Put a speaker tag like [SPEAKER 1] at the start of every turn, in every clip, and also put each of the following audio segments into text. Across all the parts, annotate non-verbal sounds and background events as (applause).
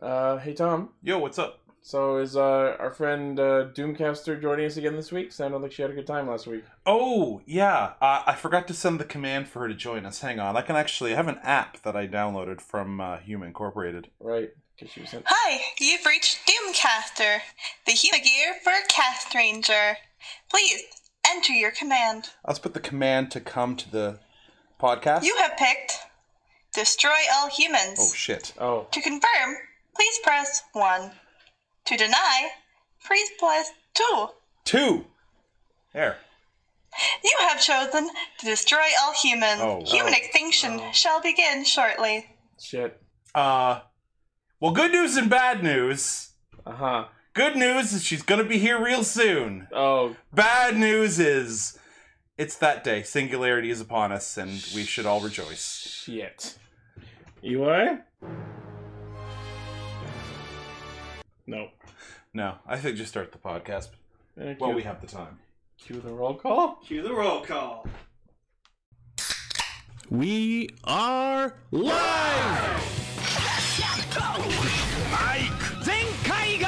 [SPEAKER 1] Uh, hey Tom.
[SPEAKER 2] Yo, what's up?
[SPEAKER 1] So is uh, our friend uh, Doomcaster joining us again this week? Sounded like she had a good time last week.
[SPEAKER 2] Oh, yeah. Uh, I forgot to send the command for her to join us. Hang on. I can actually I have an app that I downloaded from uh, Human Incorporated.
[SPEAKER 1] Right? Because she was in.
[SPEAKER 3] Hi, you've reached Doomcaster, the human gear for Cast Ranger. Please enter your command.
[SPEAKER 2] Let's put the command to come to the podcast.
[SPEAKER 3] You have picked Destroy All Humans.
[SPEAKER 2] oh shit.
[SPEAKER 1] (laughs) Oh,
[SPEAKER 3] to confirm, please press 1. To deny, please press 2.
[SPEAKER 2] Two. There.
[SPEAKER 3] You have chosen to destroy all humans.
[SPEAKER 2] Oh.
[SPEAKER 3] Human
[SPEAKER 1] Oh.
[SPEAKER 3] extinction
[SPEAKER 1] Oh.
[SPEAKER 3] shall begin shortly.
[SPEAKER 1] shit.
[SPEAKER 2] Uh, well, good news and bad news.
[SPEAKER 1] Uh huh.
[SPEAKER 2] Good news is she's gonna be here real soon.
[SPEAKER 1] Oh,
[SPEAKER 2] Bad news is it's that day. Singularity is upon us, and we should all rejoice.
[SPEAKER 1] shit. You are? No.
[SPEAKER 2] No, I think just start the podcast
[SPEAKER 1] Uh,
[SPEAKER 2] while
[SPEAKER 1] cue-
[SPEAKER 2] we have the time.
[SPEAKER 1] cue the roll call.
[SPEAKER 4] Cue the roll call.
[SPEAKER 5] We are live!
[SPEAKER 6] マイク
[SPEAKER 5] 全海岸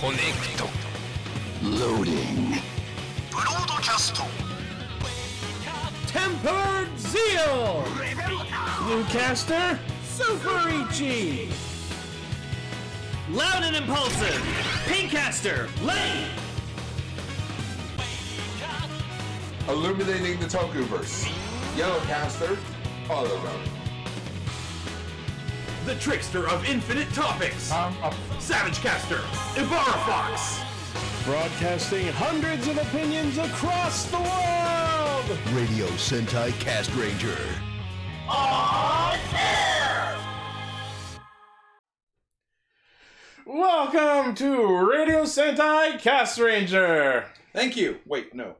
[SPEAKER 6] コネクトローディングブロードキャスト
[SPEAKER 5] Tempered Zeal! Bluecaster! Super Ichi! E Loud and Impulsive! Pincaster! Lane!
[SPEAKER 7] Illuminating the Tokuverse. Yellowcaster, all around.
[SPEAKER 5] The Trickster of Infinite Topics! Savage Caster! Ibarra Fox! Broadcasting hundreds of opinions across the world!
[SPEAKER 6] Radio Sentai Cast Ranger
[SPEAKER 1] Welcome to Radio Sentai Cast
[SPEAKER 2] (laughs)
[SPEAKER 1] Ranger. Um,
[SPEAKER 2] Thank you. Wait, no.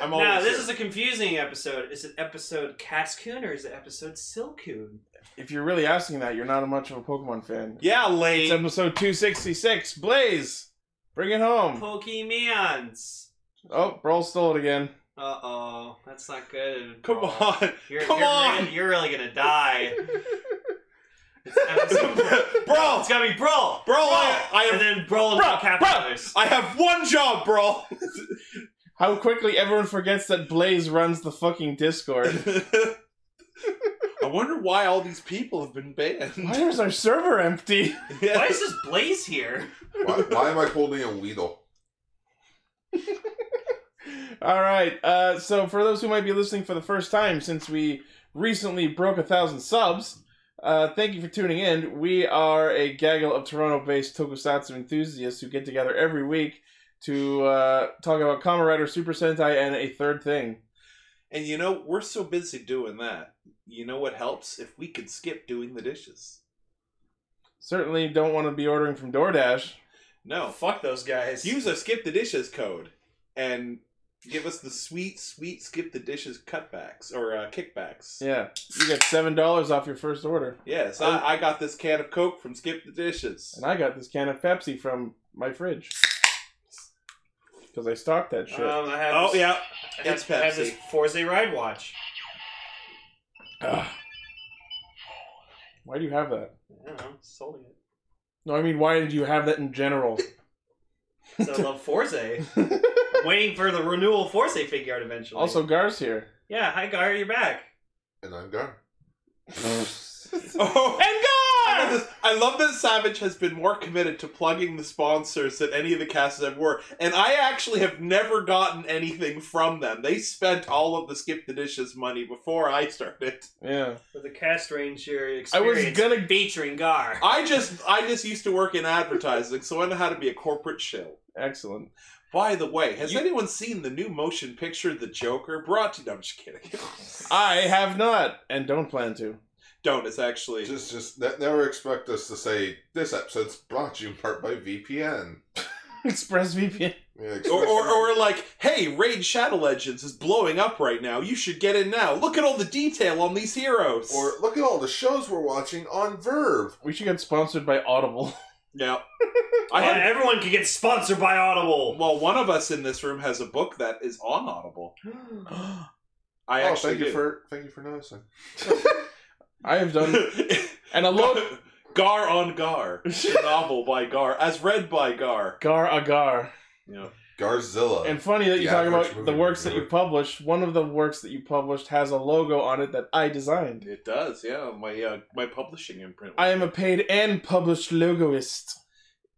[SPEAKER 2] I'm always
[SPEAKER 4] Now, this
[SPEAKER 2] here.
[SPEAKER 4] is a confusing episode. Is it episode Cascoon or is it episode Silcoon?
[SPEAKER 1] If you're really asking that, you're not much of a Pokemon fan.
[SPEAKER 2] yeah,
[SPEAKER 1] It's
[SPEAKER 2] late.
[SPEAKER 1] episode 266. Blaze, bring it home.
[SPEAKER 4] Pokemeons.
[SPEAKER 1] Oh, Brawl stole it again.
[SPEAKER 4] Uh oh, that's not good.
[SPEAKER 2] Come
[SPEAKER 4] Brawl.
[SPEAKER 2] on, (laughs)
[SPEAKER 4] You're,
[SPEAKER 2] come
[SPEAKER 4] you're
[SPEAKER 2] on,
[SPEAKER 4] Really, you're really
[SPEAKER 2] (laughs)
[SPEAKER 4] gonna die. it's episode.
[SPEAKER 2] bro,
[SPEAKER 4] It's gonna be Brawl!
[SPEAKER 2] Brawl, I- I am-
[SPEAKER 4] and then Brawl and
[SPEAKER 2] bro,
[SPEAKER 4] Brawl
[SPEAKER 2] bro. I have one job, bro. (laughs)
[SPEAKER 1] How quickly everyone forgets that Blaze runs the fucking
[SPEAKER 2] (laughs)
[SPEAKER 1] Discord.
[SPEAKER 2] I wonder why all these people have been
[SPEAKER 1] Why
[SPEAKER 2] banned.
[SPEAKER 1] is our server empty?
[SPEAKER 2] (laughs) Yeah.
[SPEAKER 4] Why is this Blaze here?
[SPEAKER 7] Why, why am I holding a Weedle?
[SPEAKER 1] All right. Uh, so for those who might be listening for the first time, since we recently broke a thousand subs, uh, thank you for tuning in. We are a gaggle of Toronto-based tokusatsu enthusiasts who get together every week to uh, talk about Kamen Rider, Super Sentai, and a third thing.
[SPEAKER 2] And you know, we're so busy doing that. You know what helps? If we could skip doing the dishes.
[SPEAKER 1] Certainly don't want to be ordering from DoorDash.
[SPEAKER 2] No.
[SPEAKER 4] fuck those guys.
[SPEAKER 2] Use a skip the dishes code and give us the sweet, sweet skip the dishes cutbacks or uh, kickbacks.
[SPEAKER 1] Yeah, you get seven dollars off your first order,
[SPEAKER 2] Yes, I, I got this can of Coke from Skip the Dishes.
[SPEAKER 1] and I got this can of Pepsi from my fridge because I stocked that shit.
[SPEAKER 4] Um, I have
[SPEAKER 2] Oh,
[SPEAKER 4] this-
[SPEAKER 2] yeah.
[SPEAKER 4] I have,
[SPEAKER 2] It's
[SPEAKER 4] I have this
[SPEAKER 2] Pepsi.
[SPEAKER 4] Forza ride watch.
[SPEAKER 1] Ugh. Why do you have that?
[SPEAKER 4] I don't know, just holding it.
[SPEAKER 1] No, I mean, why did you have that in general?
[SPEAKER 4] 'Cause I love
[SPEAKER 2] (laughs)
[SPEAKER 4] Forza. I'm waiting for the renewal Forza figure out eventually.
[SPEAKER 1] also, Gar's here.
[SPEAKER 4] yeah, hi Gar, you're back.
[SPEAKER 7] And I'm gone.
[SPEAKER 2] Oh, and God! I love that Savage has been more committed to plugging the sponsors than any of the casts ever were, and I actually have never gotten anything from them. They spent all of the Skip the Dishes money before I started.
[SPEAKER 1] Yeah.
[SPEAKER 4] For the Cast Ranger experience
[SPEAKER 1] I was gonna-
[SPEAKER 4] featuring Gar.
[SPEAKER 2] I just, I just used to work in advertising, so I know how to be a corporate shill.
[SPEAKER 1] Excellent.
[SPEAKER 2] By the way, has anyone seen the new motion picture The Joker? Brought to you. No, I'm just kidding. (laughs)
[SPEAKER 1] I have not, and don't plan to. (laughs)
[SPEAKER 2] Don't. It's actually.
[SPEAKER 7] Just, just ne- never expect us to say this episode's brought to you in part by VPN.
[SPEAKER 1] ExpressVPN.
[SPEAKER 7] We expect-
[SPEAKER 2] Or, or, or like, hey, Raid Shadow Legends is blowing up right now. You should get in now. Look at all the detail on these heroes.
[SPEAKER 7] Or look at all the shows we're watching on Verve.
[SPEAKER 1] We should get sponsored by Audible. (gasps)
[SPEAKER 2] yeah, I
[SPEAKER 4] Uh,
[SPEAKER 2] had.
[SPEAKER 4] everyone could get sponsored by Audible.
[SPEAKER 2] Well, one of us in this room has a book that is on Audible. I
[SPEAKER 7] oh,
[SPEAKER 2] actually
[SPEAKER 7] thank you
[SPEAKER 2] do.
[SPEAKER 7] for thank you for noticing.
[SPEAKER 2] (laughs)
[SPEAKER 1] I have done, and a load,
[SPEAKER 5] Gar on Gar, the novel by Gar, as read by Gar.
[SPEAKER 1] Gar agar.
[SPEAKER 5] Yeah.
[SPEAKER 8] Garzilla.
[SPEAKER 1] And funny that you talk
[SPEAKER 8] Yeah, which
[SPEAKER 1] about the
[SPEAKER 8] movie
[SPEAKER 1] works
[SPEAKER 8] was
[SPEAKER 1] that you
[SPEAKER 8] it?
[SPEAKER 1] published. One of the works that you published has a logo on it that I designed.
[SPEAKER 5] It does, yeah. My uh, my publishing imprint.
[SPEAKER 1] I am a paid and published logoist.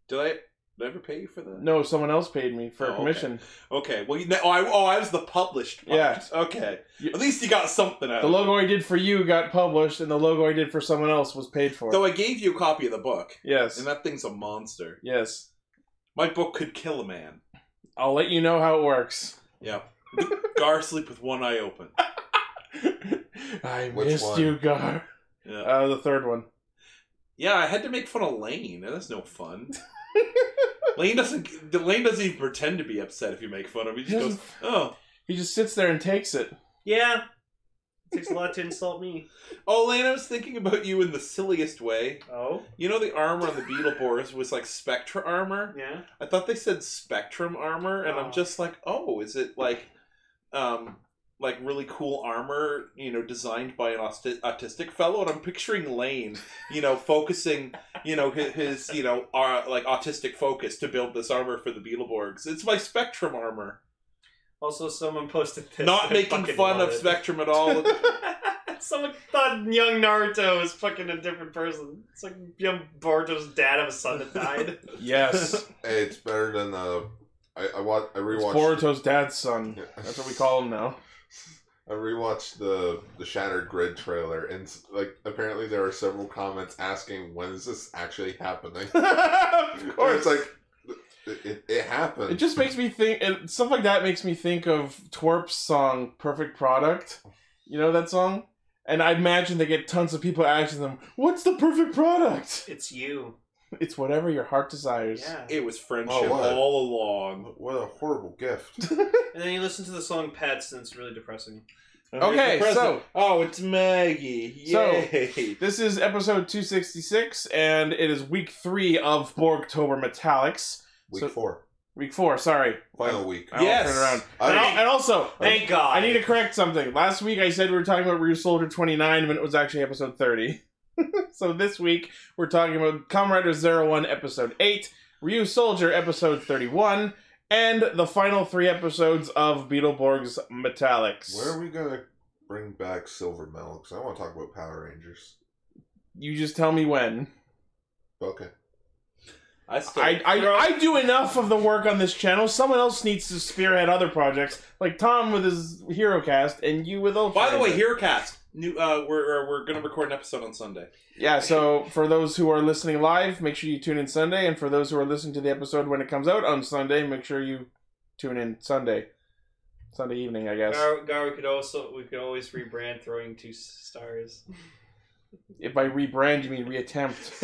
[SPEAKER 5] Did I never pay you for that?
[SPEAKER 1] No, someone else paid me for
[SPEAKER 5] Oh, okay.
[SPEAKER 1] a commission.
[SPEAKER 5] Okay. Well, you know, oh, I, oh, I was the published. one.
[SPEAKER 1] Yeah.
[SPEAKER 5] Okay.
[SPEAKER 1] You-
[SPEAKER 5] At least you got something out.
[SPEAKER 1] The
[SPEAKER 5] of it.
[SPEAKER 1] logo I did for you got published, and the logo I did for someone else was paid for.
[SPEAKER 5] Though I gave you a copy of the book,
[SPEAKER 1] yes.
[SPEAKER 5] and that thing's a monster.
[SPEAKER 1] Yes.
[SPEAKER 5] My book could kill a man.
[SPEAKER 1] (laughs) I'll let you know how it works.
[SPEAKER 5] Gar sleep with one eye open.
[SPEAKER 1] I
[SPEAKER 8] Which
[SPEAKER 1] missed
[SPEAKER 8] one?
[SPEAKER 1] you, Gar.
[SPEAKER 5] Yeah.
[SPEAKER 1] Uh, the third one.
[SPEAKER 5] Yeah, I had to make fun of Lane. and That's
[SPEAKER 1] (laughs)
[SPEAKER 5] no fun. Lane doesn't. Lane doesn't even pretend to be upset if you make fun of him. He
[SPEAKER 1] He
[SPEAKER 5] just goes, "Oh,
[SPEAKER 1] He just sits there and takes it.
[SPEAKER 4] Yeah. It takes a lot to insult me.
[SPEAKER 5] oh, Lane, I was thinking about you in the silliest way.
[SPEAKER 4] Oh,
[SPEAKER 5] You know, the armor on the Beetleborgs was like Spectra armor.
[SPEAKER 4] yeah.
[SPEAKER 5] I thought they said Spectrum armor, and
[SPEAKER 4] Oh.
[SPEAKER 5] I'm just like, oh, is it like, um, like really cool armor? You know, designed by an austi- autistic fellow, and I'm picturing Lane, you know, focusing, you know, his, his you know, uh, like autistic focus to build this armor for the Beetleborgs. It's my Spectrum armor.
[SPEAKER 1] (laughs)
[SPEAKER 4] Also, someone posted this.
[SPEAKER 5] Not
[SPEAKER 4] I
[SPEAKER 5] making
[SPEAKER 4] fucking
[SPEAKER 5] fun
[SPEAKER 4] love
[SPEAKER 5] of
[SPEAKER 4] it.
[SPEAKER 5] Spectrum at all. (laughs)
[SPEAKER 4] (laughs) Someone thought young Naruto was fucking a different person. It's like young Boruto's dad of a son that died.
[SPEAKER 1] (laughs) Yes.
[SPEAKER 8] Hey, it's better than uh, I I, wa- I
[SPEAKER 1] it's
[SPEAKER 8] rewatched.
[SPEAKER 1] Boruto's dad's son.
[SPEAKER 8] Yeah.
[SPEAKER 1] That's what we call him now.
[SPEAKER 8] (laughs)
[SPEAKER 1] (laughs)
[SPEAKER 8] I rewatched the the Shattered Grid trailer, and s- like apparently there are several comments asking when is this actually happening.
[SPEAKER 1] (laughs) of
[SPEAKER 8] or
[SPEAKER 1] course.
[SPEAKER 8] it's like it, it, it happened.
[SPEAKER 1] It just makes me think. It, stuff like that makes me think of Twerp's song "Perfect Product." You know that song, and I imagine they get tons of people asking them, "What's the perfect product?" (laughs)
[SPEAKER 4] It's you.
[SPEAKER 1] It's whatever your heart desires.
[SPEAKER 4] Yeah.
[SPEAKER 5] it was friendship
[SPEAKER 8] Oh, what?
[SPEAKER 5] all along.
[SPEAKER 8] what a horrible
[SPEAKER 1] (laughs)
[SPEAKER 8] gift.
[SPEAKER 4] And then you listen to the song Pets, and it's really depressing.
[SPEAKER 1] Okay, so
[SPEAKER 5] oh, it's Maggie.
[SPEAKER 1] So-
[SPEAKER 5] Yay!
[SPEAKER 1] this is episode two sixty six, and it is week three of Borgtober Metallics.
[SPEAKER 8] Week
[SPEAKER 1] So-
[SPEAKER 8] four,
[SPEAKER 1] Week four, sorry.
[SPEAKER 8] final week.
[SPEAKER 1] I
[SPEAKER 5] Yes.
[SPEAKER 1] will turn around.
[SPEAKER 8] I
[SPEAKER 1] And,
[SPEAKER 8] don't-
[SPEAKER 1] al- and also,
[SPEAKER 4] Thank God.
[SPEAKER 1] I need to correct something. Last week I said we were talking about Rear Soldier 29 when it was actually episode 30. (laughs) so this week we're talking about Comrade Zero One episode 8, Ryu Soldier episode 31, and the final three episodes of Beetleborgs Metallics.
[SPEAKER 8] Where are we gonna bring back Silver Metal? Because I want to talk about Power Rangers.
[SPEAKER 1] You just tell me when.
[SPEAKER 8] Okay.
[SPEAKER 5] I still.
[SPEAKER 1] I, I, I do enough of the work on this channel. Someone else needs to spearhead other projects, like Tom with his Hero Cast and you with Ultra.
[SPEAKER 5] By the way,
[SPEAKER 1] Ranger.
[SPEAKER 5] HeroCast. New, uh, we're we're gonna record an episode on (laughs) Sunday.
[SPEAKER 1] Yeah, so for those who are listening live, make sure you tune in Sunday, and for those who are listening to the episode when it comes out on Sunday, make sure you tune in Sunday, Sunday evening, I guess.
[SPEAKER 4] Gar, Gar, we could also we could always rebrand throwing two stars.
[SPEAKER 1] If I rebrand, you mean reattempt.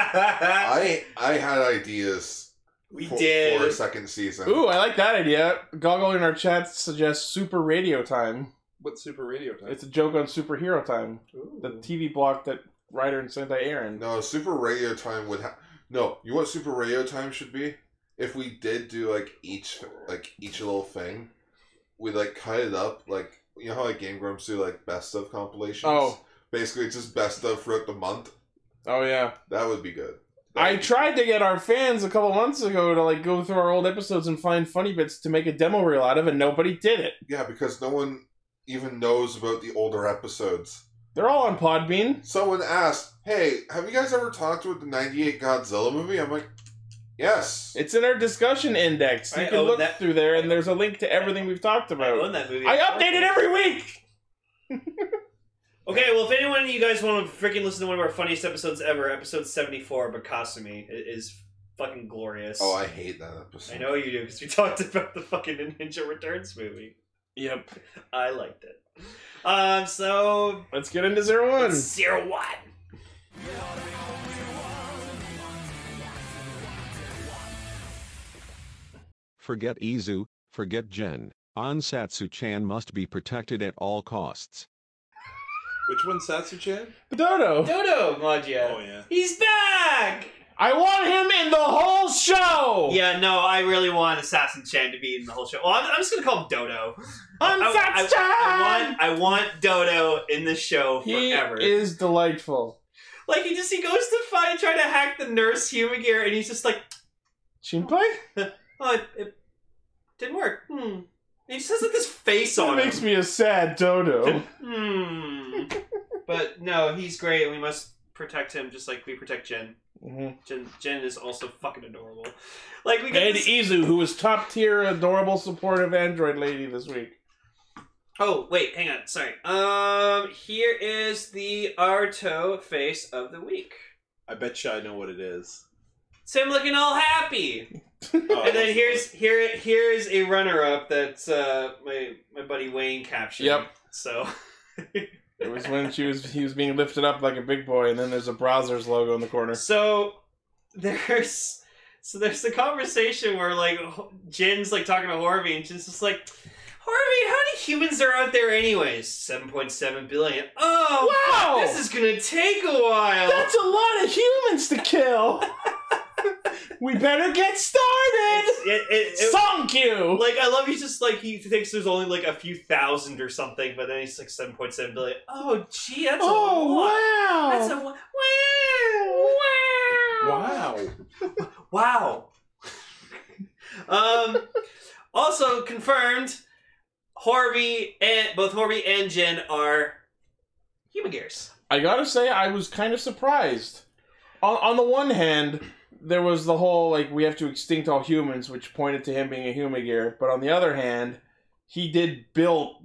[SPEAKER 8] I I had ideas
[SPEAKER 4] Uh, we
[SPEAKER 8] for,
[SPEAKER 4] did.
[SPEAKER 8] for a second season.
[SPEAKER 1] Ooh, I like that idea. Goggle in our chat suggests Super Radio Time.
[SPEAKER 5] What super radio time?
[SPEAKER 1] It's a joke on Superhero Time,
[SPEAKER 4] Ooh.
[SPEAKER 1] the TV block that Ryder and Sentai air in.
[SPEAKER 8] No, Super Radio Time would have. No, you know what Super Radio Time should be? If we did do like each like each little thing, we like cut it up like you know how like Game Grumps do like best of compilations.
[SPEAKER 1] Oh.
[SPEAKER 8] basically it's just best of throughout the month.
[SPEAKER 1] Oh yeah,
[SPEAKER 8] That would be good. That
[SPEAKER 1] I
[SPEAKER 8] would be-
[SPEAKER 1] tried to get our fans a couple months ago to like go through our old episodes and find funny bits to make a demo reel out of, and nobody did it.
[SPEAKER 8] Yeah, because no one even knows about the older episodes.
[SPEAKER 1] They're all on Podbean.
[SPEAKER 8] Someone asked, "Hey, have you guys ever talked about the '98 Godzilla movie?" I'm like, "Yes."
[SPEAKER 1] It's in our discussion index. You
[SPEAKER 4] I
[SPEAKER 1] can
[SPEAKER 4] own
[SPEAKER 1] look
[SPEAKER 4] oh, that-
[SPEAKER 1] through there, and there's a link to everything we've talked
[SPEAKER 4] I own
[SPEAKER 1] about.
[SPEAKER 4] that movie.
[SPEAKER 1] I update it every week.
[SPEAKER 4] Okay, well, if anyone of you guys want to freaking listen to one of our funniest episodes ever, episode 74, Bakasumi, i- is fucking glorious.
[SPEAKER 8] oh, I hate that episode.
[SPEAKER 4] I know you do, because we (laughs) talked about the fucking Ninja Returns movie.
[SPEAKER 1] Yep.
[SPEAKER 4] I liked it. Um, so,
[SPEAKER 1] Let's get into zero one.
[SPEAKER 4] it's zero one.
[SPEAKER 9] Forget Izu, forget Jen. Ansatsu-chan must be protected at all costs.
[SPEAKER 5] Which one's Satsu-chan?
[SPEAKER 1] Dodo.
[SPEAKER 4] Dodo, Magia.
[SPEAKER 5] Oh, yeah.
[SPEAKER 4] He's back!
[SPEAKER 1] I want him in the whole show.
[SPEAKER 4] Yeah, no, I really want Assassin Chan to be in the whole show. Well, I'm, I'm just gonna call him Dodo.
[SPEAKER 1] I'm
[SPEAKER 4] I- I-
[SPEAKER 1] Satchan!
[SPEAKER 4] I, want, I want Dodo in this show
[SPEAKER 1] He
[SPEAKER 4] forever.
[SPEAKER 1] is delightful.
[SPEAKER 4] Like he just he goes to find try to hack the nurse human gear, and he's just like,
[SPEAKER 1] Shinpai?
[SPEAKER 4] oh, it, it didn't work. Hmm. And he just has like this face
[SPEAKER 1] That
[SPEAKER 4] on him.
[SPEAKER 1] makes me a sad
[SPEAKER 4] (laughs)
[SPEAKER 1] dodo.
[SPEAKER 4] Hmm.
[SPEAKER 1] (laughs)
[SPEAKER 4] but no, he's great, and we must protect him just like we protect Jin.
[SPEAKER 1] Mhm.
[SPEAKER 4] Jin, Jin is also fucking adorable. Like we get
[SPEAKER 1] And E-
[SPEAKER 4] this-
[SPEAKER 1] Izu, who was top tier, adorable, supportive android lady this week.
[SPEAKER 4] Oh wait, hang on. Sorry. Um, here is the Arto face of the week.
[SPEAKER 5] I bet you I know what it is.
[SPEAKER 4] It's him looking all happy.
[SPEAKER 5] Oh,
[SPEAKER 4] And then here's here here's a runner up that's uh my my buddy Wayne captioned.
[SPEAKER 1] Yep.
[SPEAKER 4] So
[SPEAKER 1] It was when she was he was being lifted up like a big boy, and then there's a Brazzers logo in the corner.
[SPEAKER 4] So there's so there's the conversation where like Ho- Jin's like talking to Harvey and Jin's just like Harvey, how many humans are out there anyways? Seven point seven billion. Oh
[SPEAKER 1] Wow!
[SPEAKER 4] fuck, this is gonna take a while.
[SPEAKER 1] That's a lot of humans to kill. we better get started.
[SPEAKER 4] it, it, it-
[SPEAKER 1] Song cue.
[SPEAKER 4] like I love he's just like he thinks there's only like a few thousand or something, but then he's like seven point seven billion. Oh gee, that's a
[SPEAKER 1] Oh
[SPEAKER 4] lot.
[SPEAKER 1] wow!
[SPEAKER 4] That's a wa- Oh. wow. Wow.
[SPEAKER 5] wow.
[SPEAKER 4] Wow. (laughs) um, also confirmed, Harvey and both Harvey and Jen are human gears.
[SPEAKER 1] I gotta say, I was kind of surprised. On, on the one hand, there was the whole like we have to extinct all humans, which pointed to him being a human gear. But on the other hand, he did build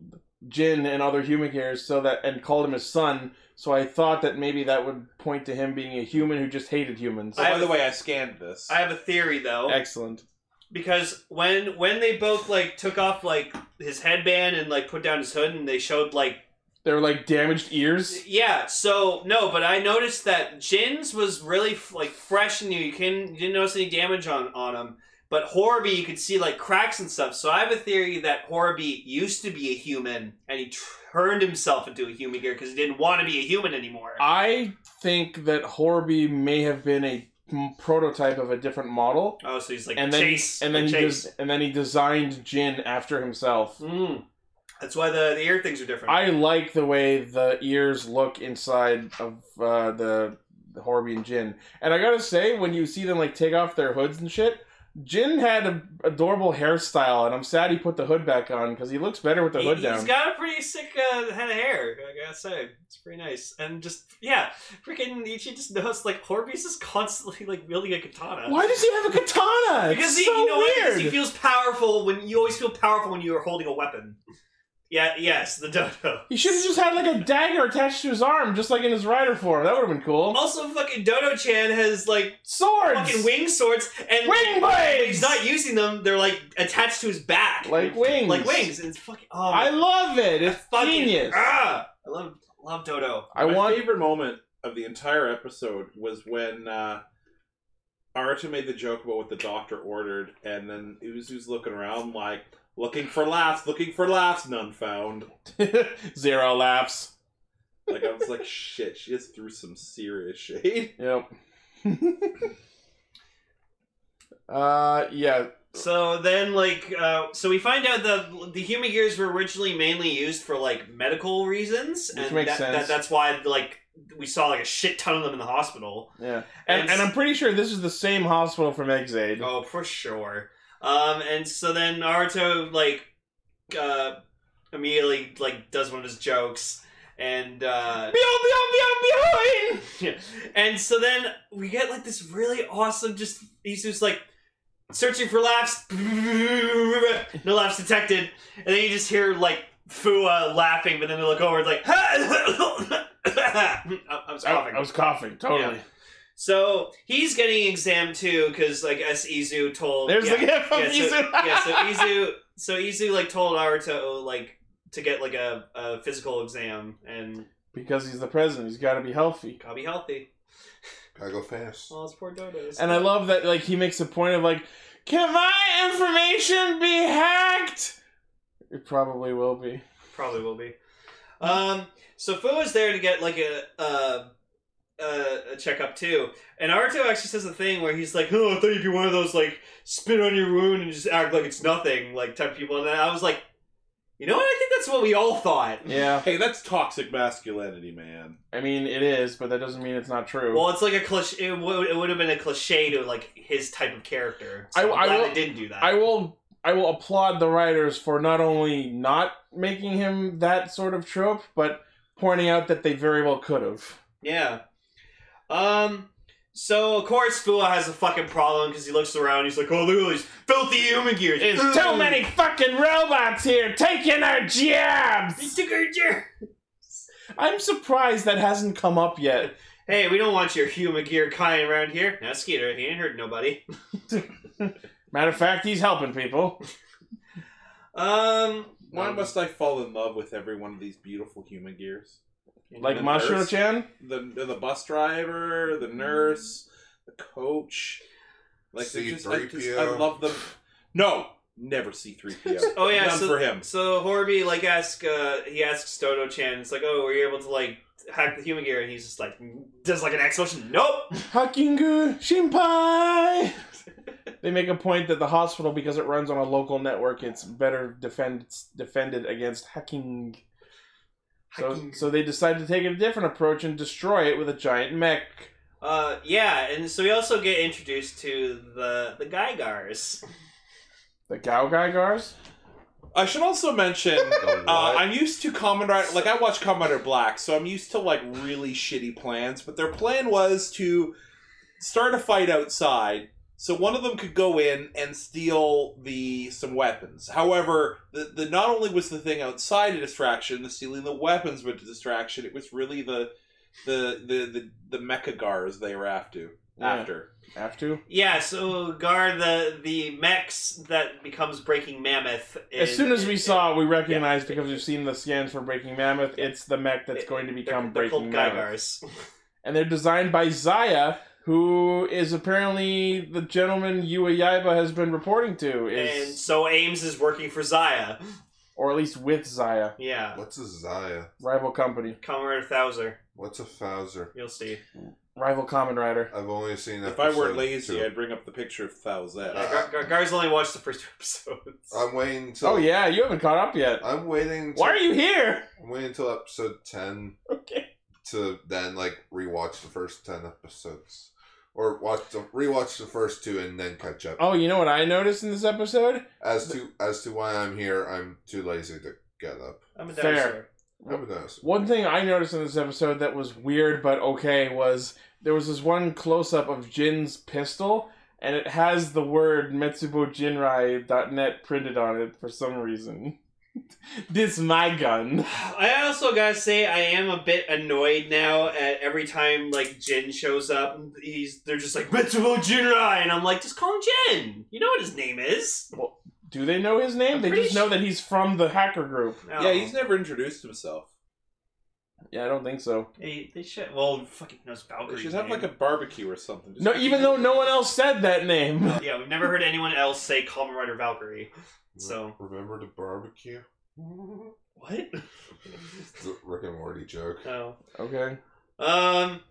[SPEAKER 1] Jin and other human gears so that and called him his son. So I thought that maybe that would point to him being a human who just hated humans.
[SPEAKER 5] So Oh, by the way, I scanned this.
[SPEAKER 4] I have a theory though,
[SPEAKER 1] Excellent.
[SPEAKER 4] because when when they both like took off like his headband and like put down his hood and they showed like
[SPEAKER 1] They were like damaged ears.
[SPEAKER 4] yeah, so no, but I noticed that Jin's was really f- like fresh and new. You can you didn't notice any damage on on him. But Horby, you could see like cracks and stuff. So I have a theory that Horby used to be a human and he turned himself into a human gear because he didn't want to be a human anymore.
[SPEAKER 1] Ah. I think that Horby may have been a m- prototype of a different model.
[SPEAKER 4] oh, so he's like
[SPEAKER 1] and then
[SPEAKER 4] chase
[SPEAKER 1] he, and then he
[SPEAKER 4] chase.
[SPEAKER 1] des- and then he designed Jin after himself.
[SPEAKER 4] Mm. That's why the, the ear things are different.
[SPEAKER 1] I like the way the ears look inside of uh, the, the Horby and Jin, and I gotta say, when you see them like take off their hoods and shit, Jin had an adorable hairstyle, and I'm sad he put the hood back on because he looks better with the
[SPEAKER 4] he,
[SPEAKER 1] hood
[SPEAKER 4] He's
[SPEAKER 1] down.
[SPEAKER 4] got a pretty sick uh, head of hair, I gotta say. It's pretty nice. And just, yeah, freaking Ichi just knows, like, Horby's just constantly, like, wielding a katana.
[SPEAKER 1] Why does he have a katana? It's
[SPEAKER 4] Because he,
[SPEAKER 1] so
[SPEAKER 4] you know what? Because
[SPEAKER 1] weird.
[SPEAKER 4] he feels powerful when you always feel powerful when you are holding a weapon. Yeah, yes, the Dodo.
[SPEAKER 1] he should have just had like a dagger attached to his arm, just like in his rider form. That would have been cool.
[SPEAKER 4] Also, fucking Dodo Chan has like
[SPEAKER 1] Swords,
[SPEAKER 4] Oh, fucking wing swords and
[SPEAKER 1] wing
[SPEAKER 4] when
[SPEAKER 1] blades,
[SPEAKER 4] He's not using them; they're like attached to his back,
[SPEAKER 1] like wings,
[SPEAKER 4] like wings. And it's fucking oh,
[SPEAKER 1] I love it. It's
[SPEAKER 4] fucking,
[SPEAKER 1] genius.
[SPEAKER 4] Ah, I love love Dodo.
[SPEAKER 1] I
[SPEAKER 5] My
[SPEAKER 1] want
[SPEAKER 5] favorite moment of the entire episode was when uh, Aruto made the joke about what the doctor ordered, and then Uzu's looking around like looking for laughs, looking for laughs, none found.
[SPEAKER 1] (laughs) zero laughs.
[SPEAKER 5] Like I was like, shit, she just threw some serious shade. (laughs)
[SPEAKER 1] Yep. (laughs) uh, yeah.
[SPEAKER 4] So then, like, uh, so we find out that the human gears were originally mainly used for like medical reasons,
[SPEAKER 1] Which
[SPEAKER 4] and
[SPEAKER 1] makes
[SPEAKER 4] that,
[SPEAKER 1] sense.
[SPEAKER 4] That, that's why like we saw like a shit ton of them in the hospital.
[SPEAKER 1] Yeah. And, and I'm pretty sure this is the same hospital from Exade.
[SPEAKER 4] oh for sure. Um, and so then Naruto like uh, immediately like does one of his jokes, and uh, (laughs) and so then we get like this really awesome. Just he's just like searching for laughs. (laughs) No laughs detected. And then you just hear like Fua laughing, but then they look over and like. (laughs) I- I was
[SPEAKER 1] I,
[SPEAKER 4] coughing.
[SPEAKER 1] I was coughing, totally.
[SPEAKER 4] So he's getting examined too, because like as Izu told.
[SPEAKER 1] There's
[SPEAKER 4] yeah,
[SPEAKER 1] the gif of
[SPEAKER 4] yeah, so,
[SPEAKER 1] Izu.
[SPEAKER 4] yeah,
[SPEAKER 1] (laughs)
[SPEAKER 4] so Izu, so Izu like told Naruto like to get like a, a physical exam and
[SPEAKER 1] because he's the president, he's got to be healthy.
[SPEAKER 4] gotta be healthy.
[SPEAKER 8] Gotta
[SPEAKER 1] (laughs)
[SPEAKER 8] go fast.
[SPEAKER 4] Well, it's poor Dodo's.
[SPEAKER 1] And I love that, like, he makes a point of, like, can my information be hacked? It probably will be.
[SPEAKER 4] Probably will be. Um, so Fu is there to get like a uh, uh, a checkup too, and Naruto actually says a thing where he's like, "Oh, I thought you'd be one of those like spit on your wound and just act like it's nothing, like type people." And I was like, You know what? I think that's what we all thought.
[SPEAKER 1] Yeah,
[SPEAKER 5] Hey, that's toxic masculinity, man.
[SPEAKER 1] I mean it is, but that doesn't mean it's not true.
[SPEAKER 4] Well, it's like a cliche. It would, it would have been a cliche to like his type of character. So
[SPEAKER 1] I-
[SPEAKER 4] I, am
[SPEAKER 1] I
[SPEAKER 4] glad
[SPEAKER 1] will-
[SPEAKER 4] they didn't do that.
[SPEAKER 1] I will I will applaud the writers for not only not making him that sort of trope, but pointing out that they very well could have.
[SPEAKER 4] yeah. Um. So of course Fua has a fucking problem because he looks around. He's like, "Oh, look at all these filthy human gears.
[SPEAKER 1] There's too many fucking robots here taking our jobs.
[SPEAKER 4] many."
[SPEAKER 1] I'm surprised that hasn't come up yet.
[SPEAKER 4] Hey, we don't want your human gear kind around here. Now, Skeeter, he ain't hurt nobody.
[SPEAKER 1] Matter of fact, he's helping people.
[SPEAKER 4] Um,
[SPEAKER 5] Why must I fall in love with every one of these beautiful human gears?
[SPEAKER 1] Like
[SPEAKER 5] The
[SPEAKER 1] Mashiro
[SPEAKER 5] nurse,
[SPEAKER 1] chan?
[SPEAKER 5] the the bus driver, the nurse, the coach. Like they just, I, just- I
[SPEAKER 8] C-3PO.
[SPEAKER 5] love them. No, never C three PO.
[SPEAKER 4] (laughs) Oh, yeah,
[SPEAKER 5] none
[SPEAKER 4] so-
[SPEAKER 5] for him.
[SPEAKER 4] so Horby like asks, uh, he asks Dodo Chan. It's like, "Oh, were you able to like hack the human gear?" And he's just like, does like an X motion. Nope.
[SPEAKER 1] Hakingu Shinpai! they make a point that the hospital, because it runs on a local network, it's better defend, defended against hacking. So,
[SPEAKER 4] Hacking.
[SPEAKER 1] so they decide to take a different approach and destroy it with a giant mech.
[SPEAKER 4] Uh, yeah, and so we also get introduced to the the Geigars.
[SPEAKER 1] The Gao Gaigars?
[SPEAKER 5] I should also mention.
[SPEAKER 8] The
[SPEAKER 5] Uh,
[SPEAKER 8] what?
[SPEAKER 5] I'm used to Kamen Rider, like I watch Kamen Rider Black, so I'm used to like really shitty plans. But their plan was to start a fight outside, so one of them could go in and steal the some weapons. However, the, the not only was the thing outside a distraction, the stealing the weapons was a distraction. It was really the the the the, the mecha gars they were after.
[SPEAKER 1] Yeah.
[SPEAKER 5] After
[SPEAKER 1] Have to.
[SPEAKER 4] Yeah, so Gar the the mechs that becomes Breaking Mammoth.
[SPEAKER 1] As
[SPEAKER 4] is-
[SPEAKER 1] soon as we
[SPEAKER 4] is-
[SPEAKER 1] saw, it, we recognized because we've seen the scans for Breaking Mammoth. It's the mech that's
[SPEAKER 4] It-
[SPEAKER 1] going to
[SPEAKER 4] they're,
[SPEAKER 1] become
[SPEAKER 4] they're
[SPEAKER 1] Breaking
[SPEAKER 4] called
[SPEAKER 1] Mammoth,
[SPEAKER 4] Geigars.
[SPEAKER 1] and they're designed by Zaya, who is apparently the gentleman Yua Yaiba has been reporting to, is
[SPEAKER 4] And so Ames is working for Zaya.
[SPEAKER 1] or at least with Zaya,
[SPEAKER 4] Yeah,
[SPEAKER 8] What's a Zaya?
[SPEAKER 1] rival company,
[SPEAKER 4] Comrade Thouser.
[SPEAKER 8] What's a Fowser?
[SPEAKER 4] You'll see.
[SPEAKER 1] rival common rider.
[SPEAKER 8] I've only seen.
[SPEAKER 5] if I were
[SPEAKER 8] episode
[SPEAKER 5] lazy,
[SPEAKER 8] two.
[SPEAKER 5] I'd bring up the picture of Thousand.
[SPEAKER 4] Yeah, Gar- Gar- Gar's only watched the first (laughs) two episodes.
[SPEAKER 5] Uh,
[SPEAKER 8] I'm waiting until.
[SPEAKER 1] Oh yeah, you haven't caught up yet.
[SPEAKER 8] I'm waiting. Until,
[SPEAKER 1] Why are you here? (laughs)
[SPEAKER 8] I'm waiting until episode ten
[SPEAKER 1] Okay.
[SPEAKER 8] to then like rewatch the first ten episodes, or watch the, rewatch the first two and then catch up.
[SPEAKER 1] Oh, you know what I noticed in this episode?
[SPEAKER 8] As to as to why I'm here, I'm too lazy to get up.
[SPEAKER 4] I'm a
[SPEAKER 1] Fair.
[SPEAKER 4] dinosaur.
[SPEAKER 8] I'm a dinosaur.
[SPEAKER 1] One thing I noticed in this episode that was weird but okay was there was this one close up of Jin's pistol, and it has the word Metsubojinrai.net printed on it for some reason. (laughs) this my gun.
[SPEAKER 4] I also gotta say I am a bit annoyed now at every time like Jin shows up. He's they're just like Mitsubo Jinrai, and I'm like, just call him Jin. You know what his name is.
[SPEAKER 1] Do they know his name?
[SPEAKER 4] I'm
[SPEAKER 1] they
[SPEAKER 4] pretty
[SPEAKER 1] just know
[SPEAKER 4] su-
[SPEAKER 1] that he's from the hacker group.
[SPEAKER 4] No.
[SPEAKER 5] Yeah, he's never introduced himself.
[SPEAKER 1] Yeah, I don't think so.
[SPEAKER 4] They, they should. Well, fucking knows Valkyrie.
[SPEAKER 5] They should have like
[SPEAKER 4] name.
[SPEAKER 5] a barbecue or something. Just
[SPEAKER 1] No,
[SPEAKER 5] put
[SPEAKER 1] even
[SPEAKER 5] people-
[SPEAKER 1] though no one else said that name. (laughs)
[SPEAKER 4] yeah, we've never heard anyone else say Kamen Rider Valkyrie. So
[SPEAKER 8] remember the barbecue,
[SPEAKER 4] what?
[SPEAKER 5] (laughs)
[SPEAKER 8] the Rick and Morty joke.
[SPEAKER 4] oh.
[SPEAKER 1] Okay.
[SPEAKER 4] Um.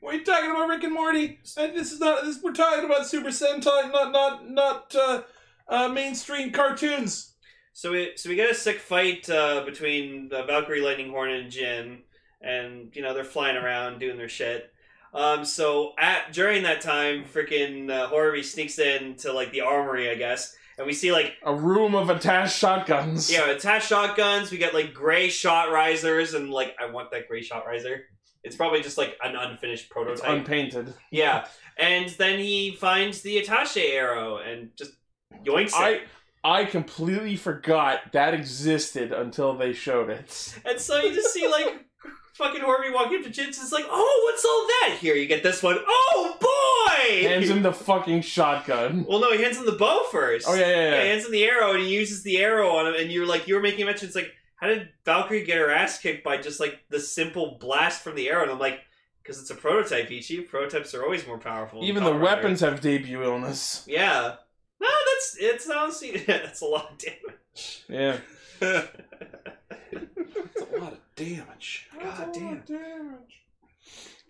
[SPEAKER 5] What are you talking about, Rick and Morty? And this is not. This, we're talking about Super Sentai, not not not uh, uh, mainstream cartoons.
[SPEAKER 4] So we so we get a sick fight uh, between the Valkyrie Lightning Horn and Jin, and you know they're flying around doing their shit. Um, so at during that time, freaking uh, Horby sneaks in to like the armory, I guess, and we see like
[SPEAKER 1] A room of attached shotguns.
[SPEAKER 4] yeah attached shotguns. We get like gray shot risers, and like I want that gray shot riser. It's probably just like an unfinished
[SPEAKER 1] It's
[SPEAKER 4] prototype.
[SPEAKER 1] unpainted.
[SPEAKER 4] yeah, and then he finds the attaché arrow and just yoinks it.
[SPEAKER 1] I I completely forgot that existed until they showed it.
[SPEAKER 4] And so you just see like fucking Horby walking up to Jits. It's like, oh, what's all that? Here, you get this one. Oh boy!
[SPEAKER 1] hands him the fucking shotgun.
[SPEAKER 4] well, no, he hands him the bow first.
[SPEAKER 1] Oh yeah, yeah,
[SPEAKER 4] He
[SPEAKER 1] yeah.
[SPEAKER 4] hands him the arrow, and he uses the arrow on him. And you're like, you were making mentions like, how did Valkyrie get her ass kicked by just like the simple blast from the arrow? And I'm like, because it's a prototype, Ichi. Prototypes are always more powerful. than
[SPEAKER 1] Even the
[SPEAKER 4] Kamen Rider."
[SPEAKER 1] weapons have debut illness.
[SPEAKER 4] Yeah. No, that's it's honestly (laughs) that's a lot of damage.
[SPEAKER 1] Yeah.
[SPEAKER 5] That's a lot of damage. God damn.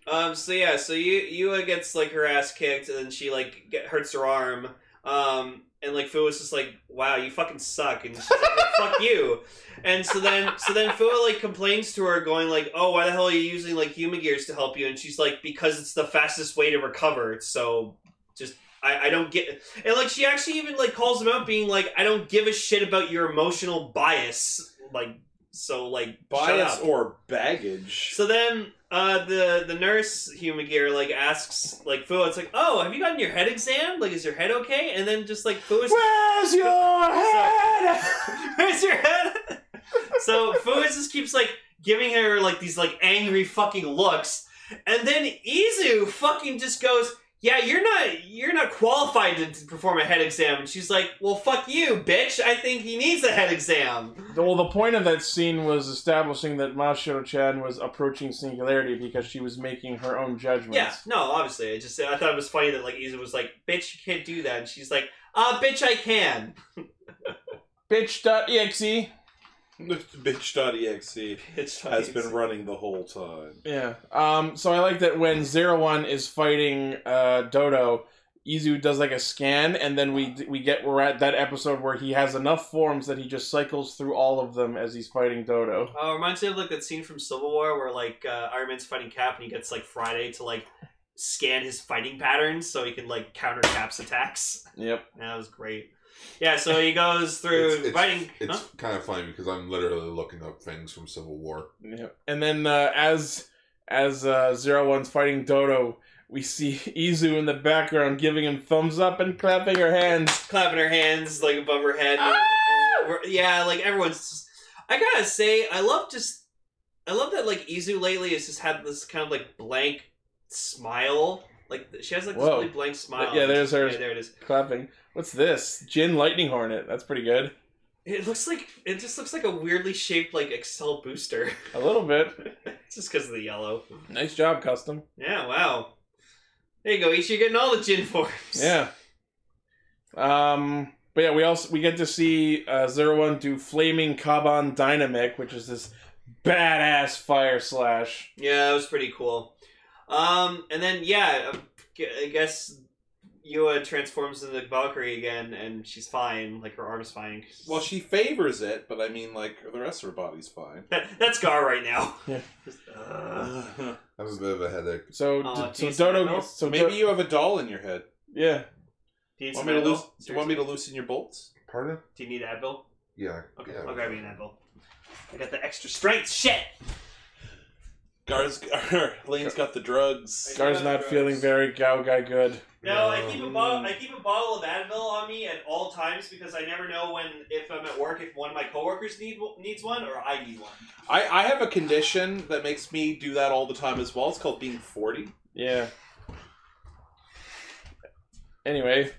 [SPEAKER 4] Um. So yeah. So you Yua gets like her ass kicked, and then she like get, hurts her arm. Um, and like Fu was just like, "Wow, you fucking suck," and she's like, well, "Fuck you." And so then, so then Fu like complains to her, going like, "Oh, why the hell are you using like human gears to help you?" And she's like, "Because it's the fastest way to recover." So just I, I don't get and like she actually even like calls him out, being like, "I don't give a shit about your emotional bias." Like so, like shut
[SPEAKER 5] Bias
[SPEAKER 4] up.
[SPEAKER 5] or baggage.
[SPEAKER 4] So then uh, the the nurse Humagear like asks like Fu, it's like, oh, have you gotten your head examined? Like, is your head okay? And then just like Fu is
[SPEAKER 1] Where's your head?
[SPEAKER 4] (laughs) where's your head? so Fu is just keeps like giving her like these like angry fucking looks, and then Izu fucking just goes. Yeah, you're not you're not qualified to to perform a head exam. And she's like, "Well, fuck you, bitch. I think he needs a head exam."
[SPEAKER 1] Well, the point of that scene was establishing that Mashiro Chan was approaching singularity because she was making her own judgments.
[SPEAKER 4] Yeah, no, obviously. I just I thought it was funny that like Isa was like, "Bitch, you can't do that," and she's like, "Uh, bitch, I can."
[SPEAKER 1] E Bitch.exe.
[SPEAKER 5] (laughs) Bitch.exe
[SPEAKER 4] Bitch, I
[SPEAKER 5] has
[SPEAKER 4] can.
[SPEAKER 5] been running the whole time.
[SPEAKER 1] Yeah. Um. So I like that when Zero One is fighting uh, Dodo, Izu does like a scan, and then we we get we're at that episode where he has enough forms that he just cycles through all of them as he's fighting Dodo.
[SPEAKER 4] Oh, it reminds me of like that scene from Civil War where like uh, Iron Man's fighting Cap and he gets like Friday to like scan his fighting patterns so he can like counter Cap's attacks. (laughs)
[SPEAKER 1] Yep.
[SPEAKER 4] That was great. Yeah, so he goes through
[SPEAKER 8] It's, it's,
[SPEAKER 4] fighting.
[SPEAKER 8] it's
[SPEAKER 4] Uh, huh?
[SPEAKER 8] kind of funny because I'm literally looking up things from Civil War.
[SPEAKER 1] Yep. And then uh, as as uh, Zero One's fighting Dodo, we see (laughs) Izu in the background giving him thumbs up and clapping her hands.
[SPEAKER 4] clapping her hands like above her head. And we're- yeah, like everyone's. Just, I gotta say, I love just. I love that like Izu lately has just had this kind of like blank smile. Like she has like this
[SPEAKER 1] Whoa.
[SPEAKER 4] really blank smile.
[SPEAKER 1] Yeah, there's hers.
[SPEAKER 4] Yeah, there it is.
[SPEAKER 1] Clapping. What's this? Gin Lightning Hornet. That's pretty good.
[SPEAKER 4] It looks like it just looks like a weirdly shaped like Excel booster, (laughs)
[SPEAKER 1] A little bit.
[SPEAKER 4] just because of the yellow.
[SPEAKER 1] Nice job, custom.
[SPEAKER 4] Yeah, wow. There you go, Ichi getting all the gin forms.
[SPEAKER 1] Yeah. Um. But yeah, we also we get to see uh, Zero One do flaming Kaban Dynamic, which is this badass fire slash.
[SPEAKER 4] Yeah, that was pretty cool. Um, and then yeah, I guess Yua transforms into Valkyrie again, and she's fine. Like her arm's fine. (laughs)
[SPEAKER 5] Well, she favors it, but I mean, like, the rest of her body's (laughs) fine.
[SPEAKER 4] That- that's Gar
[SPEAKER 5] (laughs)
[SPEAKER 4] right now.
[SPEAKER 1] Yeah.
[SPEAKER 4] Just, uh,
[SPEAKER 5] Uh-huh.
[SPEAKER 8] I have a bit of a headache.
[SPEAKER 1] So
[SPEAKER 4] Aw,
[SPEAKER 1] so
[SPEAKER 4] geez,
[SPEAKER 1] Oh, Dodo
[SPEAKER 4] Marvel.
[SPEAKER 1] so
[SPEAKER 5] Maybe
[SPEAKER 1] Do-
[SPEAKER 5] you have a doll in your head.
[SPEAKER 1] yeah
[SPEAKER 4] do you need
[SPEAKER 5] Want
[SPEAKER 4] some
[SPEAKER 5] me to
[SPEAKER 4] Advil?
[SPEAKER 5] loo- do you want me to loosen your bolts?
[SPEAKER 8] Pardon?
[SPEAKER 4] Do you need Advil?
[SPEAKER 8] Yeah.
[SPEAKER 4] Okay,
[SPEAKER 8] yeah.
[SPEAKER 4] I'll grab you an Advil. I got the extra strength. Shit.
[SPEAKER 5] Gar's, (laughs) Lane's got the drugs.
[SPEAKER 1] Gar's not feeling very Gao guy good.
[SPEAKER 4] No, I keep a bottle. I keep a bottle of Advil on me at all times because I never know when, if I'm at work, if one of my coworkers need needs one or I need one.
[SPEAKER 5] I, I have a condition that makes me do that all the time as well. It's called being 40.
[SPEAKER 1] Yeah. Anyway,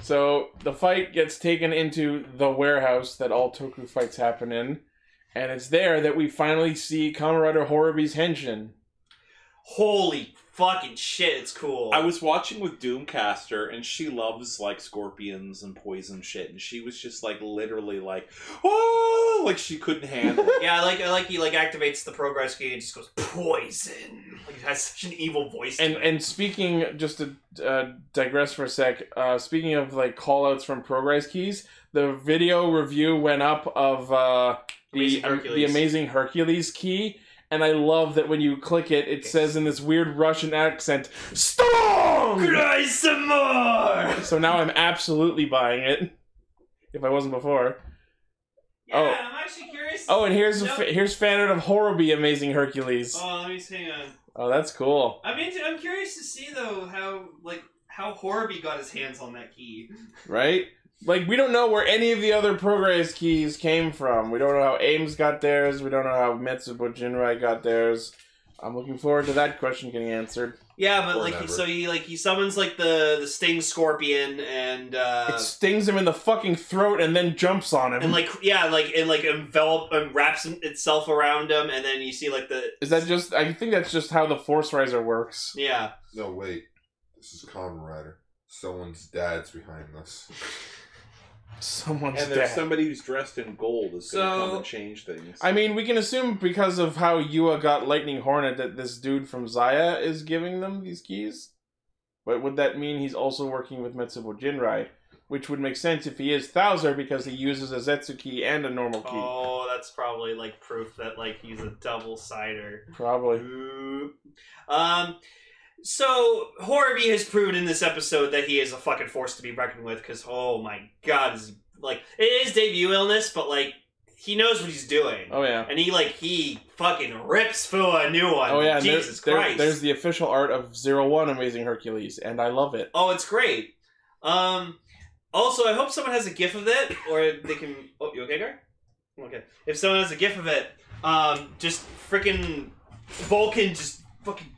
[SPEAKER 1] so the fight gets taken into the warehouse that all Toku fights happen in, and it's there that we finally see Kamen Horobi's Henshin.
[SPEAKER 4] Holy fucking shit! It's cool.
[SPEAKER 5] I was watching with Doomcaster, and she loves like scorpions and poison shit, and she was just like literally like, oh, like she couldn't handle. (laughs) it.
[SPEAKER 4] Yeah, I like I like he like activates the progress key and just goes poison. Like it has such an evil voice. to
[SPEAKER 1] And
[SPEAKER 4] it.
[SPEAKER 1] and speaking, just to uh, digress for a sec. Uh, speaking of like callouts from Progress Keys, the video review went up of uh, the
[SPEAKER 4] Amazing
[SPEAKER 1] the
[SPEAKER 4] Hercules.
[SPEAKER 1] amazing Hercules key, and I love that when you click it, it says in this weird Russian accent, "Strong."
[SPEAKER 4] cry some more.
[SPEAKER 1] so now I'm absolutely buying it. If I wasn't before.
[SPEAKER 4] Yeah,
[SPEAKER 1] Oh.
[SPEAKER 4] I'm actually curious.
[SPEAKER 1] Oh, and here's a
[SPEAKER 4] Nope.
[SPEAKER 1] fa- here's fan art of Horobi Amazing Hercules.
[SPEAKER 4] Oh, let me see. Hang on.
[SPEAKER 1] Oh, that's cool.
[SPEAKER 4] I'm into, I'm curious to see though how like how Horby got his hands on that key.
[SPEAKER 1] right? Like we don't know where any of the other progress keys came from. We don't know how Ames got theirs. We don't know how Mitsubo Jinrai got theirs. I'm looking forward to that question getting answered.
[SPEAKER 4] Yeah, but
[SPEAKER 8] Or
[SPEAKER 4] like he,
[SPEAKER 8] never.
[SPEAKER 4] so he like he summons like the the sting scorpion and uh
[SPEAKER 1] it stings him in the fucking throat and then jumps on him.
[SPEAKER 4] and like yeah like it like envelop and wraps itself around him and then you see like the
[SPEAKER 1] is that just? I think that's just how the Force Riser works.
[SPEAKER 4] yeah.
[SPEAKER 8] No, wait. This is Kamen Rider. Someone's dad's behind
[SPEAKER 4] (laughs)
[SPEAKER 8] this.
[SPEAKER 1] Someone's
[SPEAKER 5] And
[SPEAKER 1] dead.
[SPEAKER 5] there's somebody who's dressed in gold is gonna
[SPEAKER 4] So-
[SPEAKER 5] come and change things.
[SPEAKER 1] I mean, we can assume because of how Yua got Lightning Hornet that this dude from Zaya is giving them these keys. But would that mean he's also working with Mitsubo Jinrai? which would make sense if he is Thouser because he uses a Zetsu key and a normal key.
[SPEAKER 4] Oh, that's probably like proof that like he's a double sider.
[SPEAKER 1] Probably.
[SPEAKER 4] Um, so Horby has proven in this episode that he is a fucking force to be reckoned with. Because oh my god, is he- like it is debut illness, but like he knows what he's doing,
[SPEAKER 1] Oh yeah.
[SPEAKER 4] and he like he fucking rips for a new one.
[SPEAKER 1] Oh yeah. and there-
[SPEAKER 4] Jesus
[SPEAKER 1] there-
[SPEAKER 4] Christ.
[SPEAKER 1] there's the official art of Zero One Amazing Hercules, and I love it.
[SPEAKER 4] Oh, it's great. Um, also, I hope someone has a GIF of it, or they can. Oh, you okay, Gar? Okay. If someone has a GIF of it, um, just freaking Vulcan just fucking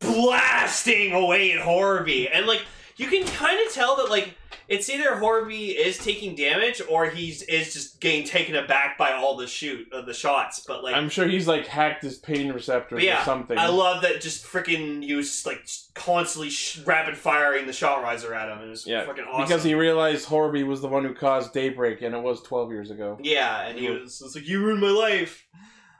[SPEAKER 4] blasting away at Horby, and like you can kind of tell that like it's either Horby is taking damage or he's is just getting taken aback by all the shoot of the shots, but like.
[SPEAKER 1] I'm sure he's like hacked his pain receptors
[SPEAKER 4] Yeah,
[SPEAKER 1] or something.
[SPEAKER 4] I love that just freaking you s- like s- constantly sh- rapid firing the shot riser at him. It was
[SPEAKER 1] Yeah,
[SPEAKER 4] freaking awesome.
[SPEAKER 1] Because he realized Horby was the one who caused Daybreak, and it was 12 years ago.
[SPEAKER 4] Yeah, and he was, it's like, "You ruined my life."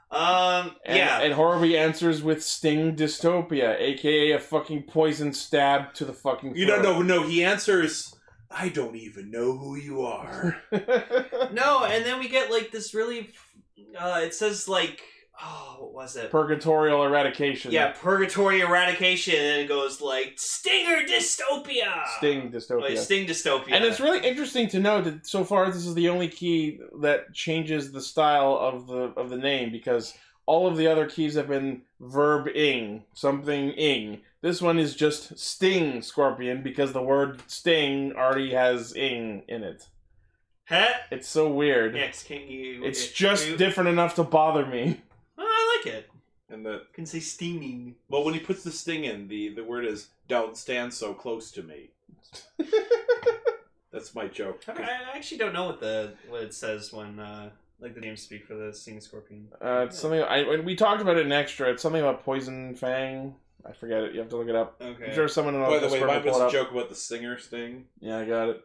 [SPEAKER 4] Um,
[SPEAKER 1] And,
[SPEAKER 4] yeah,
[SPEAKER 1] And Horby answers with Sting Dystopia, aka a fucking poison stab to the fucking.
[SPEAKER 5] You don't know. No, he answers. I don't even know who you (laughs) are.
[SPEAKER 1] know.
[SPEAKER 4] no, and then we get like this really. Uh, it says like, oh, what was
[SPEAKER 1] (laughs)
[SPEAKER 4] it?
[SPEAKER 1] Purgatorial eradication.
[SPEAKER 4] yeah, purgatory eradication, and then it goes like Stinger dystopia.
[SPEAKER 1] Sting Dystopia.
[SPEAKER 4] Like, sting dystopia,
[SPEAKER 1] And it's really interesting to note that so far this is the only key that changes the style of the of the name because all of the other keys have been verb ing, something ing. This one is just sting scorpion because the word sting already has ing in it.
[SPEAKER 4] Huh?
[SPEAKER 1] It's so weird.
[SPEAKER 4] Yes, can you?
[SPEAKER 1] It's
[SPEAKER 4] can
[SPEAKER 1] just
[SPEAKER 4] you-
[SPEAKER 1] different enough to bother me.
[SPEAKER 4] Oh, I like it.
[SPEAKER 5] and the
[SPEAKER 4] You can say steaming.
[SPEAKER 5] well, when he puts the sting in, the the word is "Don't stand so close to me." That's my joke.
[SPEAKER 4] I, I actually don't know what the what it says when uh like the names speak for the sting scorpion.
[SPEAKER 1] Uh, it's something I when we talked about it in extra. It's something about poison fang. I forget it. You have to look it up.
[SPEAKER 4] Okay.
[SPEAKER 1] I'm sure someone in
[SPEAKER 5] By the way,
[SPEAKER 1] Discord
[SPEAKER 5] mine
[SPEAKER 1] will pull
[SPEAKER 5] was
[SPEAKER 1] it
[SPEAKER 5] a
[SPEAKER 1] up.
[SPEAKER 5] joke about the singer sting.
[SPEAKER 1] Yeah, I got it.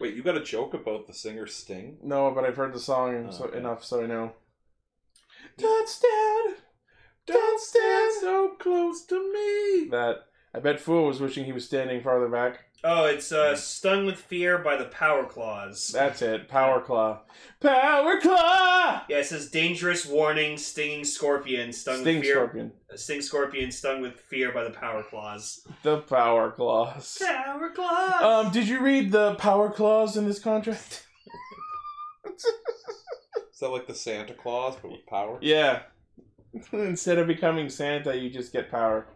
[SPEAKER 5] Wait, you got a joke about the singer sting?
[SPEAKER 1] No, but I've heard the song and
[SPEAKER 5] Oh,
[SPEAKER 1] so,
[SPEAKER 5] okay.
[SPEAKER 1] enough, so I know. Don't stand, don't stand so close to me. That I bet Fool was wishing he was standing farther back.
[SPEAKER 4] Oh, it's uh, stung with fear by the power claws.
[SPEAKER 1] That's it. Power claw, power claw.
[SPEAKER 4] Yeah, it says dangerous warning, stinging scorpion, stung
[SPEAKER 1] Sting
[SPEAKER 4] with fear.
[SPEAKER 1] scorpion.
[SPEAKER 4] Sting scorpion, stung with fear by the power claws.
[SPEAKER 1] The power claws.
[SPEAKER 4] Power claws.
[SPEAKER 1] Um, did you read the power clause in this contract?
[SPEAKER 5] Is that like the Santa Claus but with power?
[SPEAKER 1] yeah. (laughs) Instead of becoming Santa, you just get power.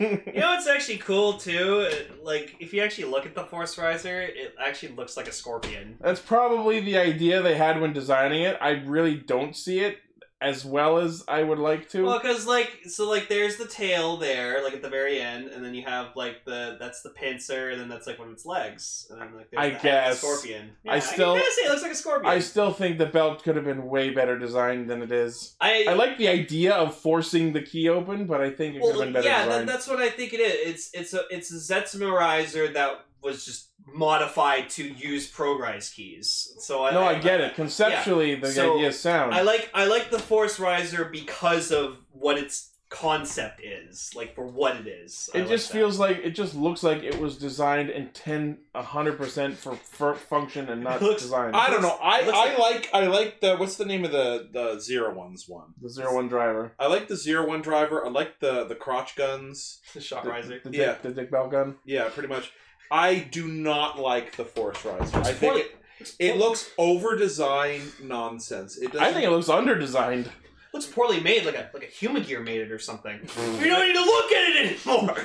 [SPEAKER 4] you know what's actually cool too? It- Like if you actually look at the force riser, it actually looks like a scorpion.
[SPEAKER 1] That's probably the idea they had when designing it. I really don't see it as well as I would like to.
[SPEAKER 4] Well, because like so, like there's the tail there, like at the very end, and then you have like the that's the pincer, and then that's like one of its legs, and then like there's
[SPEAKER 1] I
[SPEAKER 4] the head of
[SPEAKER 1] guess.
[SPEAKER 4] the scorpion.
[SPEAKER 1] I
[SPEAKER 4] Yeah, I
[SPEAKER 1] still-
[SPEAKER 4] I say it looks like a scorpion.
[SPEAKER 1] I still think the belt could have been way better designed than it is.
[SPEAKER 4] I,
[SPEAKER 1] I like the idea of forcing the key open, but I think it could have been better
[SPEAKER 4] yeah, that,
[SPEAKER 1] designed.
[SPEAKER 4] that's what I think it is. It's it's a it's a Zetsumerizer that was just modified to use ProRise keys. So I
[SPEAKER 1] no, I get it. Conceptually, the
[SPEAKER 4] So,
[SPEAKER 1] idea sounds.
[SPEAKER 4] I like I like the Force Riser because of what its concept is, like for what it is. I
[SPEAKER 1] it
[SPEAKER 4] like
[SPEAKER 1] just
[SPEAKER 4] that.
[SPEAKER 1] feels like it just looks like it was designed and 10 100% for, for function and not
[SPEAKER 4] It looks-
[SPEAKER 1] design.
[SPEAKER 5] I don't know. I,
[SPEAKER 4] Looks
[SPEAKER 5] I like I like the what's the name of the the zero ones one.
[SPEAKER 1] the zero one driver.
[SPEAKER 5] I like the zero one driver. I like the the crotch guns.
[SPEAKER 4] the Shock Riser.
[SPEAKER 1] The,
[SPEAKER 5] Yeah.
[SPEAKER 1] dick, the dick bell gun.
[SPEAKER 5] Yeah, pretty much. I do not like the force riser. I think it
[SPEAKER 4] Looks
[SPEAKER 5] it
[SPEAKER 4] poor-
[SPEAKER 5] looks over designed nonsense. It doesn't.
[SPEAKER 1] I think it looks under designed.
[SPEAKER 4] looks poorly made, like a like a Humagear made it or
[SPEAKER 1] (laughs)
[SPEAKER 4] something. you don't need to look at it anymore.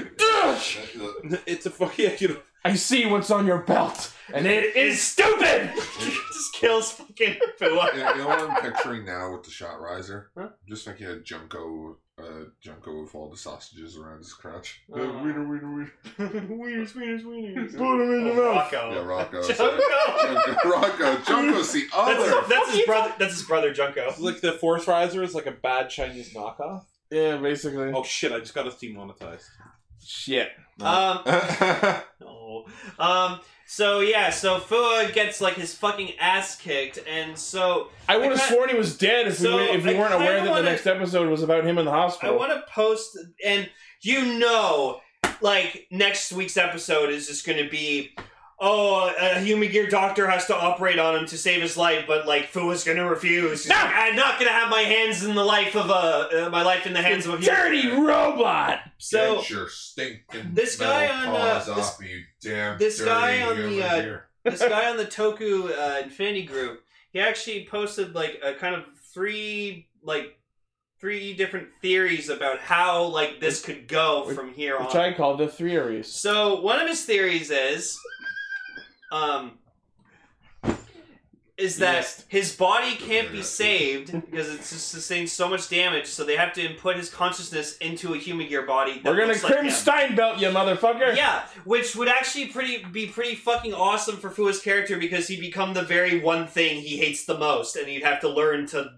[SPEAKER 5] it's a fuck yeah. You know,
[SPEAKER 1] I see what's on your belt, and (laughs) it
[SPEAKER 4] It's stupid. (laughs) just kills fucking Philip.
[SPEAKER 8] you, know, you know what I'm picturing now with the shot riser?
[SPEAKER 4] Huh?
[SPEAKER 8] I'm just making a Junko, uh, Junko with all the sausages around his crotch.
[SPEAKER 4] Oh.
[SPEAKER 8] Uh, wiener, wiener, wiener.
[SPEAKER 1] wieners, wieners, wieners. Put them in your mouth.
[SPEAKER 4] Rocco. (laughs)
[SPEAKER 8] Yeah, Rocco. sorry.
[SPEAKER 4] Junko.
[SPEAKER 8] Junko, Rocco, Junko's the other.
[SPEAKER 4] That's, that's his brother. That's his brother, Junko.
[SPEAKER 5] it's like the force riser is like a bad Chinese knockoff.
[SPEAKER 1] Yeah, basically.
[SPEAKER 5] Oh shit! I just got us demonetized.
[SPEAKER 1] Shit.
[SPEAKER 4] (laughs) Um,
[SPEAKER 5] (laughs)
[SPEAKER 4] no. Um. So yeah. So Fua gets like his fucking ass kicked, and so
[SPEAKER 1] I would have
[SPEAKER 4] kinda-
[SPEAKER 1] sworn he was dead if
[SPEAKER 4] So,
[SPEAKER 1] we were, if we
[SPEAKER 4] I
[SPEAKER 1] weren't
[SPEAKER 4] kinda
[SPEAKER 1] aware that
[SPEAKER 4] wanna-
[SPEAKER 1] the next episode was about him in the
[SPEAKER 4] I
[SPEAKER 1] hospital.
[SPEAKER 4] want to post, and you know, like next week's episode is just going to be. oh, a human gear doctor has to operate on him to save his life, but like Fua's gonna refuse. He's
[SPEAKER 1] No!
[SPEAKER 4] like, I'm not gonna have my hands in the life of a uh, my life in the hands of a human
[SPEAKER 1] Dirty
[SPEAKER 4] gear."
[SPEAKER 1] robot.
[SPEAKER 4] So
[SPEAKER 8] Get your stinking
[SPEAKER 4] this guy
[SPEAKER 8] metal
[SPEAKER 4] on, uh,
[SPEAKER 8] paws
[SPEAKER 4] this-
[SPEAKER 8] off, you damn
[SPEAKER 4] this
[SPEAKER 8] dirty
[SPEAKER 4] guy on the,
[SPEAKER 8] human
[SPEAKER 4] uh,
[SPEAKER 8] here.
[SPEAKER 4] this guy on the Toku uh, Infinity group, he actually posted like a kind of three like three different theories about how like this could go
[SPEAKER 1] Which-
[SPEAKER 4] from here on.
[SPEAKER 1] Which I call the three areas.
[SPEAKER 4] So one of his theories is, um, is that
[SPEAKER 1] Yes.
[SPEAKER 4] his body can't be saved because it's just sustained so much damage. So they have to input his consciousness into a human gear body. That
[SPEAKER 1] We're gonna
[SPEAKER 4] looks like
[SPEAKER 1] Krim
[SPEAKER 4] him.
[SPEAKER 1] Steinbelt you, motherfucker.
[SPEAKER 4] Yeah, which would actually pretty be pretty fucking awesome for Fua's character because he'd become the very one thing he hates the most, and he'd have to learn to.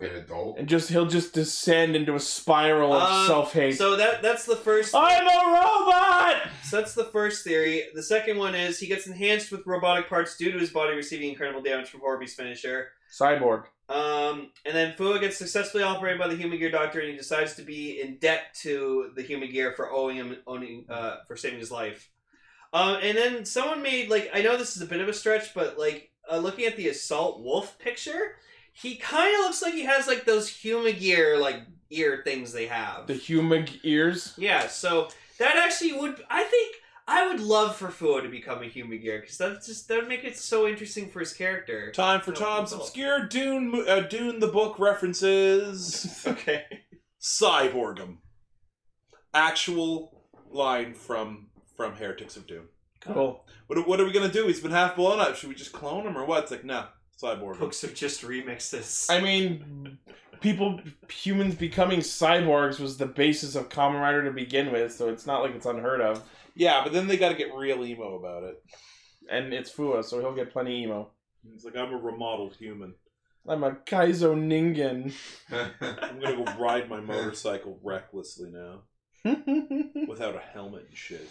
[SPEAKER 8] An adult.
[SPEAKER 1] And just he'll just descend into a spiral of
[SPEAKER 4] Um,
[SPEAKER 1] self hate.
[SPEAKER 4] So that that's the first.
[SPEAKER 1] I'm a robot.
[SPEAKER 4] So that's the first theory. The second one is he gets enhanced with robotic parts due to his body receiving incredible damage from Horby's finisher.
[SPEAKER 1] Cyborg.
[SPEAKER 4] Um, and then Fua gets successfully operated by the Human Gear Doctor, and he decides to be in debt to the Human Gear for owing him owning uh, for saving his life. Um, and then someone made like I know this is a bit of a stretch, but like uh, looking at the assault wolf picture, he kind of looks like he has like those Human Gear like ear things they have.
[SPEAKER 1] The human ears.
[SPEAKER 4] Yeah, so that actually would I think I would love for Fuo to become a Human Gear because that's just that would make it so interesting for his character.
[SPEAKER 5] Time for Tom's obscure Dune mo- uh, Dune the book references.
[SPEAKER 4] (laughs) Okay.
[SPEAKER 5] Cyborgum. Actual line from from Heretics of Dune.
[SPEAKER 1] Cool.
[SPEAKER 5] What are, what are we gonna do? He's been half blown up. Should we just clone him or what? It's like no, Cyborgum.
[SPEAKER 4] Books are just remixes.
[SPEAKER 1] I mean, people, humans becoming cyborgs was the basis of Kamen Rider to begin with, so it's not like it's unheard of.
[SPEAKER 5] Yeah, but then they gotta get real emo about it.
[SPEAKER 1] And it's Fua, so he'll get plenty emo.
[SPEAKER 5] He's like I'm a remodeled human.
[SPEAKER 1] I'm a Kaizo Ningen.
[SPEAKER 5] I'm gonna go ride my motorcycle recklessly (laughs) now without a helmet and shit.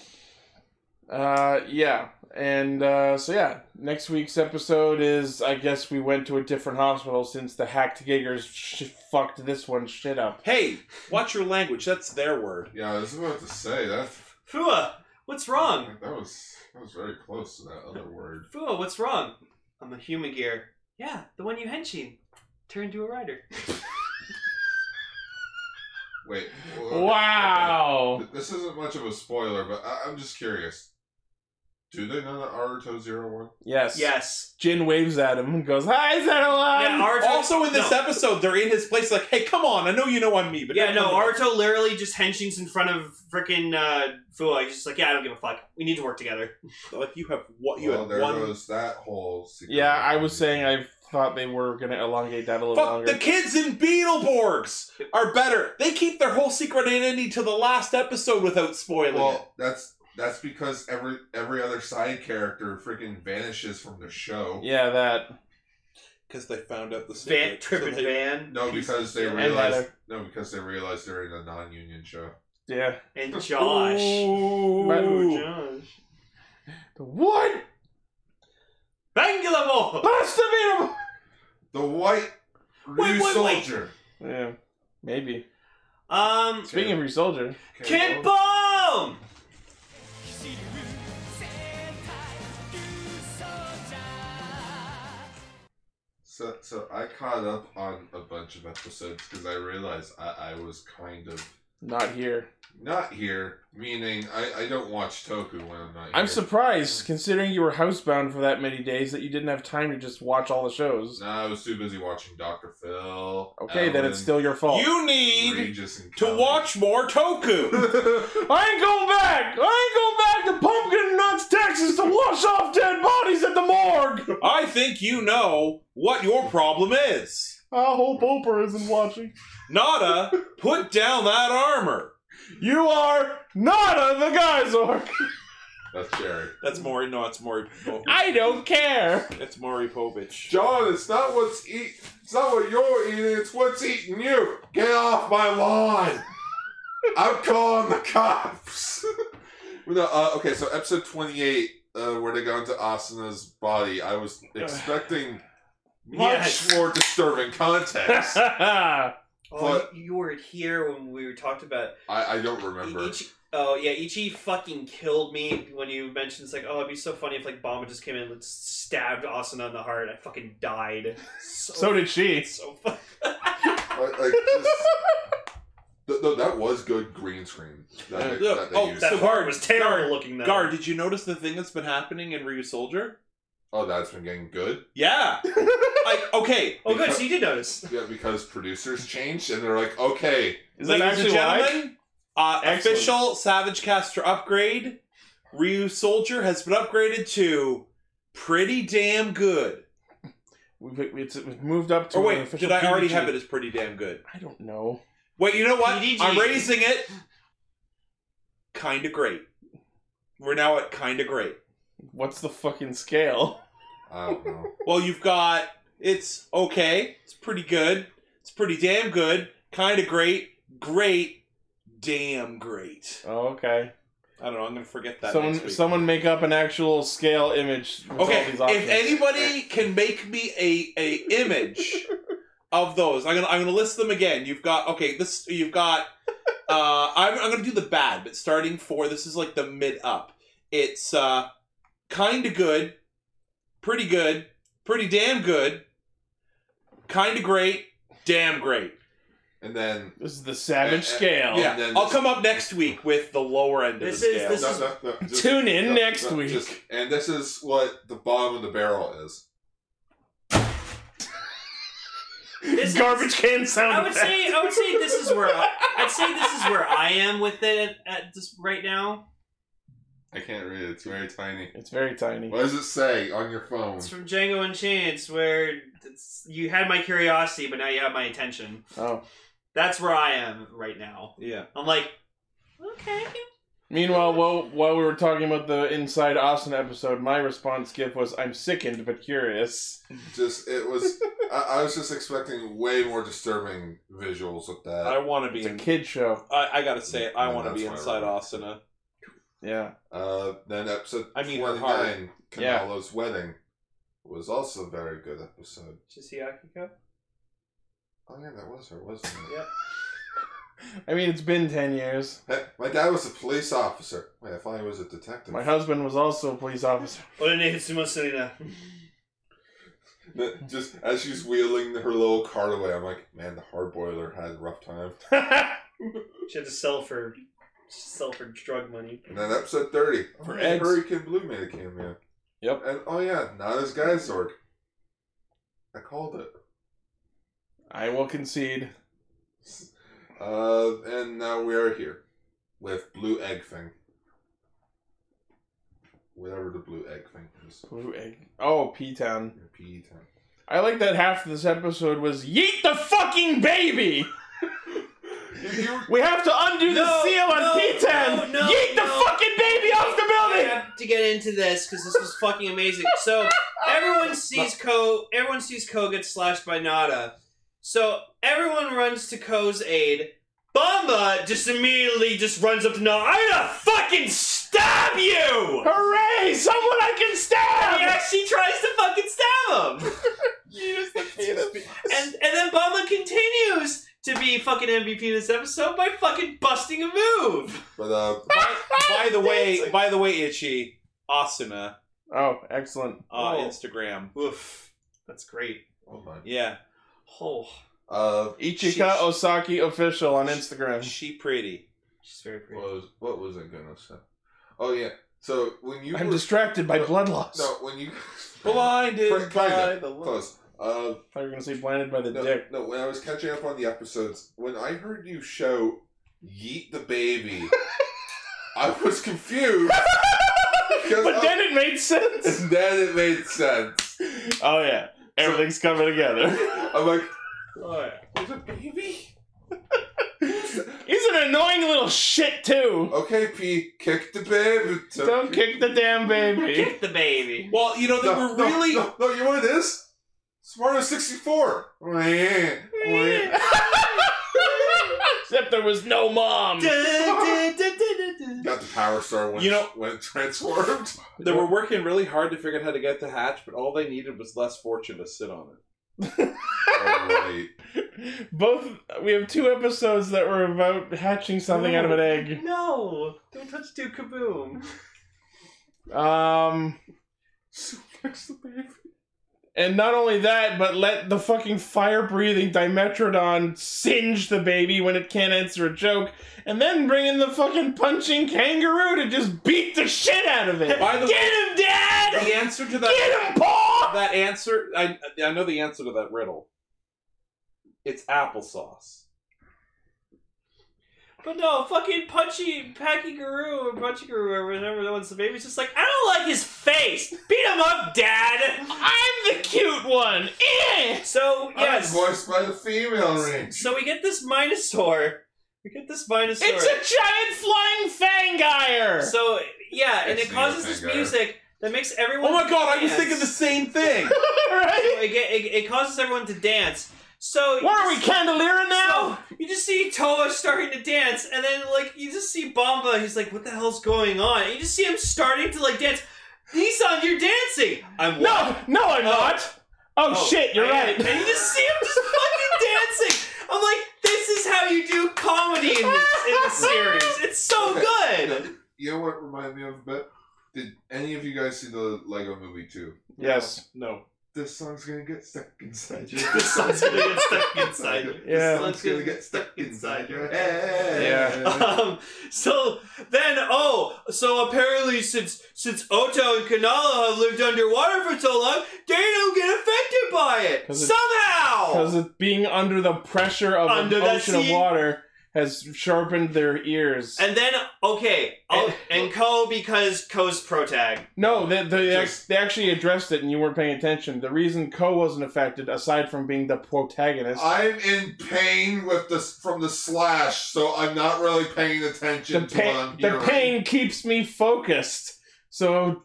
[SPEAKER 1] Uh, yeah. And uh, so, yeah, next week's episode is I guess we went to a different hospital since the hacked Giggers sh- fucked this one shit up.
[SPEAKER 5] Hey, watch your language. That's their word.
[SPEAKER 8] (laughs) yeah, I was about to say that.
[SPEAKER 4] Fua, what's wrong?
[SPEAKER 8] That was that was very close to that other word.
[SPEAKER 4] Fua, what's wrong? I'm a human gear. Yeah, the one you henshin. Turned to a rider.
[SPEAKER 8] Wait. wha-
[SPEAKER 1] Wow!
[SPEAKER 8] Th- This isn't much of a spoiler, but I- I'm just curious. Do they know that Naruto Zero One?
[SPEAKER 1] Yes.
[SPEAKER 4] Yes.
[SPEAKER 1] Jin waves at him and goes, Hi, is that alive?
[SPEAKER 4] Yeah, Arto,
[SPEAKER 5] Also, in this
[SPEAKER 4] no.
[SPEAKER 5] episode, they're in his place. Like, hey, come on! I know you know I'm me, but
[SPEAKER 4] Yeah, no,
[SPEAKER 5] now come on."
[SPEAKER 4] Arto literally just henshins in front of frickin' uh, Fua. He's just like, yeah, I don't give a fuck. We need to work together.
[SPEAKER 5] Like you have what Oh, you
[SPEAKER 8] well,
[SPEAKER 5] have
[SPEAKER 8] there
[SPEAKER 5] one.
[SPEAKER 8] goes that whole. secret
[SPEAKER 1] Yeah, I was
[SPEAKER 8] identity.
[SPEAKER 1] saying I thought they were going to elongate that a little
[SPEAKER 5] Fuck
[SPEAKER 1] longer.
[SPEAKER 5] the kids in Beetleborgs are better. They keep their whole secret identity to the last episode without spoiling it.
[SPEAKER 8] Well, that's that's because every every other side character freaking vanishes from the show.
[SPEAKER 1] yeah, that.
[SPEAKER 5] Because they found out the
[SPEAKER 4] Van,
[SPEAKER 5] secret. so
[SPEAKER 4] tripping
[SPEAKER 5] they-
[SPEAKER 4] Van
[SPEAKER 8] No, because they
[SPEAKER 1] And
[SPEAKER 8] realized
[SPEAKER 1] Heather.
[SPEAKER 8] no, because they realized they're in a non-union show.
[SPEAKER 1] Yeah.
[SPEAKER 4] and Josh.
[SPEAKER 1] Ooh.
[SPEAKER 4] Josh.
[SPEAKER 1] The What?
[SPEAKER 4] Bangalore!
[SPEAKER 1] Bust him in him!
[SPEAKER 8] The white
[SPEAKER 4] Wait,
[SPEAKER 8] new
[SPEAKER 4] wait, wait.
[SPEAKER 8] soldier.
[SPEAKER 1] Yeah, maybe.
[SPEAKER 4] Um,
[SPEAKER 1] Speaking of your soldier,
[SPEAKER 4] Kid Bomb!
[SPEAKER 8] So, so I caught up on a bunch of episodes because I realized I, I was kind of
[SPEAKER 1] not here.
[SPEAKER 8] not here, meaning I, I don't watch Toku when I'm not
[SPEAKER 1] I'm
[SPEAKER 8] here.
[SPEAKER 1] surprised, considering you were housebound for that many days, that you didn't have time to just watch all the shows.
[SPEAKER 8] No, I was too busy watching Dr. Phil.
[SPEAKER 1] Okay, then it's
[SPEAKER 8] Ellen,
[SPEAKER 1] still your fault.
[SPEAKER 5] You need
[SPEAKER 8] Regis and
[SPEAKER 5] to
[SPEAKER 8] Kelly.
[SPEAKER 5] watch more Toku.
[SPEAKER 8] (laughs)
[SPEAKER 1] I ain't going back! I ain't going back to Pumpkin Nuts, Texas to wash off dead bodies at the morgue!
[SPEAKER 5] I think you know what your problem is.
[SPEAKER 1] I hope Oprah isn't watching.
[SPEAKER 5] Nada, put down that armor.
[SPEAKER 1] You are not the Geysorg!
[SPEAKER 8] That's Jerry.
[SPEAKER 5] That's Maury. No, it's Maury. Po-
[SPEAKER 1] I don't care!
[SPEAKER 5] It's Maury Povich.
[SPEAKER 8] John, it's not what's eat. It's not what you're eating. It's what's eating you. Get off my
[SPEAKER 1] (laughs)
[SPEAKER 8] lawn. I'm calling the cops. (laughs) no, uh, okay, so episode 28, uh, where they go into Asana's body,
[SPEAKER 1] (sighs)
[SPEAKER 8] I was expecting much
[SPEAKER 4] Yes.
[SPEAKER 8] more
[SPEAKER 1] (laughs)
[SPEAKER 8] disturbing context. I,
[SPEAKER 4] Oh,
[SPEAKER 8] What?
[SPEAKER 4] you, you were here when we were talked about
[SPEAKER 8] I don't remember.
[SPEAKER 4] each Oh yeah, Ichi fucking killed me when you mentioned it's like, oh, it'd be so funny if like Bama just came in and like, stabbed Asuna in the heart. I fucking died. So,
[SPEAKER 1] (laughs) So did she.
[SPEAKER 4] (laughs) so fu-
[SPEAKER 8] Like, like just, Th- no, that was good green screen. That, they-
[SPEAKER 5] Yeah.
[SPEAKER 8] that they
[SPEAKER 5] Oh,
[SPEAKER 8] used.
[SPEAKER 4] that
[SPEAKER 5] So
[SPEAKER 4] heart
[SPEAKER 5] guard-
[SPEAKER 4] was terrible
[SPEAKER 5] guard-
[SPEAKER 4] looking. Though.
[SPEAKER 5] Gar, did you notice the thing that's been happening in Ryu Soldier?
[SPEAKER 8] oh, that's been getting good.
[SPEAKER 5] (laughs) Yeah. I, okay.
[SPEAKER 4] Oh, good. So you did notice.
[SPEAKER 8] Yeah, because producers changed and they're like, okay,
[SPEAKER 1] Is that
[SPEAKER 5] Ladies
[SPEAKER 1] actually
[SPEAKER 5] and
[SPEAKER 1] why?
[SPEAKER 5] gentlemen, uh,
[SPEAKER 1] Excellent.
[SPEAKER 5] official Savage Caster upgrade. Ryu Soldier has been upgraded to pretty damn good.
[SPEAKER 1] We, we- it's it moved up to.
[SPEAKER 5] Or
[SPEAKER 1] an
[SPEAKER 5] Oh, wait,
[SPEAKER 1] official
[SPEAKER 5] did I already
[SPEAKER 1] PDG.
[SPEAKER 5] have it as pretty damn good?
[SPEAKER 1] I don't know.
[SPEAKER 5] Wait, you know what?
[SPEAKER 4] PDG.
[SPEAKER 5] I'm raising it. Kind of great. We're now at kind of great.
[SPEAKER 1] What's the fucking scale?
[SPEAKER 8] I don't know.
[SPEAKER 5] Well, you've got it's okay, it's pretty good, it's pretty damn good, kind of great, great, damn great.
[SPEAKER 1] Oh, okay.
[SPEAKER 5] I don't know. I'm gonna forget that. next
[SPEAKER 1] someone,
[SPEAKER 5] week.
[SPEAKER 1] someone make up an actual scale image. with all
[SPEAKER 5] Okay,
[SPEAKER 1] these
[SPEAKER 5] if
[SPEAKER 1] options.
[SPEAKER 5] anybody can make me a a image of those, I'm gonna I'm gonna list them again. You've got okay, this you've got. Uh, I'm I'm gonna do the bad, but starting for this is like the mid up. It's uh, kind of good, pretty good, pretty damn good, kind of great, damn great.
[SPEAKER 8] And then
[SPEAKER 1] This is the savage
[SPEAKER 8] Eh, eh,
[SPEAKER 1] scale.
[SPEAKER 8] Oh,
[SPEAKER 5] Uh, yeah,
[SPEAKER 8] and then
[SPEAKER 5] I'll
[SPEAKER 8] this-
[SPEAKER 5] come up next week with the lower end
[SPEAKER 4] This
[SPEAKER 5] of the
[SPEAKER 4] is-
[SPEAKER 5] scale.
[SPEAKER 4] this
[SPEAKER 8] no,
[SPEAKER 4] is-
[SPEAKER 8] no, no, just-
[SPEAKER 1] Tune in
[SPEAKER 8] no,
[SPEAKER 1] next
[SPEAKER 8] no,
[SPEAKER 1] week.
[SPEAKER 8] just- and this is what the bottom of the barrel is.
[SPEAKER 4] This is-
[SPEAKER 1] Garbage can sound.
[SPEAKER 4] I would
[SPEAKER 1] effect.
[SPEAKER 4] say I would say this is where I, I'd say this is where I am with it at, at this right now.
[SPEAKER 8] I can't read it. It's very tiny.
[SPEAKER 1] it's very tiny.
[SPEAKER 8] What does it say on your phone?
[SPEAKER 4] It's from Django Unchained. It's where it's, you had my curiosity, but now you have my attention.
[SPEAKER 1] Oh.
[SPEAKER 4] That's where I am right now.
[SPEAKER 5] yeah.
[SPEAKER 4] I'm like, okay.
[SPEAKER 1] Meanwhile, while while we were talking about the Inside Austin episode, my response gift was "I'm sickened but curious."
[SPEAKER 8] Just it was. I, I was just expecting way more disturbing visuals with that.
[SPEAKER 5] I want to be.
[SPEAKER 1] It's a
[SPEAKER 5] In,
[SPEAKER 1] kid show.
[SPEAKER 5] I, I gotta say, I
[SPEAKER 8] Yeah,
[SPEAKER 5] want to be
[SPEAKER 8] that's why
[SPEAKER 5] inside
[SPEAKER 8] we're-
[SPEAKER 5] Asuna.
[SPEAKER 1] Yeah.
[SPEAKER 8] Uh, then episode
[SPEAKER 5] I mean, her heart.
[SPEAKER 8] 29,
[SPEAKER 1] Yeah.
[SPEAKER 8] Canelo's wedding, was also a very good episode.
[SPEAKER 4] Did you see Akiko?
[SPEAKER 8] Oh yeah, that was her, wasn't it?
[SPEAKER 4] Yep.
[SPEAKER 1] I mean, it's been ten years.
[SPEAKER 8] Hey, my dad was a police officer. Wait, I thought he was a detective.
[SPEAKER 1] My husband was also a police officer.
[SPEAKER 8] (laughs) Just as she's wheeling her little cart away, I'm like, man, the hard boiler had a rough time.
[SPEAKER 4] She had to sell for sell for drug money.
[SPEAKER 8] And then episode 30,
[SPEAKER 1] For
[SPEAKER 8] and
[SPEAKER 1] eggs.
[SPEAKER 8] Hurricane Blue made a cameo.
[SPEAKER 1] Yep.
[SPEAKER 8] And oh yeah, not as Geysorg. I called it.
[SPEAKER 1] I will concede.
[SPEAKER 8] Uh, and now we are here with Blue Egg Thing. Whatever the Blue Egg Thing is.
[SPEAKER 1] Blue egg. Oh, P Town.
[SPEAKER 8] Your PE time.
[SPEAKER 1] I like that half of this episode was "Yeet the fucking baby."
[SPEAKER 8] You- you-
[SPEAKER 1] We have to undo
[SPEAKER 4] No,
[SPEAKER 1] the seal on
[SPEAKER 4] no,
[SPEAKER 1] P10.
[SPEAKER 4] no, no,
[SPEAKER 1] Yeet
[SPEAKER 4] no.
[SPEAKER 1] the fucking baby off the
[SPEAKER 4] I
[SPEAKER 1] building.
[SPEAKER 4] have to get into this because this was fucking amazing. So everyone sees Ko. Everyone sees Ko get slashed by Nada. So everyone runs to Ko's aid. Bamba just immediately just runs up to Nada. I'm gonna fucking stab you!
[SPEAKER 1] Hooray! Someone I can
[SPEAKER 4] And he
[SPEAKER 1] stab.
[SPEAKER 4] actually tries to fucking stab him. And and then Bamba continues to be fucking MVP this episode by fucking busting a move.
[SPEAKER 8] (laughs) But uh,
[SPEAKER 5] by, by the way, by the way, Itchy Asuna
[SPEAKER 1] Oh, excellent.
[SPEAKER 5] uh,
[SPEAKER 4] Oh.
[SPEAKER 5] Instagram.
[SPEAKER 4] Oof. That's great.
[SPEAKER 8] hold on.
[SPEAKER 5] Yeah,
[SPEAKER 4] Oh,
[SPEAKER 8] Uh,
[SPEAKER 1] Ichika Osaki official on Instagram.
[SPEAKER 5] she pretty.
[SPEAKER 4] she's very pretty.
[SPEAKER 8] what was what was I gonna say? Oh yeah. So when you
[SPEAKER 1] I'm
[SPEAKER 8] were,
[SPEAKER 1] distracted by
[SPEAKER 8] No,
[SPEAKER 1] blood loss.
[SPEAKER 8] no when you (laughs)
[SPEAKER 5] Blinded
[SPEAKER 8] Kinda,
[SPEAKER 5] by the light.
[SPEAKER 8] close. Uh,
[SPEAKER 1] I thought you were gonna say blinded by the
[SPEAKER 8] no,
[SPEAKER 1] dick.
[SPEAKER 8] no, when I was catching up on the episodes, when I heard you show "Yeet
[SPEAKER 1] (laughs)
[SPEAKER 8] the Baby," I was confused. because
[SPEAKER 1] But
[SPEAKER 8] I-
[SPEAKER 1] then it made sense.
[SPEAKER 8] and (laughs) then it made sense.
[SPEAKER 1] (laughs) Oh yeah, everything's coming together.
[SPEAKER 8] I'm like,
[SPEAKER 4] Oh, yeah.
[SPEAKER 8] "There's a baby."
[SPEAKER 1] He's an annoying little shit
[SPEAKER 4] Oh,
[SPEAKER 1] too.
[SPEAKER 8] Okay, P, kick the baby.
[SPEAKER 1] Don't kick the damn baby.
[SPEAKER 4] Kick the
[SPEAKER 2] (laughs)
[SPEAKER 4] baby.
[SPEAKER 5] Well, you know they
[SPEAKER 8] no,
[SPEAKER 5] were
[SPEAKER 8] no,
[SPEAKER 5] really.
[SPEAKER 8] No, no, you know what it is? Smarter (laughs) 64. Got
[SPEAKER 1] (laughs) Except there was no mom.
[SPEAKER 8] the power star when,
[SPEAKER 5] You know-
[SPEAKER 8] (laughs) when it transformed.
[SPEAKER 5] They were working really hard to figure out how to get the hatch, but all they needed was less fortune to sit on it.
[SPEAKER 8] oh, wait.
[SPEAKER 1] Both we have two episodes that were about hatching something out of an egg.
[SPEAKER 4] No, don't touch Duke Kaboom.
[SPEAKER 1] Um, and not only that, but let the fucking fire-breathing Dimetrodon singe the baby when it can't answer a joke, and then bring in the fucking punching kangaroo to just beat the shit out of it.
[SPEAKER 5] By the
[SPEAKER 1] Get
[SPEAKER 5] way,
[SPEAKER 1] him, Dad!
[SPEAKER 5] the answer to that
[SPEAKER 1] Get him,
[SPEAKER 5] (laughs)
[SPEAKER 1] Paul!
[SPEAKER 5] that answer I I know the answer to that riddle. It's applesauce.
[SPEAKER 4] But no, fucking Punchy Packy Guru or Punchy Guru or whatever that one's the baby's just like, I don't like his face. Beat him up, Dad.
[SPEAKER 1] I'm the cute one. Eh!
[SPEAKER 4] So yes,
[SPEAKER 8] I'm voiced by the female range.
[SPEAKER 4] so we get this Minosaur. We get this Minosaur.
[SPEAKER 1] It's a giant flying fangire.
[SPEAKER 4] so yeah, and
[SPEAKER 8] It's
[SPEAKER 4] it causes this
[SPEAKER 8] Neofangar.
[SPEAKER 4] music that makes
[SPEAKER 5] Oh
[SPEAKER 4] everyone.
[SPEAKER 5] my god, I was
[SPEAKER 4] dance.
[SPEAKER 5] thinking the same
[SPEAKER 4] (laughs)
[SPEAKER 5] thing.
[SPEAKER 1] (laughs) right?
[SPEAKER 4] So it, get- it, it causes everyone to dance. So
[SPEAKER 1] What are we candeliering
[SPEAKER 4] So,
[SPEAKER 1] now?
[SPEAKER 4] you just see Toa starting to dance, and then like you just see Bamba. He's like, "What the hell's going on?" And you just see him starting to like dance. Nissan, you're dancing. I'm
[SPEAKER 1] No, no, I'm
[SPEAKER 4] Oh.
[SPEAKER 1] not. Oh,
[SPEAKER 4] Oh,
[SPEAKER 1] shit, you're
[SPEAKER 4] I am.
[SPEAKER 1] right.
[SPEAKER 4] And you just see him just fucking dancing. I'm like, this is how you do comedy in this, in the series. It's so
[SPEAKER 8] Okay.
[SPEAKER 4] good.
[SPEAKER 8] You know what reminded me of a bit? Did any of you guys see the Lego movie too?
[SPEAKER 1] Yes.
[SPEAKER 5] No.
[SPEAKER 8] This song's gonna get stuck inside you.
[SPEAKER 4] (laughs) This song's gonna get stuck inside you.
[SPEAKER 1] Yeah.
[SPEAKER 8] This song's gonna get stuck inside your head.
[SPEAKER 1] Yeah.
[SPEAKER 4] Um, so then, oh, so apparently since since Oto and Kanala have lived underwater for so long, they don't get affected by it
[SPEAKER 1] 'Cause it-
[SPEAKER 4] somehow.
[SPEAKER 1] Because it- being under the pressure of
[SPEAKER 4] Under
[SPEAKER 1] an
[SPEAKER 4] the
[SPEAKER 1] ocean of
[SPEAKER 4] sea.
[SPEAKER 1] water has sharpened their ears.
[SPEAKER 4] and then, okay, oh,
[SPEAKER 8] And-
[SPEAKER 4] and Ko because Ko's protag.
[SPEAKER 1] no, they, they,
[SPEAKER 8] Just-
[SPEAKER 1] they actually addressed it and you weren't paying attention. The reason Ko wasn't affected, aside from being the protagonist,
[SPEAKER 8] I'm in pain with this from the slash, so I'm not really paying attention
[SPEAKER 1] the,
[SPEAKER 8] to what
[SPEAKER 1] pain,
[SPEAKER 8] I'm
[SPEAKER 1] the
[SPEAKER 8] hearing.
[SPEAKER 1] pain keeps me focused. So,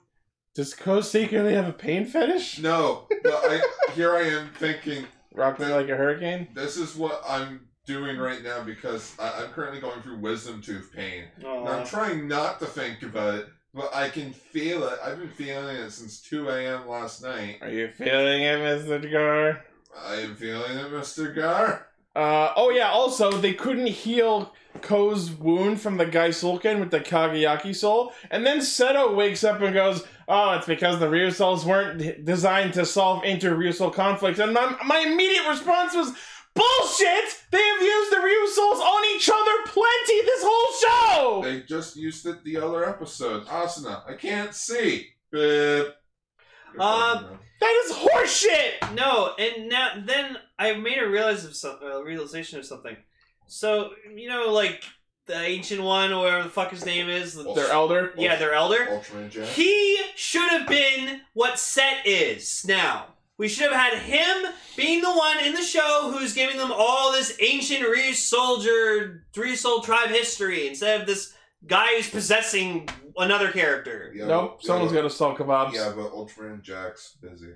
[SPEAKER 1] does Ko secretly have a pain fetish?
[SPEAKER 8] No, but I, here I am thinking
[SPEAKER 1] Rock me like a hurricane?
[SPEAKER 8] this is what I'm doing right now because I, I'm currently going through wisdom tooth pain. And
[SPEAKER 1] Uh.
[SPEAKER 8] I'm trying not to think about it, but I can feel it. I've been feeling it since 2 a.m. last night.
[SPEAKER 1] Are you feeling it, Mr. Gar?
[SPEAKER 8] I am feeling it, Mr. Gar.
[SPEAKER 1] Uh, oh yeah, also, they couldn't heal Ko's wound from the Gaisulkin with the Kagayaki soul, and then Seto wakes up and goes, oh, it's because the Ryusols weren't d- designed to solve inter-Ryusol conflicts, and my, my immediate response was, bullshit! They have used the Ryusols on each other plenty this whole show!
[SPEAKER 8] They just used it the other episode. Asana, I can't see. Beep.
[SPEAKER 4] Um,
[SPEAKER 1] That is horseshit!
[SPEAKER 4] No, and now then I made a realize of some, a realization of something. So you know, like the ancient one or whatever the fuck his name is. the-
[SPEAKER 1] Their elder?
[SPEAKER 4] yeah, their elder.
[SPEAKER 8] Ultraman Jack.
[SPEAKER 4] He should have been what Set is now. We should have had him being the one in the show who's giving them all this ancient Ryu soldier, Ryu soul tribe history instead of this guy who's possessing another character.
[SPEAKER 8] Yeah,
[SPEAKER 1] Nope,
[SPEAKER 8] yeah,
[SPEAKER 1] someone's
[SPEAKER 8] but-
[SPEAKER 1] gotta sell kebabs.
[SPEAKER 8] Yeah, but Ultraman Jack's busy.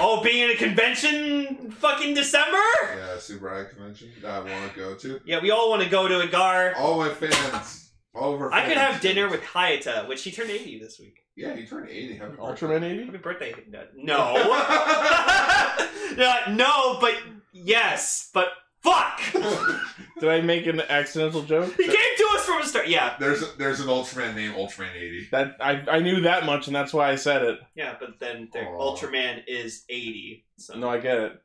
[SPEAKER 4] Oh, being at a convention fucking December?
[SPEAKER 8] Yeah, Super Eye Convention that I want to go to.
[SPEAKER 4] Yeah, we all want to go to a gar.
[SPEAKER 8] All my fans. All of our
[SPEAKER 4] I could
[SPEAKER 8] fans.
[SPEAKER 4] have dinner with Hayata, which she turned 80 this week.
[SPEAKER 8] Yeah, he turned 80. Happy
[SPEAKER 1] Ultraman 80?
[SPEAKER 4] Happy birthday. (laughs) No. No, no, but yes, but (laughs) fuck!
[SPEAKER 8] birthday.
[SPEAKER 1] Did I make an accidental (laughs) joke?
[SPEAKER 4] He came to us from a start. Yeah,
[SPEAKER 8] (laughs) there's, there's an Ultraman named Ultraman 80.
[SPEAKER 1] That I, I knew that much, and that's why I said it.
[SPEAKER 4] yeah, but then the
[SPEAKER 8] Aw.
[SPEAKER 4] Ultraman is 80. So,
[SPEAKER 1] No, I get it.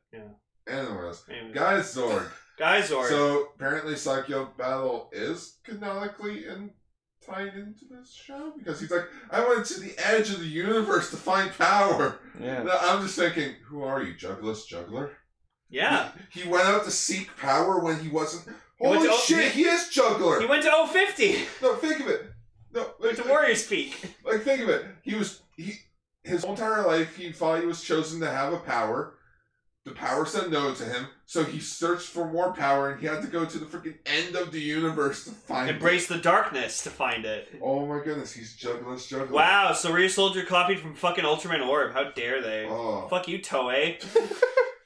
[SPEAKER 8] Anyways,
[SPEAKER 4] anyway.
[SPEAKER 8] guys, Zord.
[SPEAKER 4] guys or.
[SPEAKER 8] So apparently, Sakyo Battle is canonically and tied into this show because he's like, I went to the edge of the universe to find power.
[SPEAKER 1] Yeah.
[SPEAKER 8] And I'm just thinking, who are you, Juggless Juggler?
[SPEAKER 4] yeah.
[SPEAKER 8] He, he went out to seek power when he wasn't.
[SPEAKER 4] He went
[SPEAKER 8] Holy
[SPEAKER 4] to-
[SPEAKER 8] shit, he, is Juggler.
[SPEAKER 4] He went to (laughs) 050.
[SPEAKER 8] no, think of it. No,
[SPEAKER 4] Went
[SPEAKER 8] like,
[SPEAKER 4] to Warriors Peak.
[SPEAKER 8] like think of it. He was he his whole entire life he thought he was chosen to have a power. The power said no to him, so he searched for more power, and he had to go to the freaking end of the universe to find. it.
[SPEAKER 4] Embrace the darkness to find it.
[SPEAKER 8] Oh my goodness, he's juggler's juggler.
[SPEAKER 4] Wow, so Rear Soldier copied from fucking Ultraman Orb. How dare they?
[SPEAKER 8] Oh.
[SPEAKER 4] Fuck you, Toei.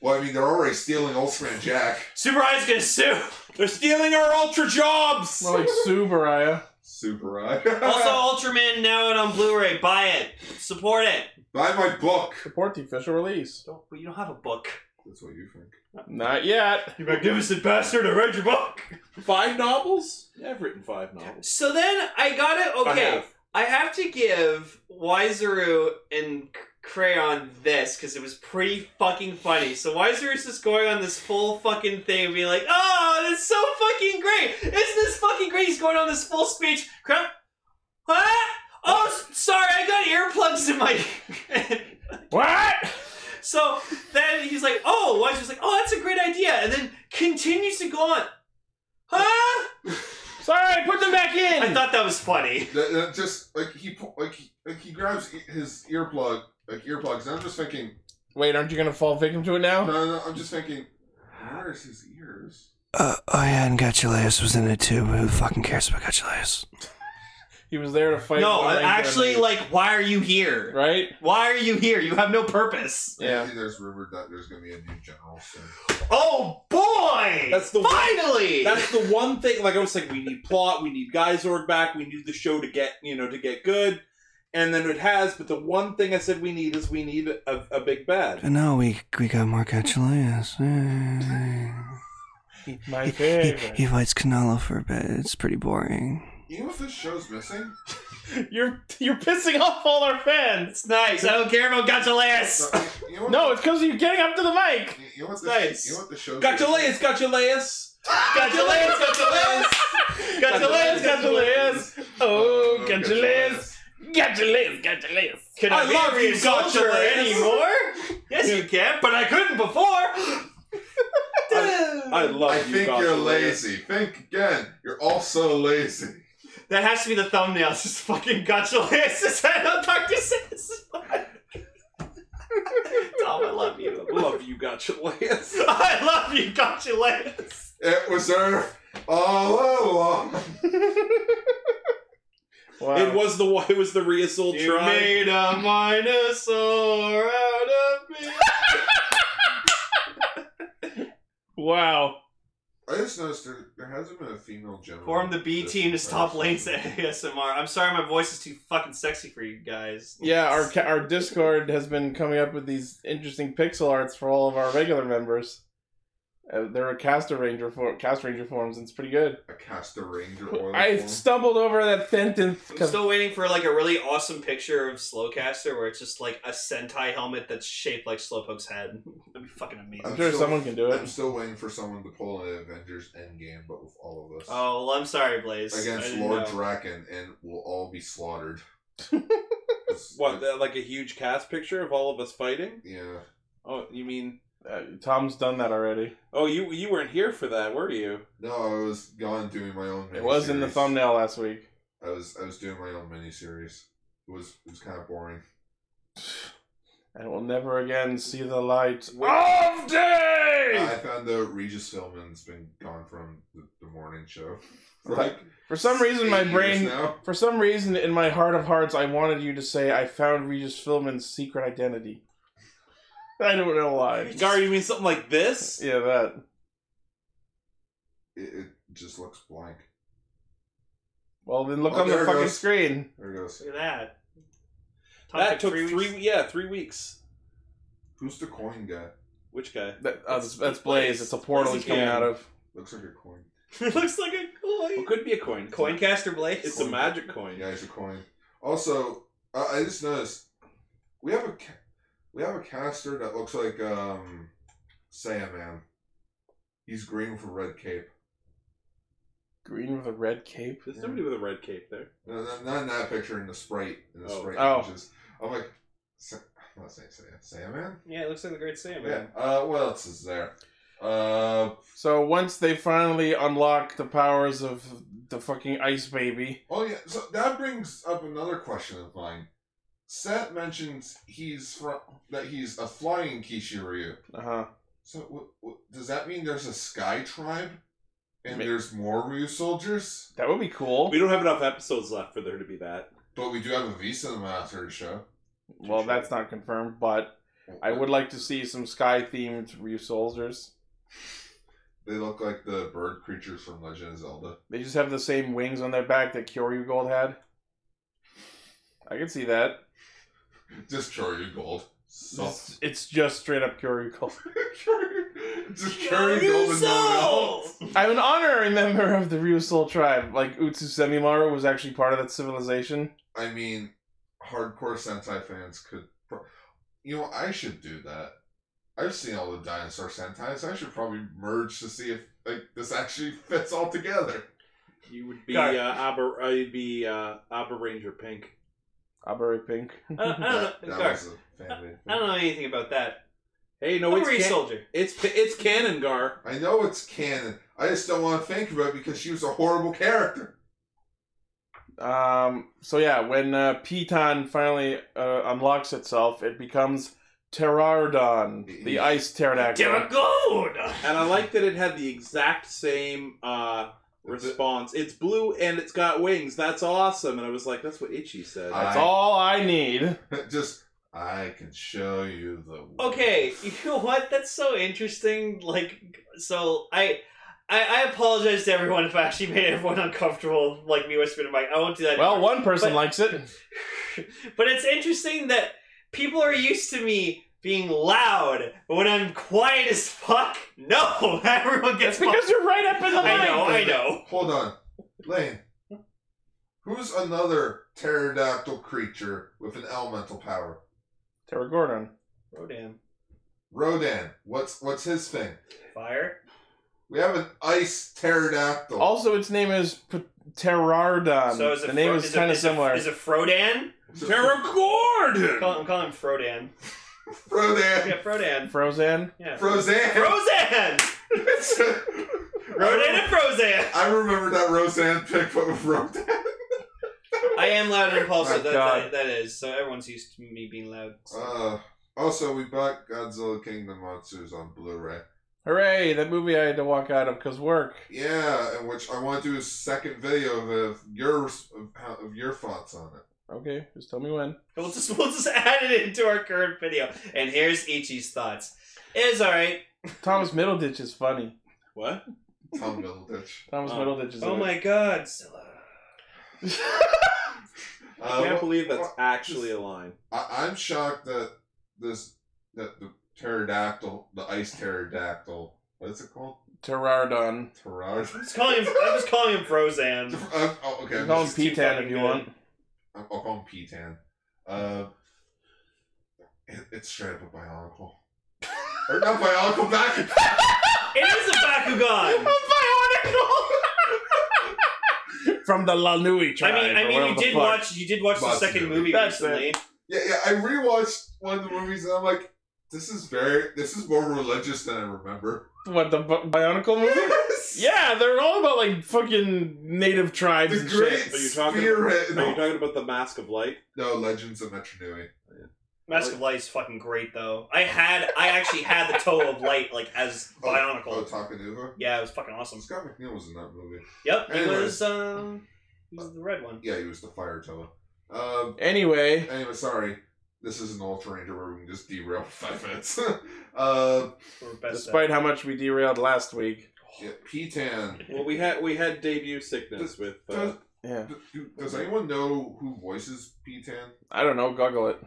[SPEAKER 8] Well, I mean, they're already stealing Ultraman Jack.
[SPEAKER 4] Super Eye's gonna
[SPEAKER 8] (laughs)
[SPEAKER 4] sue.
[SPEAKER 5] They're stealing our ultra jobs.
[SPEAKER 1] More (laughs) like Subaraya.
[SPEAKER 8] Super Eye.
[SPEAKER 4] Also, Ultraman now out on Blu-ray. Buy it. Support it.
[SPEAKER 8] (laughs) Buy my book.
[SPEAKER 1] Support the official release.
[SPEAKER 4] Don't, you don't have a book.
[SPEAKER 8] That's what you think.
[SPEAKER 1] Not yet.
[SPEAKER 4] You magnificent bastard! I read your book.
[SPEAKER 5] Five novels? Yeah, I've written five novels.
[SPEAKER 4] So then I got it.
[SPEAKER 5] I
[SPEAKER 4] Okay,
[SPEAKER 5] have.
[SPEAKER 4] I have to give Wiseru and Crayon this because it was pretty fucking funny. So Wiseru's just going on this full fucking thing and being like, oh, that's so fucking great. Isn't this fucking great? He's going on this full speech. Crap. Huh? Oh, s- sorry, I got earplugs in my.
[SPEAKER 1] What?
[SPEAKER 4] (laughs) So then he's like, oh, Wise was like, oh, that's a great idea. And then continues to go on. Huh?
[SPEAKER 1] Sorry, put them back in.
[SPEAKER 4] I thought that was funny.
[SPEAKER 8] That, that just like he pu- like he, like he grabs e- his earplug like earplugs, and I'm just thinking,
[SPEAKER 1] Wait, aren't you gonna fall victim to it
[SPEAKER 8] no,
[SPEAKER 1] now?
[SPEAKER 8] no, no, I'm just thinking, where's his ears?
[SPEAKER 10] Uh, oh yeah, and Gachilias was in it too, but who fucking cares about Gachilias?
[SPEAKER 1] He was there to fight.
[SPEAKER 4] No,
[SPEAKER 1] one
[SPEAKER 4] actually,
[SPEAKER 1] enemy,
[SPEAKER 4] like, why are you here?
[SPEAKER 1] right?
[SPEAKER 4] Why are you here? You have no purpose.
[SPEAKER 1] Yeah. (laughs)
[SPEAKER 8] Apparently There's rumored that there's gonna be a new general soon.
[SPEAKER 4] Oh boy!
[SPEAKER 5] That's the one-
[SPEAKER 4] finally.
[SPEAKER 5] That's the one thing. Like I was like, we need plot, we need Geysorg back, we need the show to get you know to get good, and then it has. But the one thing I said we need is we need a, a big
[SPEAKER 10] But
[SPEAKER 5] bad.
[SPEAKER 10] no, we we got more Gachilias.
[SPEAKER 1] My
[SPEAKER 10] he,
[SPEAKER 1] favorite.
[SPEAKER 10] he fights Canelo for a bit. It's pretty boring.
[SPEAKER 8] Even if this show's missing,
[SPEAKER 1] You're you're pissing off all our fans.
[SPEAKER 4] it's nice. I don't care about
[SPEAKER 5] (laughs)
[SPEAKER 8] no,
[SPEAKER 4] Gachalaeus. (laughs)
[SPEAKER 8] you know what?
[SPEAKER 1] No, it's because you're getting up to the mic.
[SPEAKER 8] you, you know what? The,
[SPEAKER 4] nice.
[SPEAKER 8] You know what the show's missing?
[SPEAKER 5] Gachalaeus, Gachalaeus,
[SPEAKER 4] Gachalaeus, Gachalaeus, Gachalaeus, Gachalaeus.
[SPEAKER 1] Oh,
[SPEAKER 8] Uh,
[SPEAKER 1] Gachalaeus. Gachalaeus, Gachalaeus.
[SPEAKER 4] Can
[SPEAKER 5] I love you,
[SPEAKER 4] insult her
[SPEAKER 5] Gachalaeus.
[SPEAKER 4] anymore? Yes, you can, but I couldn't before.
[SPEAKER 5] I love
[SPEAKER 8] I
[SPEAKER 5] you.
[SPEAKER 8] think you're
[SPEAKER 5] Gachalaeus.
[SPEAKER 8] lazy. Think again. You're also lazy.
[SPEAKER 4] That has to be the thumbnail. It's just fucking Gachalaeus (laughs) is head on Dr. (laughs) Seuss. Tom, I love you.
[SPEAKER 5] Love you, Gachalaeus.
[SPEAKER 4] (laughs) I love you, Gachalaeus.
[SPEAKER 8] It was her all
[SPEAKER 4] (laughs)
[SPEAKER 8] along.
[SPEAKER 1] Wow.
[SPEAKER 5] It was the one- it was the Reasold
[SPEAKER 4] You
[SPEAKER 5] tribe.
[SPEAKER 4] made a minosaur out of me.
[SPEAKER 1] wow.
[SPEAKER 8] I just noticed there, there hasn't been a female general.
[SPEAKER 4] Form the B
[SPEAKER 8] this
[SPEAKER 4] team to stop
[SPEAKER 8] entire
[SPEAKER 4] Lane's
[SPEAKER 8] season. (laughs)
[SPEAKER 4] ASMR. I'm sorry, my voice is too fucking sexy for you guys.
[SPEAKER 1] Yeah, our ca- our Discord has been coming up with these interesting pixel arts for all of our regular members. Uh, they're a caster ranger for cast ranger forms, and it's pretty good.
[SPEAKER 8] A caster ranger or
[SPEAKER 1] I stumbled over that sentence
[SPEAKER 4] I'm
[SPEAKER 1] 'cause-
[SPEAKER 4] still waiting for like a really awesome picture of Slowcaster where it's just like a Sentai helmet that's shaped like Slowpoke's head. (laughs) That'd be fucking amazing.
[SPEAKER 1] I'm sure
[SPEAKER 8] still-
[SPEAKER 1] someone can do
[SPEAKER 8] I'm
[SPEAKER 1] it.
[SPEAKER 8] still waiting for someone to pull an Avengers Endgame, but with all of us
[SPEAKER 4] Oh, well, I'm sorry, Blaze. I
[SPEAKER 8] against
[SPEAKER 4] didn't
[SPEAKER 8] Lord
[SPEAKER 4] know.
[SPEAKER 8] Draken, and we'll all
[SPEAKER 4] (laughs)
[SPEAKER 8] be slaughtered. It's-
[SPEAKER 5] What, the- like a huge cast picture of all of us fighting?
[SPEAKER 8] Yeah.
[SPEAKER 5] Oh, you mean?
[SPEAKER 1] Uh, Tom's done that already.
[SPEAKER 5] Oh, you you weren't here for that, were you?
[SPEAKER 8] No, I was gone doing my own.
[SPEAKER 1] It was in the
[SPEAKER 8] miniseries.
[SPEAKER 1] thumbnail last week.
[SPEAKER 8] I was I was doing my own miniseries. It was it was kind of boring.
[SPEAKER 1] And we'll never again see the light of day.
[SPEAKER 8] I found the Regis Philbin's been gone from the, the morning show. For
[SPEAKER 1] Okay.
[SPEAKER 8] like
[SPEAKER 1] for some reason,
[SPEAKER 8] eight
[SPEAKER 1] my
[SPEAKER 8] years
[SPEAKER 1] brain.
[SPEAKER 8] now.
[SPEAKER 1] For some reason, in my heart of hearts, I wanted you to say I found Regis Philbin's secret identity. (laughs) I don't know why.
[SPEAKER 5] Gar, you mean something like this?
[SPEAKER 1] Yeah, that.
[SPEAKER 8] It, it just looks blank.
[SPEAKER 1] Well, then look
[SPEAKER 8] Oh,
[SPEAKER 1] on
[SPEAKER 8] there
[SPEAKER 1] the
[SPEAKER 8] it
[SPEAKER 1] fucking
[SPEAKER 8] goes.
[SPEAKER 1] screen.
[SPEAKER 8] There it goes.
[SPEAKER 4] Look at that. Tom
[SPEAKER 5] That took
[SPEAKER 4] weeks. (laughs)
[SPEAKER 5] three. Yeah, three weeks.
[SPEAKER 8] Who's the coin guy?
[SPEAKER 5] Which guy?
[SPEAKER 1] That, oh, that's, that's Blaze. It's a portal he's coming out of.
[SPEAKER 8] Looks like a coin.
[SPEAKER 4] it looks like a
[SPEAKER 5] Well,
[SPEAKER 4] coin.
[SPEAKER 5] it could be a coin.
[SPEAKER 4] Coincaster Blaze.
[SPEAKER 5] It's a magic coin.
[SPEAKER 8] Yeah, he's a coin. Also, I, I just noticed we have a ca- we have a caster that looks like um Sandman. He's green with a red cape.
[SPEAKER 1] Green with a red cape.
[SPEAKER 5] There's somebody with a red cape there.
[SPEAKER 8] No, no, not in that picture. In the sprite. In the
[SPEAKER 5] Oh.
[SPEAKER 8] sprite
[SPEAKER 1] Oh.
[SPEAKER 8] images. I'm like, Sa- I'm not saying Sandman. Sandman.
[SPEAKER 4] Yeah, it looks like the Great Sam.
[SPEAKER 8] Yeah. Uh, what else is there? Uh,
[SPEAKER 1] So once they finally unlock the powers of the fucking ice baby,
[SPEAKER 8] oh yeah. So that brings up another question of mine. Set mentions he's from that he's a flying Kishiryu.
[SPEAKER 1] uh huh.
[SPEAKER 8] So w- w- does that mean there's a sky tribe, and
[SPEAKER 1] Ma-
[SPEAKER 8] there's more Ryu soldiers?
[SPEAKER 1] That would be cool.
[SPEAKER 5] We don't have enough episodes left for there to be
[SPEAKER 4] (laughs)
[SPEAKER 5] that.
[SPEAKER 8] But we do have a V cinema after the show.
[SPEAKER 1] Well, that's not confirmed, but I would like to see some sky themed Ryu soldiers.
[SPEAKER 8] They look like the bird creatures from Legend of Zelda. (laughs)
[SPEAKER 1] They just have the same wings on their back that Kyoryu Gold had. I can see that.
[SPEAKER 8] Just Choryu Gold. Soft. (laughs)
[SPEAKER 1] It's, it's just straight up Kyoryuko.
[SPEAKER 8] Just carry Golden Dawn.
[SPEAKER 1] I'm an honorary (laughs) member of the Ryusoul tribe. Like Utsu Semimaru was actually part of that civilization.
[SPEAKER 8] I mean, hardcore Sentai fans could. Pro- you know, I should do that. I've seen all the dinosaur Sentais. I should probably merge to see if like this actually fits all together.
[SPEAKER 5] You would be
[SPEAKER 1] Got it.
[SPEAKER 5] uh, Aber. Uh, you'd be uh, Aber Ranger Pink.
[SPEAKER 1] Abare Pink. (laughs)
[SPEAKER 4] (laughs) I don't, I don't
[SPEAKER 8] that,
[SPEAKER 4] know.
[SPEAKER 8] that
[SPEAKER 4] Gar,
[SPEAKER 8] was a fan made
[SPEAKER 4] I don't know anything about that.
[SPEAKER 5] Hey, no,
[SPEAKER 4] I'm a
[SPEAKER 5] it's can-
[SPEAKER 4] soldier.
[SPEAKER 5] it's it's canon, Gar.
[SPEAKER 8] I know it's canon. I just don't want to think about it because she was a horrible character.
[SPEAKER 1] Um, so yeah, when uh, Piton finally uh, unlocks itself, it becomes Pterrodon, the ice pterodactyl.
[SPEAKER 4] Terragoda.
[SPEAKER 5] And I like that it had the exact same uh, response. It's blue and it's got wings. That's awesome. And I was like, that's what Itchy said.
[SPEAKER 8] I-
[SPEAKER 1] That's all I need.
[SPEAKER 8] (laughs) just I can show you the.
[SPEAKER 4] (laughs) Okay, you know what? That's so interesting. Like, so I, I, I apologize to everyone if I actually made everyone uncomfortable. Like me whispering, like I won't do that.
[SPEAKER 1] Well,
[SPEAKER 4] anymore.
[SPEAKER 1] one person
[SPEAKER 4] But-
[SPEAKER 1] likes
[SPEAKER 4] (laughs)
[SPEAKER 1] it. (laughs)
[SPEAKER 4] but it's interesting that people are used to me being loud, but when I'm quiet as fuck, no, (laughs) everyone
[SPEAKER 1] It's
[SPEAKER 4] gets.
[SPEAKER 1] because
[SPEAKER 4] fucked.
[SPEAKER 1] you're right up in the
[SPEAKER 4] I
[SPEAKER 1] line.
[SPEAKER 4] know, I know.
[SPEAKER 8] Hold on, Lane. Who's another pterodactyl creature with an elemental power?
[SPEAKER 1] Pterogordon.
[SPEAKER 4] Rodan,
[SPEAKER 8] Rodan. What's what's his thing?
[SPEAKER 4] fire.
[SPEAKER 8] We have an ice pterodactyl.
[SPEAKER 4] Oh,
[SPEAKER 1] Also, its name is P- Pterardon.
[SPEAKER 4] so is it
[SPEAKER 1] Um, the name
[SPEAKER 4] Fro-
[SPEAKER 1] is
[SPEAKER 4] it-
[SPEAKER 1] kind of
[SPEAKER 4] it-
[SPEAKER 1] similar.
[SPEAKER 4] Is it Frodan?
[SPEAKER 5] Tara Gordon!
[SPEAKER 4] Call, I'm calling him Frodan.
[SPEAKER 8] Rodan.
[SPEAKER 4] Yeah, Frodan.
[SPEAKER 1] Frozan?
[SPEAKER 4] Yeah.
[SPEAKER 8] (laughs)
[SPEAKER 4] Frozen!
[SPEAKER 8] Roseanne.
[SPEAKER 4] Rodan and Frozen!
[SPEAKER 8] I remember that Roseanne pick up with Rodan.
[SPEAKER 4] I am loud and impulsive.
[SPEAKER 1] Oh My
[SPEAKER 4] that,
[SPEAKER 1] God.
[SPEAKER 4] that, that is. So everyone's used to me being loud. so.
[SPEAKER 8] Uh, also, we bought Godzilla Kingdom Monsters on Blu-ray.
[SPEAKER 1] Hooray, that movie I had to walk out of because work.
[SPEAKER 8] Yeah, and which I want to do a second video of, of your of, how- of your thoughts on it.
[SPEAKER 1] Okay, just tell me when.
[SPEAKER 4] We'll just we'll just (laughs) add it into our current video. And here's Ichi's thoughts. It is all right.
[SPEAKER 1] Thomas Middleditch is funny.
[SPEAKER 5] What? (laughs)
[SPEAKER 8] Uh, Tom Middleditch.
[SPEAKER 1] Thomas
[SPEAKER 5] Oh.
[SPEAKER 1] Middleditch is.
[SPEAKER 4] Oh
[SPEAKER 1] in it.
[SPEAKER 4] my God,
[SPEAKER 5] I
[SPEAKER 8] Uh,
[SPEAKER 5] can't
[SPEAKER 8] well,
[SPEAKER 5] believe that's
[SPEAKER 8] well,
[SPEAKER 5] actually a line.
[SPEAKER 8] I, I'm shocked that this that the pterodactyl, the ice pterodactyl, what is it called?
[SPEAKER 1] Pterardon.
[SPEAKER 8] Pterodactyl.
[SPEAKER 4] I'm
[SPEAKER 5] (laughs)
[SPEAKER 4] just calling him. I'm just calling him Frozan.
[SPEAKER 8] (laughs) Uh, oh, okay.
[SPEAKER 1] You can
[SPEAKER 8] I'm
[SPEAKER 1] call him
[SPEAKER 8] just-
[SPEAKER 4] too
[SPEAKER 1] P-Tan
[SPEAKER 4] fucking
[SPEAKER 1] if you
[SPEAKER 4] good.
[SPEAKER 1] want.
[SPEAKER 8] I'll I'll call him P-Tan. Uh, it, it's straight up
[SPEAKER 5] (laughs)
[SPEAKER 8] a bionicle. or not bionicle, back.
[SPEAKER 4] It is a Bakugan.
[SPEAKER 1] From the Lanui
[SPEAKER 4] I
[SPEAKER 1] tribe.
[SPEAKER 4] mean, I
[SPEAKER 1] or
[SPEAKER 4] mean,
[SPEAKER 1] whatever
[SPEAKER 4] you
[SPEAKER 1] the
[SPEAKER 4] did
[SPEAKER 1] fuck.
[SPEAKER 4] watch. You did watch the
[SPEAKER 8] Lots of
[SPEAKER 4] second
[SPEAKER 8] movie.
[SPEAKER 4] movie
[SPEAKER 1] That's it.
[SPEAKER 4] recently.
[SPEAKER 8] Yeah, yeah. I rewatched one of the movies and I'm like, this is very, this is more religious than I remember.
[SPEAKER 1] What, the Bi- Bionicle movie?
[SPEAKER 8] Yes. (laughs)
[SPEAKER 1] yeah, they're all about, like, fucking native tribes
[SPEAKER 8] The
[SPEAKER 1] and
[SPEAKER 8] Great
[SPEAKER 1] shit.
[SPEAKER 5] Are you talking
[SPEAKER 8] Spirit.
[SPEAKER 5] Are you
[SPEAKER 8] no,
[SPEAKER 5] talking about the Mask of Light?
[SPEAKER 8] no, Legends of Metronui.
[SPEAKER 4] Mask of Light is fucking great though. I had, I actually had the Toe of Light like as
[SPEAKER 8] Oh, Oh,
[SPEAKER 4] Bionicle.
[SPEAKER 8] Takanuva.
[SPEAKER 4] Yeah, it was fucking awesome.
[SPEAKER 8] Scott McNeil was in that movie.
[SPEAKER 4] Yep, he
[SPEAKER 8] Anyways.
[SPEAKER 4] was. Um, he was the red one.
[SPEAKER 8] Yeah, he was the fire Toa. Um,
[SPEAKER 1] Anyway,
[SPEAKER 8] anyway, sorry. This is an Ultra Ranger where we can just derail for five minutes. (laughs) uh,
[SPEAKER 4] Or best
[SPEAKER 1] despite how much we derailed last week.
[SPEAKER 8] yeah, P-Tan.
[SPEAKER 5] Well, we had we had debut sickness with. Uh,
[SPEAKER 8] Does,
[SPEAKER 1] Yeah.
[SPEAKER 8] do- does anyone know who voices P-Tan?
[SPEAKER 1] I don't know, goggle it.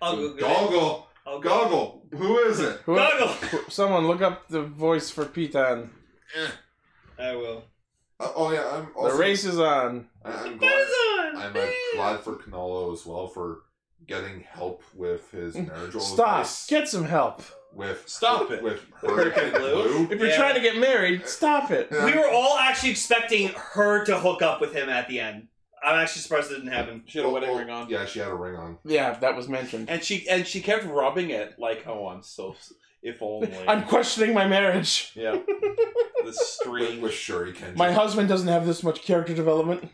[SPEAKER 4] I'll Google. it.
[SPEAKER 8] Goggle.
[SPEAKER 4] I'll Google.
[SPEAKER 8] Goggle. Who is it?
[SPEAKER 1] Who,
[SPEAKER 4] Goggle.
[SPEAKER 1] who- someone look up the voice for Pitan.
[SPEAKER 8] Eh.
[SPEAKER 4] I (laughs) will.
[SPEAKER 8] Uh, oh yeah, I'm
[SPEAKER 1] The
[SPEAKER 8] also.
[SPEAKER 1] race is on.
[SPEAKER 8] I, I'm
[SPEAKER 4] That
[SPEAKER 8] glad.
[SPEAKER 4] is on.
[SPEAKER 8] I'm uh, glad for Canolo as well for getting help with his marital
[SPEAKER 1] Stop.
[SPEAKER 8] advice
[SPEAKER 1] Get some help.
[SPEAKER 8] With
[SPEAKER 5] Stop it. (laughs)
[SPEAKER 8] With
[SPEAKER 5] Hurricane
[SPEAKER 8] Hurricane
[SPEAKER 5] Blue.
[SPEAKER 8] Blue.
[SPEAKER 1] If you're
[SPEAKER 4] Yeah.
[SPEAKER 1] trying to get married, stop it.
[SPEAKER 4] We were all actually expecting her to hook up with him at the end. I'm actually surprised it didn't happen.
[SPEAKER 5] she had a
[SPEAKER 8] Oh,
[SPEAKER 5] wedding
[SPEAKER 8] oh,
[SPEAKER 5] ring on.
[SPEAKER 8] Yeah, she had a ring on.
[SPEAKER 1] Yeah, that was mentioned.
[SPEAKER 5] And she and she kept rubbing it like, oh, I'm so. s-
[SPEAKER 1] (laughs)
[SPEAKER 5] If only.
[SPEAKER 1] I'm questioning my marriage. (laughs)
[SPEAKER 5] yeah. The string.
[SPEAKER 8] With, with Shuri Kendrick.
[SPEAKER 1] My husband doesn't have this much character development.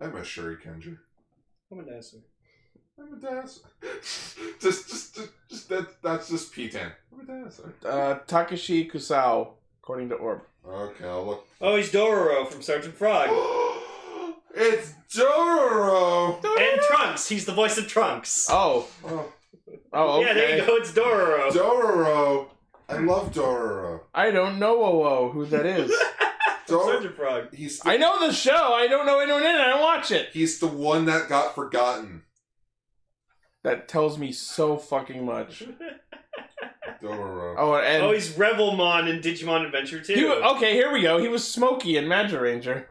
[SPEAKER 8] I miss Shuri Kendrick.
[SPEAKER 4] I'm a dancer.
[SPEAKER 8] I'm a dancer. (laughs) just, just, just, just that, that's just P-Tan. I'm a dancer.
[SPEAKER 1] Uh, Takashi Kusao, according to Orb.
[SPEAKER 8] Okay, I'll look. (gasps)
[SPEAKER 4] Oh, he's Dororo from Sergeant Frog.
[SPEAKER 8] it's Dororo!
[SPEAKER 4] and Trunks. He's the voice of Trunks.
[SPEAKER 1] Oh,
[SPEAKER 8] Oh,
[SPEAKER 1] oh, okay.
[SPEAKER 4] Yeah, there you go. It's Dororo.
[SPEAKER 8] Dororo! I love Dororo.
[SPEAKER 1] I don't know oh, who that
[SPEAKER 4] (laughs)
[SPEAKER 1] is.
[SPEAKER 4] From
[SPEAKER 8] Dororo.
[SPEAKER 4] Sergeant Frog.
[SPEAKER 8] He's the,
[SPEAKER 1] I know the show. I don't know anyone in it. I don't watch it.
[SPEAKER 8] he's the one that got forgotten.
[SPEAKER 1] that tells me so fucking much.
[SPEAKER 8] Dororo.
[SPEAKER 1] Oh, and oh,
[SPEAKER 4] oh, he's Revelmon in Digimon Adventure 2.
[SPEAKER 1] he wa- okay, here we go. He was Smokey in Magic Ranger.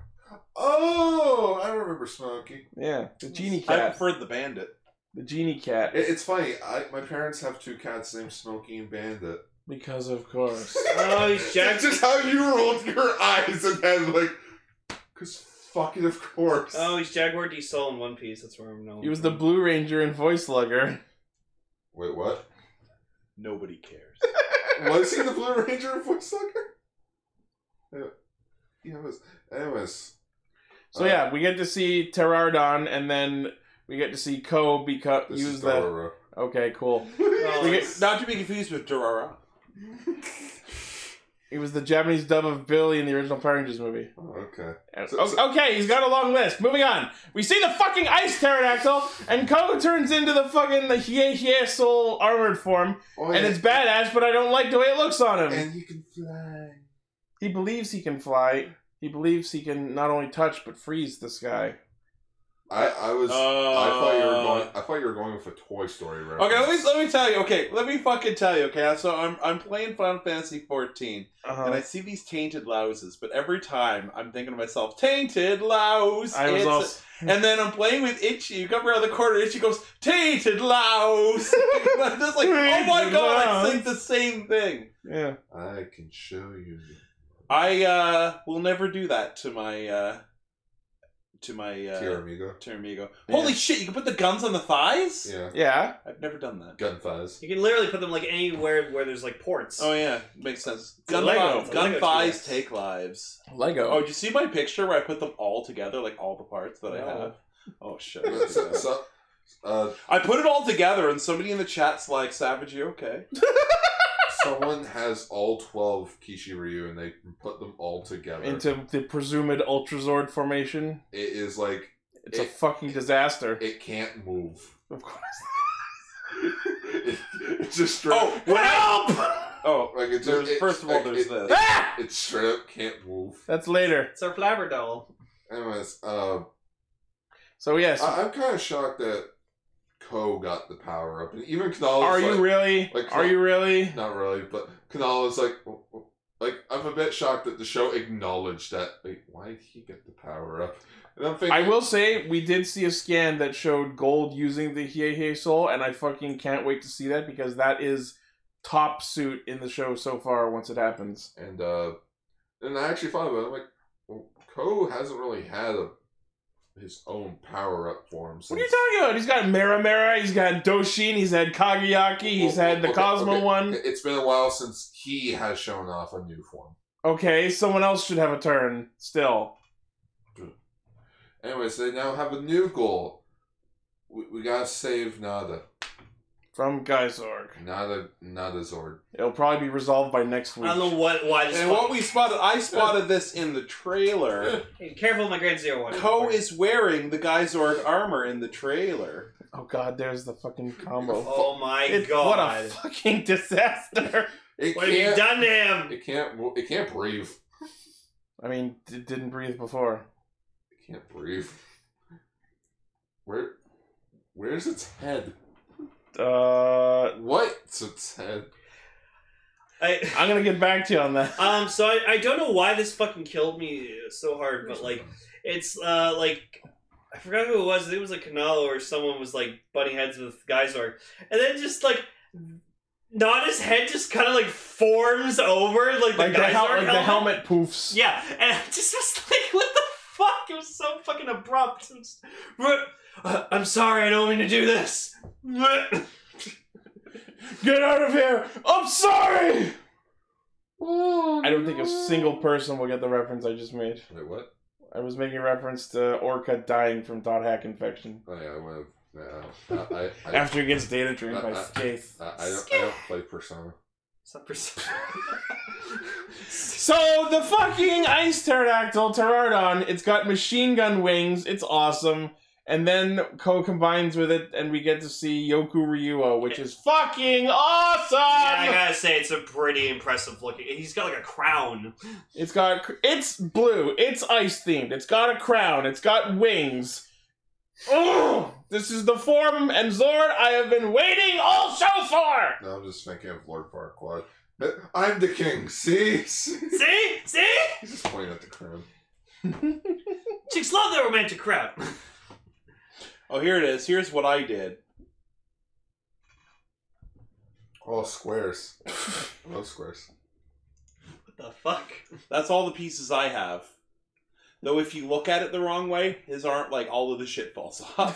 [SPEAKER 8] Oh, I remember Smokey.
[SPEAKER 1] Yeah, the genie
[SPEAKER 5] I
[SPEAKER 1] cat.
[SPEAKER 5] preferred the bandit.
[SPEAKER 1] The genie cat.
[SPEAKER 8] It, it's funny. I, my parents have two cats named Smokey and Bandit.
[SPEAKER 1] Because of course.
[SPEAKER 4] Oh, he's Jack.
[SPEAKER 1] (laughs)
[SPEAKER 8] That's just how you rolled your eyes and then like, cause fucking of course.
[SPEAKER 4] Oh, he's Jaguar D Soul in One Piece. That's where I'm known.
[SPEAKER 1] He was the Blue Ranger in Voice Lugger.
[SPEAKER 8] Wait, what?
[SPEAKER 5] Nobody cares.
[SPEAKER 8] (laughs) Was he the Blue Ranger in voice sucker? Uh, Yeah, it was. Anyways.
[SPEAKER 1] So yeah, we get to see Pterodon, and then we get to see Ko because
[SPEAKER 8] Uh, this
[SPEAKER 1] use
[SPEAKER 8] is
[SPEAKER 1] the.
[SPEAKER 8] Dororo.
[SPEAKER 1] Okay, cool.
[SPEAKER 4] Oh,
[SPEAKER 1] We get-
[SPEAKER 4] it's-
[SPEAKER 5] Not to be confused with Durara.
[SPEAKER 1] He was the Japanese dub of Billy in the original Power Rangers movie.
[SPEAKER 8] Oh, okay. So- so-
[SPEAKER 1] O- Uh, Okay, he's got a long list. Moving on. We see the fucking ice pterodactyl, and Ko turns into the fucking the Hie Hie Soul armored form,
[SPEAKER 8] Oh,
[SPEAKER 1] and
[SPEAKER 8] yeah.
[SPEAKER 1] it's badass, but I don't like the way it looks on him.
[SPEAKER 8] And he can fly.
[SPEAKER 1] He believes he can fly. He believes he can not only touch but freeze the sky.
[SPEAKER 8] I, I
[SPEAKER 5] Uh,
[SPEAKER 8] was.
[SPEAKER 4] Oh,
[SPEAKER 8] I thought you were going. I thought you were going with a Toy Story reference.
[SPEAKER 5] Okay, let me let me tell you. Okay, let me fucking tell you. Okay, so I'm I'm playing Final Fantasy 14, and I
[SPEAKER 1] Uh-huh.
[SPEAKER 5] see these tainted louses, but every time I'm thinking to myself, tainted louse.
[SPEAKER 1] I was
[SPEAKER 5] it's a-"
[SPEAKER 1] also
[SPEAKER 5] And then I'm playing with Itchy. You come around the corner, Itchy goes, tainted louse. (laughs) And I'm just like, oh my
[SPEAKER 1] Tainted
[SPEAKER 5] god, I
[SPEAKER 1] louse.
[SPEAKER 5] think the same thing.
[SPEAKER 1] yeah.
[SPEAKER 8] I can show you.
[SPEAKER 5] I uh, will never do that to my uh, to my uh,
[SPEAKER 8] Dear amigo.
[SPEAKER 5] Tiramigo.
[SPEAKER 1] Yeah.
[SPEAKER 5] Holy shit! You can put the guns on the thighs.
[SPEAKER 8] Yeah.
[SPEAKER 1] Yeah.
[SPEAKER 5] I've never done that.
[SPEAKER 8] Gun thighs. (laughs)
[SPEAKER 4] You can literally put them like anywhere where there's like ports.
[SPEAKER 5] Oh yeah, makes sense.
[SPEAKER 4] a
[SPEAKER 5] Gun,
[SPEAKER 4] Lego.
[SPEAKER 5] thighs-
[SPEAKER 4] It's a
[SPEAKER 5] gun
[SPEAKER 4] Lego
[SPEAKER 5] thighs
[SPEAKER 4] T-Rex.
[SPEAKER 5] take lives.
[SPEAKER 1] Lego.
[SPEAKER 5] Oh, did you see my picture where I put them all together, like all the parts that
[SPEAKER 4] No.
[SPEAKER 5] I have? Oh
[SPEAKER 4] (laughs)
[SPEAKER 5] shit!
[SPEAKER 8] so, so, uh,
[SPEAKER 5] I put it all together, and somebody in the chat's like, "Savage, you okay?"
[SPEAKER 8] someone has all twelve Kishi Ryu, and they put them all together.
[SPEAKER 1] Into the presumed Ultra Zord formation.
[SPEAKER 8] it is like
[SPEAKER 1] It's a
[SPEAKER 8] It-
[SPEAKER 1] fucking disaster.
[SPEAKER 8] it can't move. (laughs)
[SPEAKER 1] of course. (laughs)
[SPEAKER 8] it, it's just straight.
[SPEAKER 5] Oh, when help! (laughs) oh,
[SPEAKER 8] like it's
[SPEAKER 5] there's,
[SPEAKER 8] it-
[SPEAKER 5] first of all,
[SPEAKER 8] like,
[SPEAKER 5] there's
[SPEAKER 8] it,
[SPEAKER 5] this.
[SPEAKER 1] Ah!
[SPEAKER 8] It straight up can't move.
[SPEAKER 1] That's later.
[SPEAKER 4] It's our flabberdoll.
[SPEAKER 8] Anyways, uh,
[SPEAKER 1] So yes.
[SPEAKER 8] I, I'm kind of shocked that Ko got the power up, and even Kanala's
[SPEAKER 1] Are you
[SPEAKER 8] like,
[SPEAKER 1] really?
[SPEAKER 8] like,
[SPEAKER 1] Are you really?
[SPEAKER 8] Not really, but Kanala's like, w- w- like I'm a bit shocked that the show acknowledged that. Like, why did he get the power up? And I'm thinking,
[SPEAKER 1] I will say we did see a scan that showed gold using the Hiei Hiei Soul, and I fucking can't wait to see that because that is top suit in the show so far once it happens.
[SPEAKER 8] And uh, and I actually thought about it. I'm like, well, Ko hasn't really had a his own power up form.
[SPEAKER 1] What are you
[SPEAKER 8] since-
[SPEAKER 1] talking about? He's got Mera Mera, he's got Doshin, he's had Kagayaki, he's
[SPEAKER 8] Well,
[SPEAKER 1] had the
[SPEAKER 8] okay,
[SPEAKER 1] Cosmo
[SPEAKER 8] okay.
[SPEAKER 1] one.
[SPEAKER 8] It- It's been a while since he has shown off a new form.
[SPEAKER 1] Okay, someone else should have a turn still.
[SPEAKER 8] Anyways, they now have a new goal. We, we gotta save Nada.
[SPEAKER 1] From Geysorg.
[SPEAKER 8] Nada, Nada Zord.
[SPEAKER 1] It'll probably be resolved by next
[SPEAKER 4] I
[SPEAKER 1] week.
[SPEAKER 4] don't know what why this.
[SPEAKER 5] And what we spotted, I spotted this in the
[SPEAKER 4] (laughs)
[SPEAKER 5] trailer.
[SPEAKER 4] Hey, careful, with my grade zero one.
[SPEAKER 5] Ko is wearing the Geysorg armor in the trailer.
[SPEAKER 1] Oh god, there's the fucking combo.
[SPEAKER 4] Oh my
[SPEAKER 1] It's- What
[SPEAKER 4] god!
[SPEAKER 1] a fucking (laughs) disaster.
[SPEAKER 8] It
[SPEAKER 4] What have you
[SPEAKER 8] can't.
[SPEAKER 4] done to him?
[SPEAKER 8] It can't. mo- It can't breathe.
[SPEAKER 1] I mean, it didn't breathe before.
[SPEAKER 8] It can't breathe. Where? Where's its head?
[SPEAKER 1] Uh,
[SPEAKER 8] What's its head?
[SPEAKER 4] I,
[SPEAKER 1] I'm gonna get back to you on that.
[SPEAKER 4] Um, so I, I don't know why this fucking killed me so hard, but like, it's uh like I forgot who it was. I think it was like Canelo or someone was like butting heads with Geysorg, and then just like. Not his head just kind of like forms over like (laughs) the
[SPEAKER 1] like the,
[SPEAKER 4] Geysorg
[SPEAKER 1] hel- like
[SPEAKER 4] helmet.
[SPEAKER 1] the helmet poofs.
[SPEAKER 4] Yeah, and I just was like, what the fuck? It was so fucking abrupt. It was- Uh, I'm sorry, I don't mean to do this. (laughs)
[SPEAKER 1] Get out of here! I'm sorry. I don't think a single person will get the reference I just made.
[SPEAKER 8] Wait, what?
[SPEAKER 1] I was making a reference to Orca dying from dot hack infection
[SPEAKER 8] Oh yeah, I would have. No, I, I, I,
[SPEAKER 1] after he gets data drained by
[SPEAKER 8] Uh, uh,
[SPEAKER 1] Skaith.
[SPEAKER 8] I, I, don't, I don't play Persona.
[SPEAKER 4] It's not (laughs) pers-
[SPEAKER 1] Um, So the fucking ice pterodactyl pterodon, it's got machine gun wings. It's awesome. And then Ko combines with it, and we get to see Yoku Ryuo, which is fucking awesome.
[SPEAKER 4] yeah, I gotta say, it's a pretty impressive looking. He's got like a crown.
[SPEAKER 1] It's got it's blue. It's ice themed. It's got a crown. It's got wings. Ugh, this is the form and Zord I have been waiting all show for.
[SPEAKER 8] Now I'm just thinking of Lord Farquaad. But I'm the king. See, he's
[SPEAKER 4] See? See?
[SPEAKER 8] just pointing at the crown.
[SPEAKER 4] Chicks love the romantic crowd. (laughs)
[SPEAKER 5] Oh, here it is. Here's what I did.
[SPEAKER 8] Oh, squares. I love squares.
[SPEAKER 4] What the fuck?
[SPEAKER 5] That's all the pieces I have. Though if you look at it the wrong way, his aren't like all of the shit falls
[SPEAKER 1] (laughs)
[SPEAKER 5] off.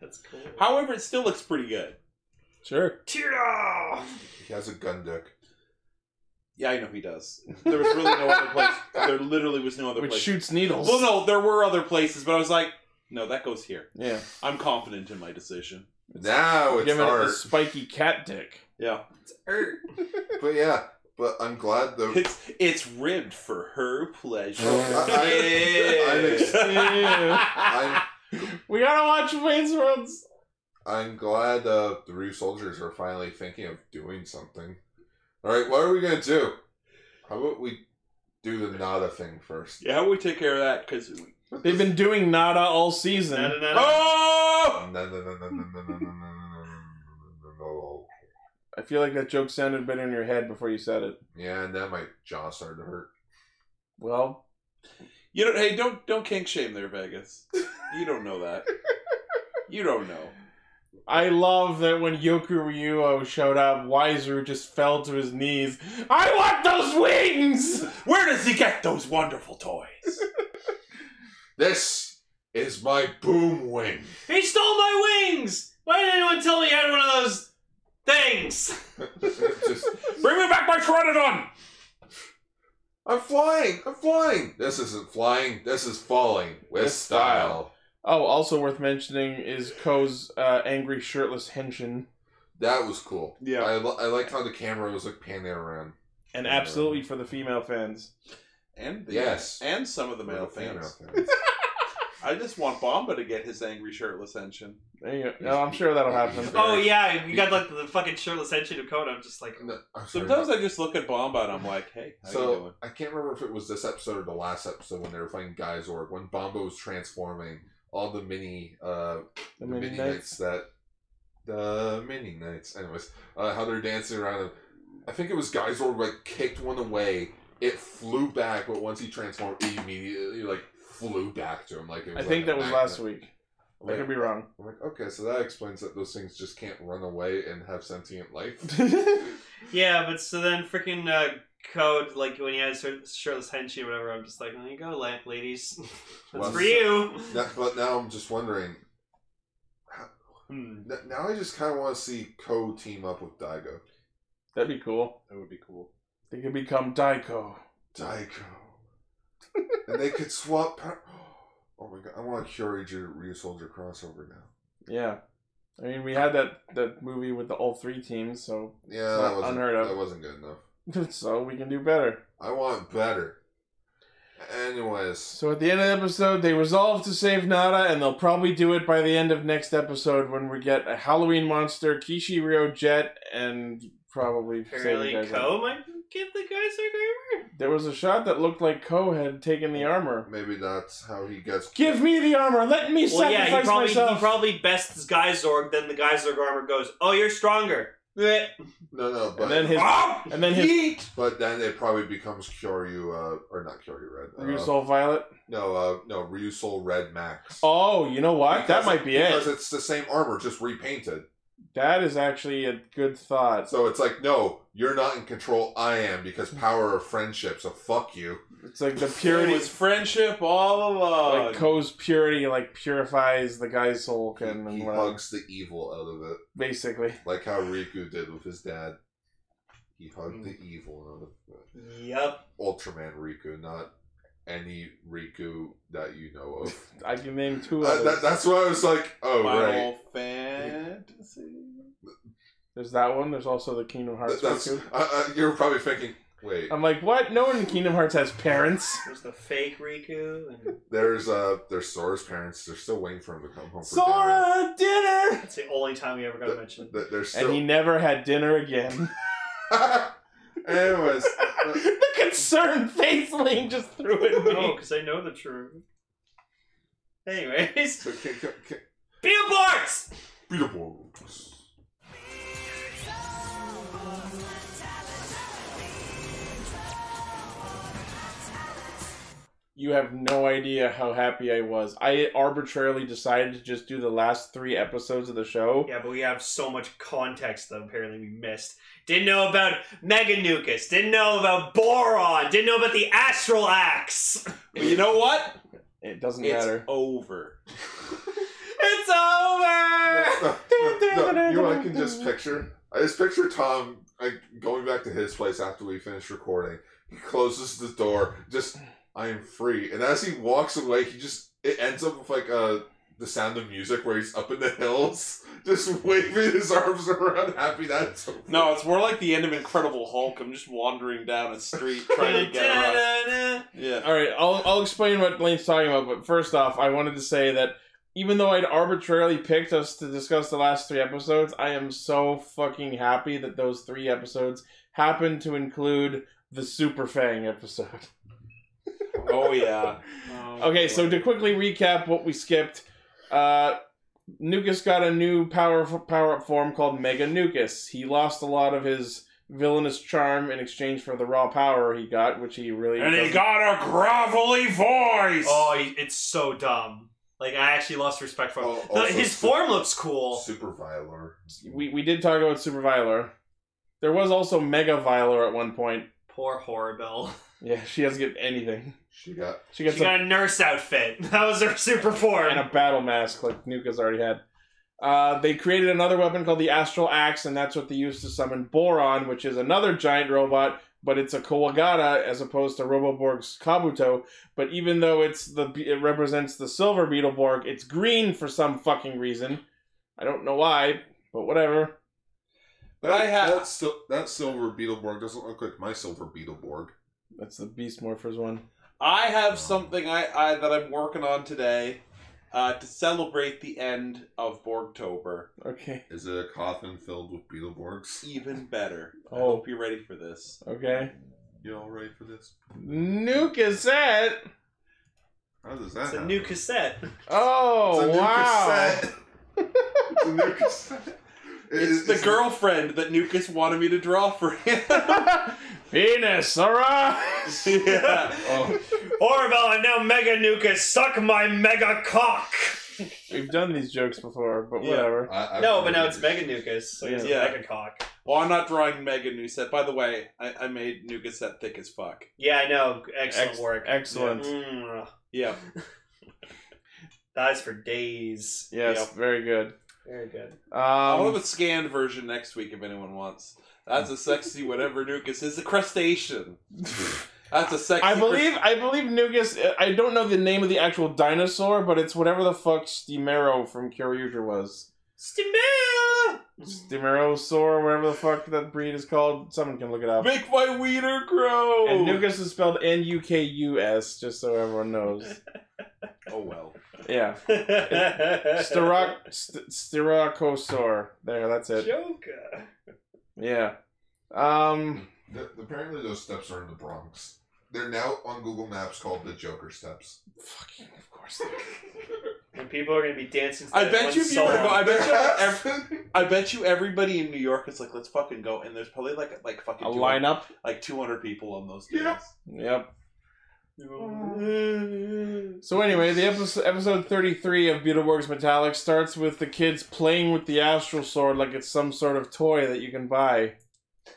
[SPEAKER 4] That's cool.
[SPEAKER 5] However, it still looks pretty good.
[SPEAKER 1] Sure.
[SPEAKER 4] Tira!
[SPEAKER 8] He has a gun deck.
[SPEAKER 5] Yeah, I know he does. There was really no
[SPEAKER 1] (laughs)
[SPEAKER 5] other place. There literally was no other
[SPEAKER 1] Which
[SPEAKER 5] place.
[SPEAKER 1] shoots needles.
[SPEAKER 5] Well, no, there were other places, but I was like, no, that goes here.
[SPEAKER 1] Yeah.
[SPEAKER 5] I'm confident in my decision.
[SPEAKER 8] Now it's
[SPEAKER 1] Give it
[SPEAKER 8] art.
[SPEAKER 1] a spiky cat dick.
[SPEAKER 5] Yeah,
[SPEAKER 8] But yeah, but I'm glad though.
[SPEAKER 1] (laughs)
[SPEAKER 5] it's it's ribbed for her pleasure.
[SPEAKER 8] I- I'm,
[SPEAKER 1] We gotta watch Wayne's World.
[SPEAKER 8] I'm glad uh, the Rue soldiers are finally thinking of doing something. All right, what are we gonna do? How about we do the Nada thing first?
[SPEAKER 5] yeah, how we take care of that? Because
[SPEAKER 1] They've been doing Nada all season.
[SPEAKER 4] Na, na, na, na.
[SPEAKER 5] oh,
[SPEAKER 8] No, no, no, no, no, no, no, no, no, no, no, no, no, no.
[SPEAKER 1] I feel like that joke sounded better in your head before you said it.
[SPEAKER 8] Yeah, and then my jaw started to hurt.
[SPEAKER 1] Well,
[SPEAKER 5] you don't. Hey, don't don't kink shame there, Vegas. You don't know that. You don't know.
[SPEAKER 1] I love that when Yoku Ryuo showed up, Wiseru just fell to his knees. I want those wings!
[SPEAKER 5] Where does he get those wonderful toys?
[SPEAKER 8] This is my boom wing. (laughs)
[SPEAKER 4] He stole my wings! Why didn't anyone tell me I had one of those things?
[SPEAKER 8] Just,
[SPEAKER 5] (laughs) Bring me back my Pteranodon!
[SPEAKER 8] I'm flying. I'm flying. This isn't flying. This is falling with
[SPEAKER 1] With
[SPEAKER 8] style.
[SPEAKER 1] style. Oh, also worth mentioning is Ko's uh, angry shirtless henshin.
[SPEAKER 8] That was cool.
[SPEAKER 5] Yeah.
[SPEAKER 8] I, li- I liked how the camera was like panning around.
[SPEAKER 1] And absolutely for the female fans.
[SPEAKER 5] And the,
[SPEAKER 8] Yes.
[SPEAKER 5] and some of the male fans.
[SPEAKER 8] fans.
[SPEAKER 5] I just want Bomba to get his angry shirtless engine.
[SPEAKER 1] There you go. No, I'm sure that'll
[SPEAKER 5] (laughs)
[SPEAKER 1] happen.
[SPEAKER 4] Oh, yeah, you got like the fucking shirtless henchin of Conan. I'm just like,
[SPEAKER 8] No, I'm sorry.
[SPEAKER 5] Sometimes I just look at Bomba and I'm like, hey, how you doing?
[SPEAKER 8] So I can't remember if it was this episode or the last episode when they were fighting Geysorg when Bombo was transforming all the mini uh
[SPEAKER 1] The
[SPEAKER 8] the mini,
[SPEAKER 1] mini
[SPEAKER 8] knights that the mini knights anyways uh, how they're dancing around him. I think it was Geysorg like kicked one away. It flew back, but once he transformed, it immediately like flew back to him. Like it
[SPEAKER 1] I
[SPEAKER 8] was
[SPEAKER 1] think
[SPEAKER 8] like
[SPEAKER 1] that
[SPEAKER 8] a
[SPEAKER 1] was
[SPEAKER 8] magnet.
[SPEAKER 1] last week.
[SPEAKER 8] I'm
[SPEAKER 1] I
[SPEAKER 8] like-
[SPEAKER 1] could be
[SPEAKER 8] (laughs)
[SPEAKER 1] wrong.
[SPEAKER 8] I'm like, okay, so that explains that those things just can't run away and have
[SPEAKER 1] (laughs)
[SPEAKER 8] sentient life.
[SPEAKER 4] yeah, but so then freaking uh, Code, like when he had shir- shirtless henchin or whatever, I'm just like, there you go, la- ladies. (laughs) That's
[SPEAKER 8] Well,
[SPEAKER 4] for you.
[SPEAKER 8] Now- but now I'm just wondering.
[SPEAKER 1] Hmm.
[SPEAKER 8] n- Now I just kind of want to see Ko team up with Daigo.
[SPEAKER 1] That'd be cool.
[SPEAKER 5] That would be cool.
[SPEAKER 1] They could become Daiko.
[SPEAKER 8] Daigo. and they could swap. Power- (gasps) oh my god! I want a Kyoriju Ryu Soldier crossover now.
[SPEAKER 1] Yeah. I mean, we had that, that movie with the all three teams, so (laughs)
[SPEAKER 8] Yeah,
[SPEAKER 1] Not
[SPEAKER 8] that wasn't
[SPEAKER 1] unheard of.
[SPEAKER 8] that wasn't good enough.
[SPEAKER 1] so we can do better.
[SPEAKER 8] I want better. Anyways,
[SPEAKER 1] So at the end of the episode, they resolve to save Nada, and they'll probably do it by the end of next episode when we get a Halloween monster, Kishi Rio Jet, and probably save the
[SPEAKER 4] Apparently,
[SPEAKER 1] guys
[SPEAKER 4] Ko might get the guys our armor.
[SPEAKER 1] There was a shot that looked like Ko had taken the armor.
[SPEAKER 8] maybe that's how he gets.
[SPEAKER 1] Give me the armor. Let me
[SPEAKER 4] Well,
[SPEAKER 1] sacrifice
[SPEAKER 4] yeah, he probably
[SPEAKER 1] myself.
[SPEAKER 4] he probably bests Geysorg. Then the Geysorg armor goes, "Oh, you're stronger." (laughs) Bleh.
[SPEAKER 8] no, no, but
[SPEAKER 1] and then his
[SPEAKER 5] Oh!
[SPEAKER 1] and then his
[SPEAKER 8] but then it probably becomes Kyoryu, uh, or not Kyoryu Red.
[SPEAKER 1] Ryu
[SPEAKER 8] uh,
[SPEAKER 1] Soul Violet.
[SPEAKER 8] No, uh, no, Ryu Soul Red Max.
[SPEAKER 1] Oh, you know what? that
[SPEAKER 8] Because-
[SPEAKER 1] might be it.
[SPEAKER 8] Because it's the same armor, just repainted.
[SPEAKER 1] That is actually a good thought.
[SPEAKER 8] So it's like, no, you're not in control. I am because power of friendship. So fuck you.
[SPEAKER 1] It's like the
[SPEAKER 5] Purity
[SPEAKER 1] purity,
[SPEAKER 5] was friendship all along.
[SPEAKER 1] like Ko's purity, like purifies the guy's soul,
[SPEAKER 8] He,
[SPEAKER 1] can and
[SPEAKER 8] he
[SPEAKER 1] whatever.
[SPEAKER 8] hugs the evil out of it,
[SPEAKER 1] basically.
[SPEAKER 8] like how Riku did with his dad. He hugged the evil out of it.
[SPEAKER 4] Yep.
[SPEAKER 8] Ultraman Riku, not any Riku that you know
[SPEAKER 1] (laughs)
[SPEAKER 8] of.
[SPEAKER 1] I can name two
[SPEAKER 8] Uh,
[SPEAKER 1] others.
[SPEAKER 8] that, that's why I was like, oh
[SPEAKER 5] Final
[SPEAKER 8] right.
[SPEAKER 5] Fantasy.
[SPEAKER 1] There's that one. There's also the Kingdom Hearts.
[SPEAKER 8] That- that's uh,
[SPEAKER 1] Riku.
[SPEAKER 8] uh, you're probably thinking, wait,
[SPEAKER 1] I'm like, what? No one in Kingdom Hearts has parents.
[SPEAKER 4] There's the fake Riku. And
[SPEAKER 8] there's uh, there's Sora's parents. They're still waiting for him to come home. For dinner.
[SPEAKER 1] Sora dinner,
[SPEAKER 4] that's the only time we ever got
[SPEAKER 8] Th-
[SPEAKER 4] mentioned.
[SPEAKER 8] th- they're still.
[SPEAKER 1] and he never had dinner again. (laughs)
[SPEAKER 8] (laughs) Anyways, uh,
[SPEAKER 1] the concerned face Link just threw it.
[SPEAKER 4] No, because I know the truth. Anyways, (laughs)
[SPEAKER 8] So can, can, can,
[SPEAKER 4] Beetleborgs!
[SPEAKER 8] Beetleborgs.
[SPEAKER 1] You have no idea how happy I was. I arbitrarily decided to just do the last three episodes of the show.
[SPEAKER 4] Yeah, but we have so much context that apparently we missed. Didn't know about Meganucus. Didn't know about Boron. Didn't know about the Astral Axe. (laughs)
[SPEAKER 5] Well, you know what?
[SPEAKER 1] It (laughs) doesn't
[SPEAKER 5] It's
[SPEAKER 1] matter.
[SPEAKER 5] over.
[SPEAKER 4] (laughs) It's over.
[SPEAKER 8] No, no, no, you know what I can just picture? I just picture Tom like going back to his place after we finish recording. He closes the door, just I am free. And as he walks away, he just it ends up with like uh the sound of music where he's up in the hills, just waving his arms around, happy that's over.
[SPEAKER 5] No, it's more like the end of Incredible Hulk. I'm just wandering down a
[SPEAKER 4] (laughs)
[SPEAKER 5] street trying to get around. Yeah.
[SPEAKER 1] All right, I'll, I'll explain what Blaine's talking about, but first off, I wanted to say that even though I'd arbitrarily picked us to discuss the last three episodes, I am so fucking happy that those three episodes happen to include the Super Fang episode.
[SPEAKER 5] Oh yeah. Oh,
[SPEAKER 1] Okay, so to quickly recap what we skipped, uh, Nucus got a new power power up form called Mega Nucus. He lost a lot of his villainous charm in exchange for the raw power he got, which he really
[SPEAKER 5] And he
[SPEAKER 1] doesn't-
[SPEAKER 5] got a gravelly voice.
[SPEAKER 4] Oh, he- it's so dumb. Like I actually lost respect for him.
[SPEAKER 8] Oh,
[SPEAKER 4] The-
[SPEAKER 8] also
[SPEAKER 4] his
[SPEAKER 8] so-
[SPEAKER 4] form looks cool.
[SPEAKER 8] Super Violor.
[SPEAKER 1] we we did talk about Super Viler. There was also Mega Viler at one point.
[SPEAKER 4] Poor Horrible.
[SPEAKER 1] Yeah, she doesn't get anything.
[SPEAKER 8] She got
[SPEAKER 1] She
[SPEAKER 4] She
[SPEAKER 1] gets a,
[SPEAKER 4] got a nurse outfit. (laughs) That was her super form.
[SPEAKER 1] and a battle mask like Nuka's already had. Uh, they created another weapon called the Astral Axe, and that's what they used to summon Boron, which is another giant robot, but it's a Kawagata as opposed to Roboborg's Kabuto. But even though it's the it represents the Silver Beetleborg, it's green for some fucking reason. I don't know why, but whatever.
[SPEAKER 5] But I have-
[SPEAKER 8] that, sil- that silver Beetleborg doesn't look like my silver Beetleborg.
[SPEAKER 1] That's the Beast Morphers one.
[SPEAKER 5] I have something I, I that I'm working on today uh, to celebrate the end of Borgtober.
[SPEAKER 1] Okay.
[SPEAKER 8] Is it a coffin filled with Beetleborgs?
[SPEAKER 5] Even better. I
[SPEAKER 1] Oh.
[SPEAKER 5] hope you're ready for this.
[SPEAKER 1] Okay.
[SPEAKER 8] You all ready for this?
[SPEAKER 1] Nuka set.
[SPEAKER 8] How does that
[SPEAKER 4] It's a
[SPEAKER 8] (laughs) happen?
[SPEAKER 4] new cassette.
[SPEAKER 1] Oh
[SPEAKER 8] It's a
[SPEAKER 1] wow.
[SPEAKER 8] new cassette.
[SPEAKER 1] (laughs)
[SPEAKER 8] (laughs) it's a new cassette. It-
[SPEAKER 5] It's the girlfriend that Nukas wanted me to draw for him. (laughs)
[SPEAKER 1] Venus, arise.
[SPEAKER 5] (laughs) yeah.
[SPEAKER 8] Oh,
[SPEAKER 4] Horrible and now Mega Nuka suck my mega cock.
[SPEAKER 1] We've done these jokes before, but
[SPEAKER 5] Yeah.
[SPEAKER 1] whatever.
[SPEAKER 8] I, I
[SPEAKER 4] No, but now it's Mega Nukas. So it's
[SPEAKER 5] Yeah.
[SPEAKER 4] Mega cock.
[SPEAKER 5] Well, I'm not drawing Mega Nuset. By the way, I, I made Nukas that thick as fuck.
[SPEAKER 4] Yeah, I know. Excellent
[SPEAKER 1] Ex-
[SPEAKER 4] work.
[SPEAKER 1] Excellent.
[SPEAKER 4] Mm,
[SPEAKER 5] Yeah.
[SPEAKER 4] that is for days.
[SPEAKER 1] Yes,
[SPEAKER 5] Yep.
[SPEAKER 1] very good.
[SPEAKER 4] Very good.
[SPEAKER 5] I'll have
[SPEAKER 1] Um,
[SPEAKER 5] a scanned version next week if anyone wants. That's a sexy whatever Nukas is. A crustacean. That's a sexy.
[SPEAKER 1] I believe I believe Nugus. I don't know the name of the actual dinosaur, but it's whatever the fuck Stemero from Kyoryuger was.
[SPEAKER 4] Stimula!
[SPEAKER 1] Stemerosaur, whatever the fuck that breed is called. Someone can look it up.
[SPEAKER 5] crust- Make my wiener grow.
[SPEAKER 1] And Nugus is spelled N U K U S, just so everyone knows.
[SPEAKER 5] (laughs) Oh well.
[SPEAKER 1] Yeah.
[SPEAKER 4] (laughs)
[SPEAKER 1] Styroc- st- Styracosaur. There, that's it.
[SPEAKER 4] Joker.
[SPEAKER 1] Yeah. Um.
[SPEAKER 8] Th- apparently, those steps are in the Bronx. They're now on Google Maps called the Joker Steps.
[SPEAKER 1] Fucking, of
[SPEAKER 5] (laughs)
[SPEAKER 1] course. they
[SPEAKER 4] And people are gonna be dancing. To
[SPEAKER 5] I
[SPEAKER 4] that
[SPEAKER 5] bet
[SPEAKER 4] one
[SPEAKER 5] you if you were to
[SPEAKER 4] song.
[SPEAKER 5] go- I bet you every-
[SPEAKER 8] everything.
[SPEAKER 5] I bet you everybody in New York is like, let's fucking go, and there's probably like like fucking
[SPEAKER 1] A
[SPEAKER 5] 200
[SPEAKER 1] lineup.
[SPEAKER 5] like 200 people on those days.
[SPEAKER 8] Yeah.
[SPEAKER 1] Yep. So anyway, the episode episode thirty three of Beetleborgs Metallic starts with the kids playing with the astral sword like it's some sort of toy that you can buy.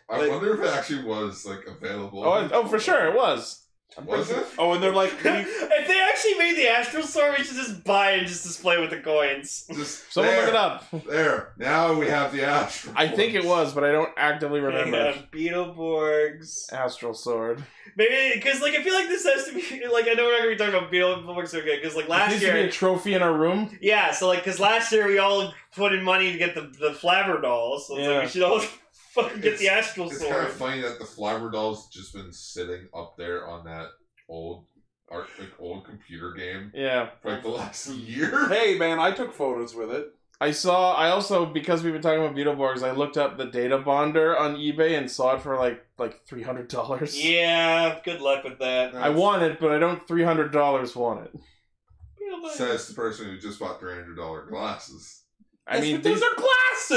[SPEAKER 8] I
[SPEAKER 5] Like-
[SPEAKER 8] wonder if it actually was like available.
[SPEAKER 1] Oh, it- oh for sure it was.
[SPEAKER 8] Was it?
[SPEAKER 1] (laughs)
[SPEAKER 5] Oh, and they're like, we-
[SPEAKER 4] (laughs) if they actually made the Astral Sword, we should just buy and just display with the coins.
[SPEAKER 8] Just
[SPEAKER 1] Someone
[SPEAKER 8] there,
[SPEAKER 1] look it up.
[SPEAKER 8] There. Now we have the astral.
[SPEAKER 1] I think it was, but I don't actively
[SPEAKER 5] (laughs)
[SPEAKER 1] remember.
[SPEAKER 4] Yeah, Beetleborgs.
[SPEAKER 1] Astral sword.
[SPEAKER 4] Maybe because like I feel like this has to be like I know we're not gonna be talking about Beetleborgs again because like
[SPEAKER 1] It
[SPEAKER 4] last
[SPEAKER 1] needs to be a
[SPEAKER 4] year,
[SPEAKER 1] trophy in our room.
[SPEAKER 4] yeah. So like because last year we all put in money to get the the flabber dolls, so it's like
[SPEAKER 1] Yeah.
[SPEAKER 4] we should all (laughs) fucking get the Astral
[SPEAKER 8] It's
[SPEAKER 4] Sword.
[SPEAKER 8] kind of funny that the Flabber doll's just been sitting up there on that old, art, like old computer game
[SPEAKER 1] Yeah.
[SPEAKER 8] for like the last year.
[SPEAKER 5] hey man, I took photos with it.
[SPEAKER 1] I saw. I also because we've been talking about Beetleborgs, I looked up the Data Bonder on eBay and saw it for like like three hundred dollars.
[SPEAKER 4] Yeah, good luck with that.
[SPEAKER 1] I want it, but I don't three hundred dollars want it.
[SPEAKER 5] real life.
[SPEAKER 8] Says the person who just bought three hundred dollar glasses.
[SPEAKER 1] I
[SPEAKER 5] Yes,
[SPEAKER 1] mean,
[SPEAKER 5] but those
[SPEAKER 1] these
[SPEAKER 5] are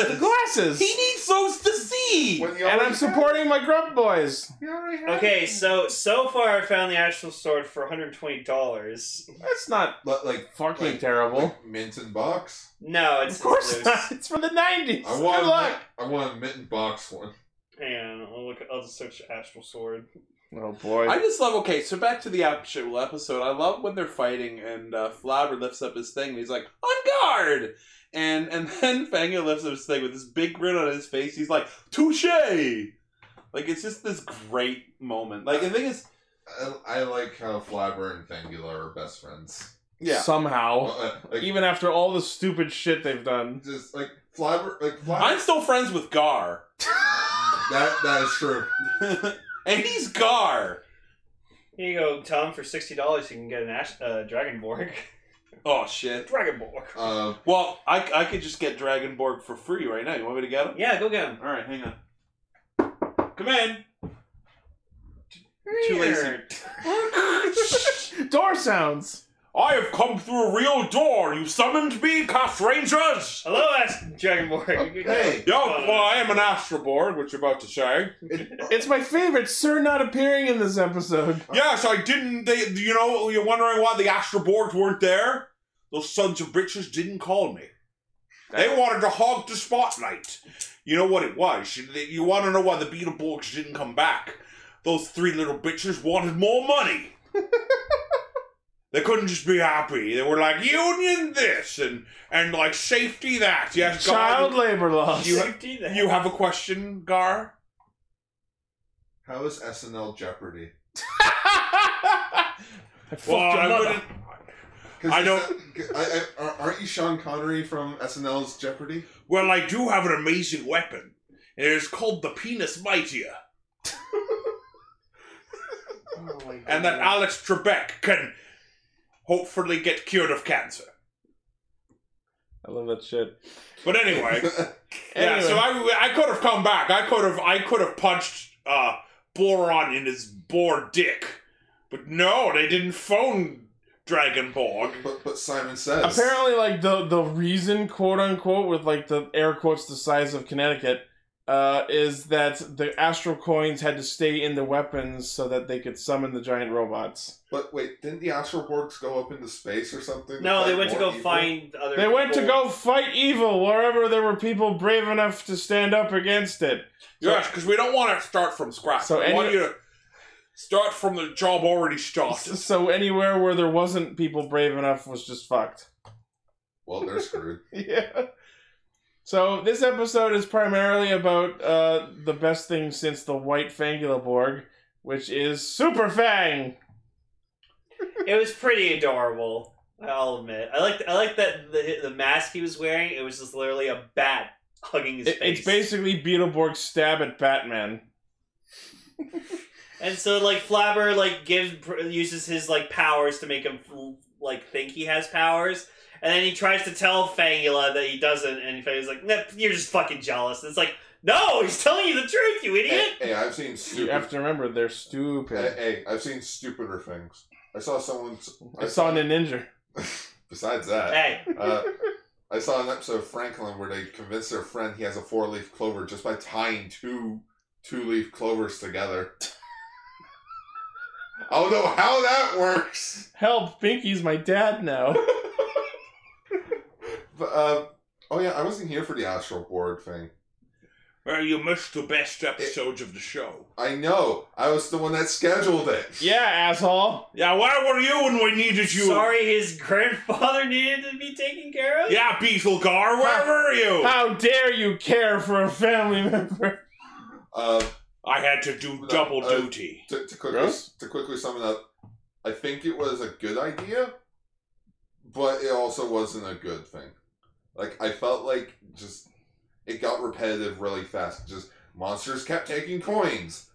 [SPEAKER 5] glasses.
[SPEAKER 1] glasses.
[SPEAKER 5] He needs those to see.
[SPEAKER 8] When you
[SPEAKER 1] and
[SPEAKER 8] already
[SPEAKER 1] I'm
[SPEAKER 8] have-
[SPEAKER 1] supporting my grump boys.
[SPEAKER 8] you already have
[SPEAKER 4] Okay,
[SPEAKER 8] it.
[SPEAKER 4] so so far I found the actual sword for one hundred twenty dollars.
[SPEAKER 1] That's not
[SPEAKER 8] But, like
[SPEAKER 1] fucking
[SPEAKER 8] Like-
[SPEAKER 1] terrible.
[SPEAKER 8] like mint and box.
[SPEAKER 4] No, it's
[SPEAKER 1] of course
[SPEAKER 4] it's loose.
[SPEAKER 1] not. It's from the 90s.
[SPEAKER 8] I
[SPEAKER 1] Good luck.
[SPEAKER 8] want. I want a mint and box one.
[SPEAKER 4] Hang on, I'll look. I'll just search astral sword.
[SPEAKER 1] Oh boy.
[SPEAKER 5] I just love. Okay, so back to the actual episode. I love when they're fighting and uh, Flabber lifts up his thing and he's like, "On guard!" And and then (laughs) Fangio lifts up his thing with this big grin on his face. He's like, "Touche!" Like it's just this great moment. Like the thing is,
[SPEAKER 8] I, I like how Flabber and Fangula are best friends.
[SPEAKER 5] yeah.
[SPEAKER 1] Somehow.
[SPEAKER 8] Uh,
[SPEAKER 1] Oh.
[SPEAKER 8] like,
[SPEAKER 1] Even after all the stupid shit they've done.
[SPEAKER 8] just like Flabber, like
[SPEAKER 5] I'm
[SPEAKER 8] Flabber.
[SPEAKER 5] still friends with Gar,
[SPEAKER 8] that that is true.
[SPEAKER 5] and he's Gar.
[SPEAKER 4] Here you go, Tom. For sixty dollars, you can get an ash- uh, dragonborg. (laughs)
[SPEAKER 5] Oh shit.
[SPEAKER 4] dragonborg.
[SPEAKER 8] Uh,
[SPEAKER 5] Well, I, I could just get Dragonborg for free right now. You want me to get him?
[SPEAKER 4] Yeah, go get him.
[SPEAKER 5] All right, hang on. Come in. Too lazy.
[SPEAKER 1] (laughs) Door sounds.
[SPEAKER 5] I have come through a real door. You summoned me, Cast Rangers.
[SPEAKER 4] Hello, Ash- dragonborg. You can go.
[SPEAKER 8] hey,
[SPEAKER 5] Yo, well, I am an Astroborg, which you're about to say.
[SPEAKER 8] it-
[SPEAKER 1] It's my favorite sir not appearing in this episode.
[SPEAKER 5] Yes, I didn't. They, you know, you're wondering why the Astroborgs weren't there. Those sons of bitches didn't call me. They wanted to hog the spotlight. You know what it was. You, you want to know why the Beetleborgs didn't come back? Those three little bitches wanted more money. they couldn't just be happy. They were like union this and and like safety that. Yes,
[SPEAKER 1] Child
[SPEAKER 5] God,
[SPEAKER 1] labor laws.
[SPEAKER 5] You-
[SPEAKER 4] Safety there.
[SPEAKER 5] you have a question, Gar?
[SPEAKER 8] how is SNL Jeopardy?
[SPEAKER 1] I fucked your
[SPEAKER 5] I
[SPEAKER 1] mother.
[SPEAKER 5] wouldn't-
[SPEAKER 8] Cause
[SPEAKER 5] I
[SPEAKER 8] is
[SPEAKER 5] don't-
[SPEAKER 8] that- I, I, are- aren't you Sean Connery from SNL's Jeopardy?
[SPEAKER 5] Well, I do have an amazing weapon. It is called the Penis Mightier. and that Alex Trebek can hopefully get cured of cancer.
[SPEAKER 1] I love that shit.
[SPEAKER 5] But anyway, (laughs) yeah. So I, I could have come back. I could have I could have punched uh, Boron in his boar dick, but no, they didn't phone Dragonborg.
[SPEAKER 8] (laughs) but but Simon says
[SPEAKER 1] Apparently, like the the reason, quote unquote, with like the air quotes the size of Connecticut, uh, is that the astral coins had to stay in the weapons so that they could summon the giant robots.
[SPEAKER 8] But wait, didn't the Astroborgs go up into space or something?
[SPEAKER 4] No, they
[SPEAKER 8] fight
[SPEAKER 4] went to
[SPEAKER 8] more
[SPEAKER 4] go
[SPEAKER 8] evil?
[SPEAKER 4] find other.
[SPEAKER 1] They went to
[SPEAKER 4] people.
[SPEAKER 1] go fight evil wherever there were people brave enough to stand up against it.
[SPEAKER 5] Yes, because we don't want to start from scratch.
[SPEAKER 1] So
[SPEAKER 5] So we
[SPEAKER 1] any-
[SPEAKER 5] want you to start from the job already
[SPEAKER 1] (laughs)
[SPEAKER 5] started.
[SPEAKER 1] So anywhere where there wasn't people brave enough was just fucked.
[SPEAKER 8] Well,
[SPEAKER 4] (laughs)
[SPEAKER 8] they're screwed.
[SPEAKER 1] (laughs) Yeah. So this episode is primarily about uh, the best thing since the White Fangula Borg, which is Super Fang.
[SPEAKER 4] It was pretty adorable. I'll admit. I liked. I liked that the the mask he was wearing. It was just literally a bat hugging his
[SPEAKER 1] It-
[SPEAKER 4] face.
[SPEAKER 1] It's basically Beetleborg's stab at Batman.
[SPEAKER 4] And so like Flabber like gives pr- uses his like powers to make him like think he has powers, and then he tries to tell Fangula that he doesn't, and Fangula's like, "Nah, "You're just fucking jealous." And it's like, "No, he's telling you the truth, you
[SPEAKER 8] hey,
[SPEAKER 4] idiot."
[SPEAKER 8] hey, I've seen
[SPEAKER 1] You
[SPEAKER 8] stupid.
[SPEAKER 1] have to remember they're
[SPEAKER 8] hey,
[SPEAKER 1] stupid.
[SPEAKER 8] hey, I've seen stupider things. I saw someone.
[SPEAKER 1] I saw a ninja.
[SPEAKER 4] (laughs)
[SPEAKER 8] Besides that,
[SPEAKER 4] Hey,
[SPEAKER 8] uh, I saw an episode of Franklin where they convinced their friend he has a four leaf clover just by tying two two leaf clovers together. (laughs) I don't know how that works.
[SPEAKER 1] Help, Binky's my dad now.
[SPEAKER 8] But, uh, oh yeah, I wasn't here for the astral board thing.
[SPEAKER 5] Well, you missed the best episodes of the show.
[SPEAKER 8] I know. I was the one that scheduled it.
[SPEAKER 1] yeah, asshole.
[SPEAKER 5] Yeah, where were you when we needed you?
[SPEAKER 4] sorry, his grandfather (laughs) needed to be taken care of.
[SPEAKER 5] Yeah, Beetlegar, where
[SPEAKER 1] Huh.
[SPEAKER 5] were you?
[SPEAKER 1] How dare you care for a family member?
[SPEAKER 8] Uh,
[SPEAKER 5] I had to do double
[SPEAKER 8] Uh,
[SPEAKER 5] duty.
[SPEAKER 8] to, to quickly
[SPEAKER 1] Gross.
[SPEAKER 8] to quickly sum it up, I think it was a good idea, but it also wasn't a good thing. Like I felt like just it got repetitive really fast. Just monsters kept taking coins.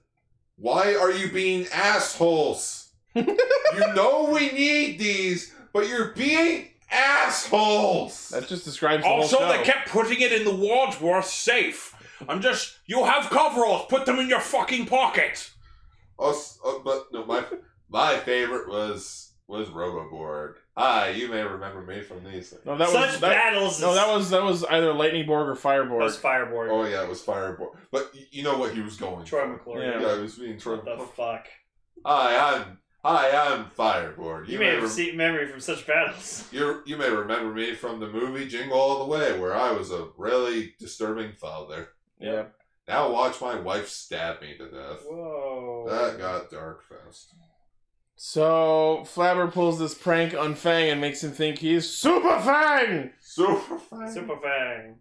[SPEAKER 8] Why are you being assholes? you know we need these, but you're being assholes.
[SPEAKER 1] That just describes the
[SPEAKER 5] Also,
[SPEAKER 1] whole show.
[SPEAKER 5] they kept putting it in the Wadsworth safe. I'm just, you have coveralls, put them in your fucking pocket.
[SPEAKER 8] Oh, Also, uh, but no, my my favorite was was Roboborg. Ah, you may remember me from these things.
[SPEAKER 1] No, that
[SPEAKER 4] Such
[SPEAKER 1] was that,
[SPEAKER 4] battles.
[SPEAKER 1] no, that
[SPEAKER 4] is-
[SPEAKER 1] was that was either Lightning Borg or Fireborg.
[SPEAKER 4] was Fireborg.
[SPEAKER 8] Oh yeah, it was Fireborg. But y- you know what he was going
[SPEAKER 4] Troy
[SPEAKER 8] for.
[SPEAKER 4] McClure.
[SPEAKER 1] Yeah.
[SPEAKER 8] Yeah, it was being Troy.
[SPEAKER 4] What the
[SPEAKER 8] McClure.
[SPEAKER 4] fuck?
[SPEAKER 8] Hi, I'm Hi, I'm Fireborg.
[SPEAKER 4] You, may have
[SPEAKER 8] rem-
[SPEAKER 4] seen memory from such battles.
[SPEAKER 8] you you may remember me from the movie Jingle All the Way, where I was a really disturbing father.
[SPEAKER 1] Yeah.
[SPEAKER 8] Now watch my wife stab me to death.
[SPEAKER 4] Whoa.
[SPEAKER 8] That got dark fast.
[SPEAKER 1] So Flabber pulls this prank on Fang and makes him think he's Super Fang.
[SPEAKER 8] Super fine.
[SPEAKER 4] Super Fang.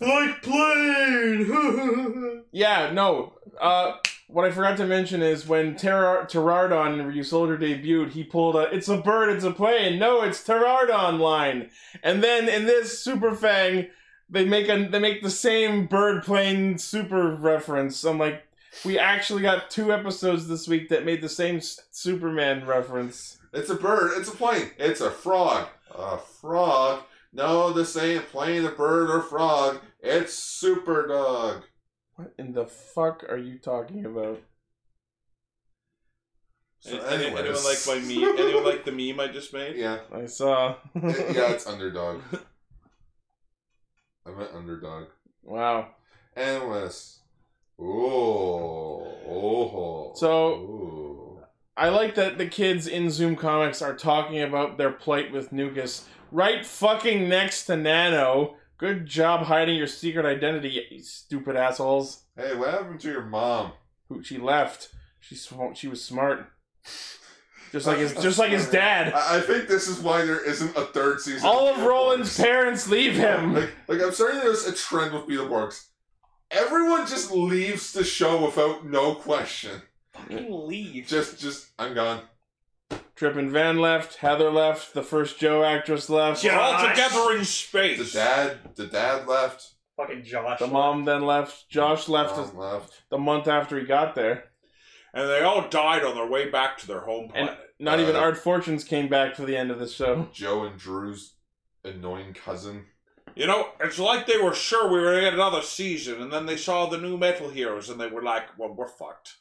[SPEAKER 5] Like plane. (laughs)
[SPEAKER 1] Yeah, no. Uh, what I forgot to mention is when Ter- Terardon in Ryu Soldier debuted, he pulled a "It's a bird, it's a plane." No, it's Terardon line. And then in this Super Fang, they make a they make the same bird plane super reference. I'm like, we actually got two episodes this week that made the same s- Superman reference.
[SPEAKER 8] It's a bird. It's a plane. It's a frog. A frog. No, this ain't plane, a bird, or frog. It's Super Dog.
[SPEAKER 1] What in the fuck are you talking about?
[SPEAKER 8] So,
[SPEAKER 5] anyone
[SPEAKER 8] anyways.
[SPEAKER 5] like my meme?
[SPEAKER 8] (laughs)
[SPEAKER 5] Anyone like the meme I just made?
[SPEAKER 8] Yeah.
[SPEAKER 1] I saw. (laughs)
[SPEAKER 8] It- (laughs) yeah, it's Underdog. I meant Underdog.
[SPEAKER 1] Wow.
[SPEAKER 8] Endless. Ooh. Oh.
[SPEAKER 1] So-
[SPEAKER 8] Ooh.
[SPEAKER 1] I like that the kids in Zoom Comics are talking about their plight with Nukas right fucking next to Nano. Good job hiding your secret identity, you stupid assholes.
[SPEAKER 8] Hey, what happened to your mom?
[SPEAKER 1] Who she left? She sm- she was smart, just like his just like his dad.
[SPEAKER 8] I, I think this is why there isn't a third season.
[SPEAKER 1] All of
[SPEAKER 8] Beetleborgs.
[SPEAKER 1] Roland's parents leave (laughs) him.
[SPEAKER 8] Like, like I'm starting to notice a trend with Beetleborgs. Everyone just leaves the show without no question.
[SPEAKER 4] Fucking leave.
[SPEAKER 8] Just, just, I'm gone.
[SPEAKER 1] Trippin' Van left. Heather left. The first Joe actress left.
[SPEAKER 5] We're all
[SPEAKER 4] Josh.
[SPEAKER 5] together in
[SPEAKER 8] The
[SPEAKER 5] space.
[SPEAKER 8] dad, the dad left.
[SPEAKER 4] Fucking Josh.
[SPEAKER 1] The mom then left. Josh left
[SPEAKER 8] Mom left.
[SPEAKER 1] the month after he got there.
[SPEAKER 5] And they all died on their way back to their home planet.
[SPEAKER 1] Not
[SPEAKER 8] Uh,
[SPEAKER 1] even Art Fortunes came back for the end of the
[SPEAKER 8] (laughs)
[SPEAKER 1] show. (laughs)
[SPEAKER 8] Joe and Drew's annoying cousin.
[SPEAKER 5] you know, it's like they were sure we were gonna get another season, and then they saw the new Metal Heroes, and they were like, "Well, we're fucked."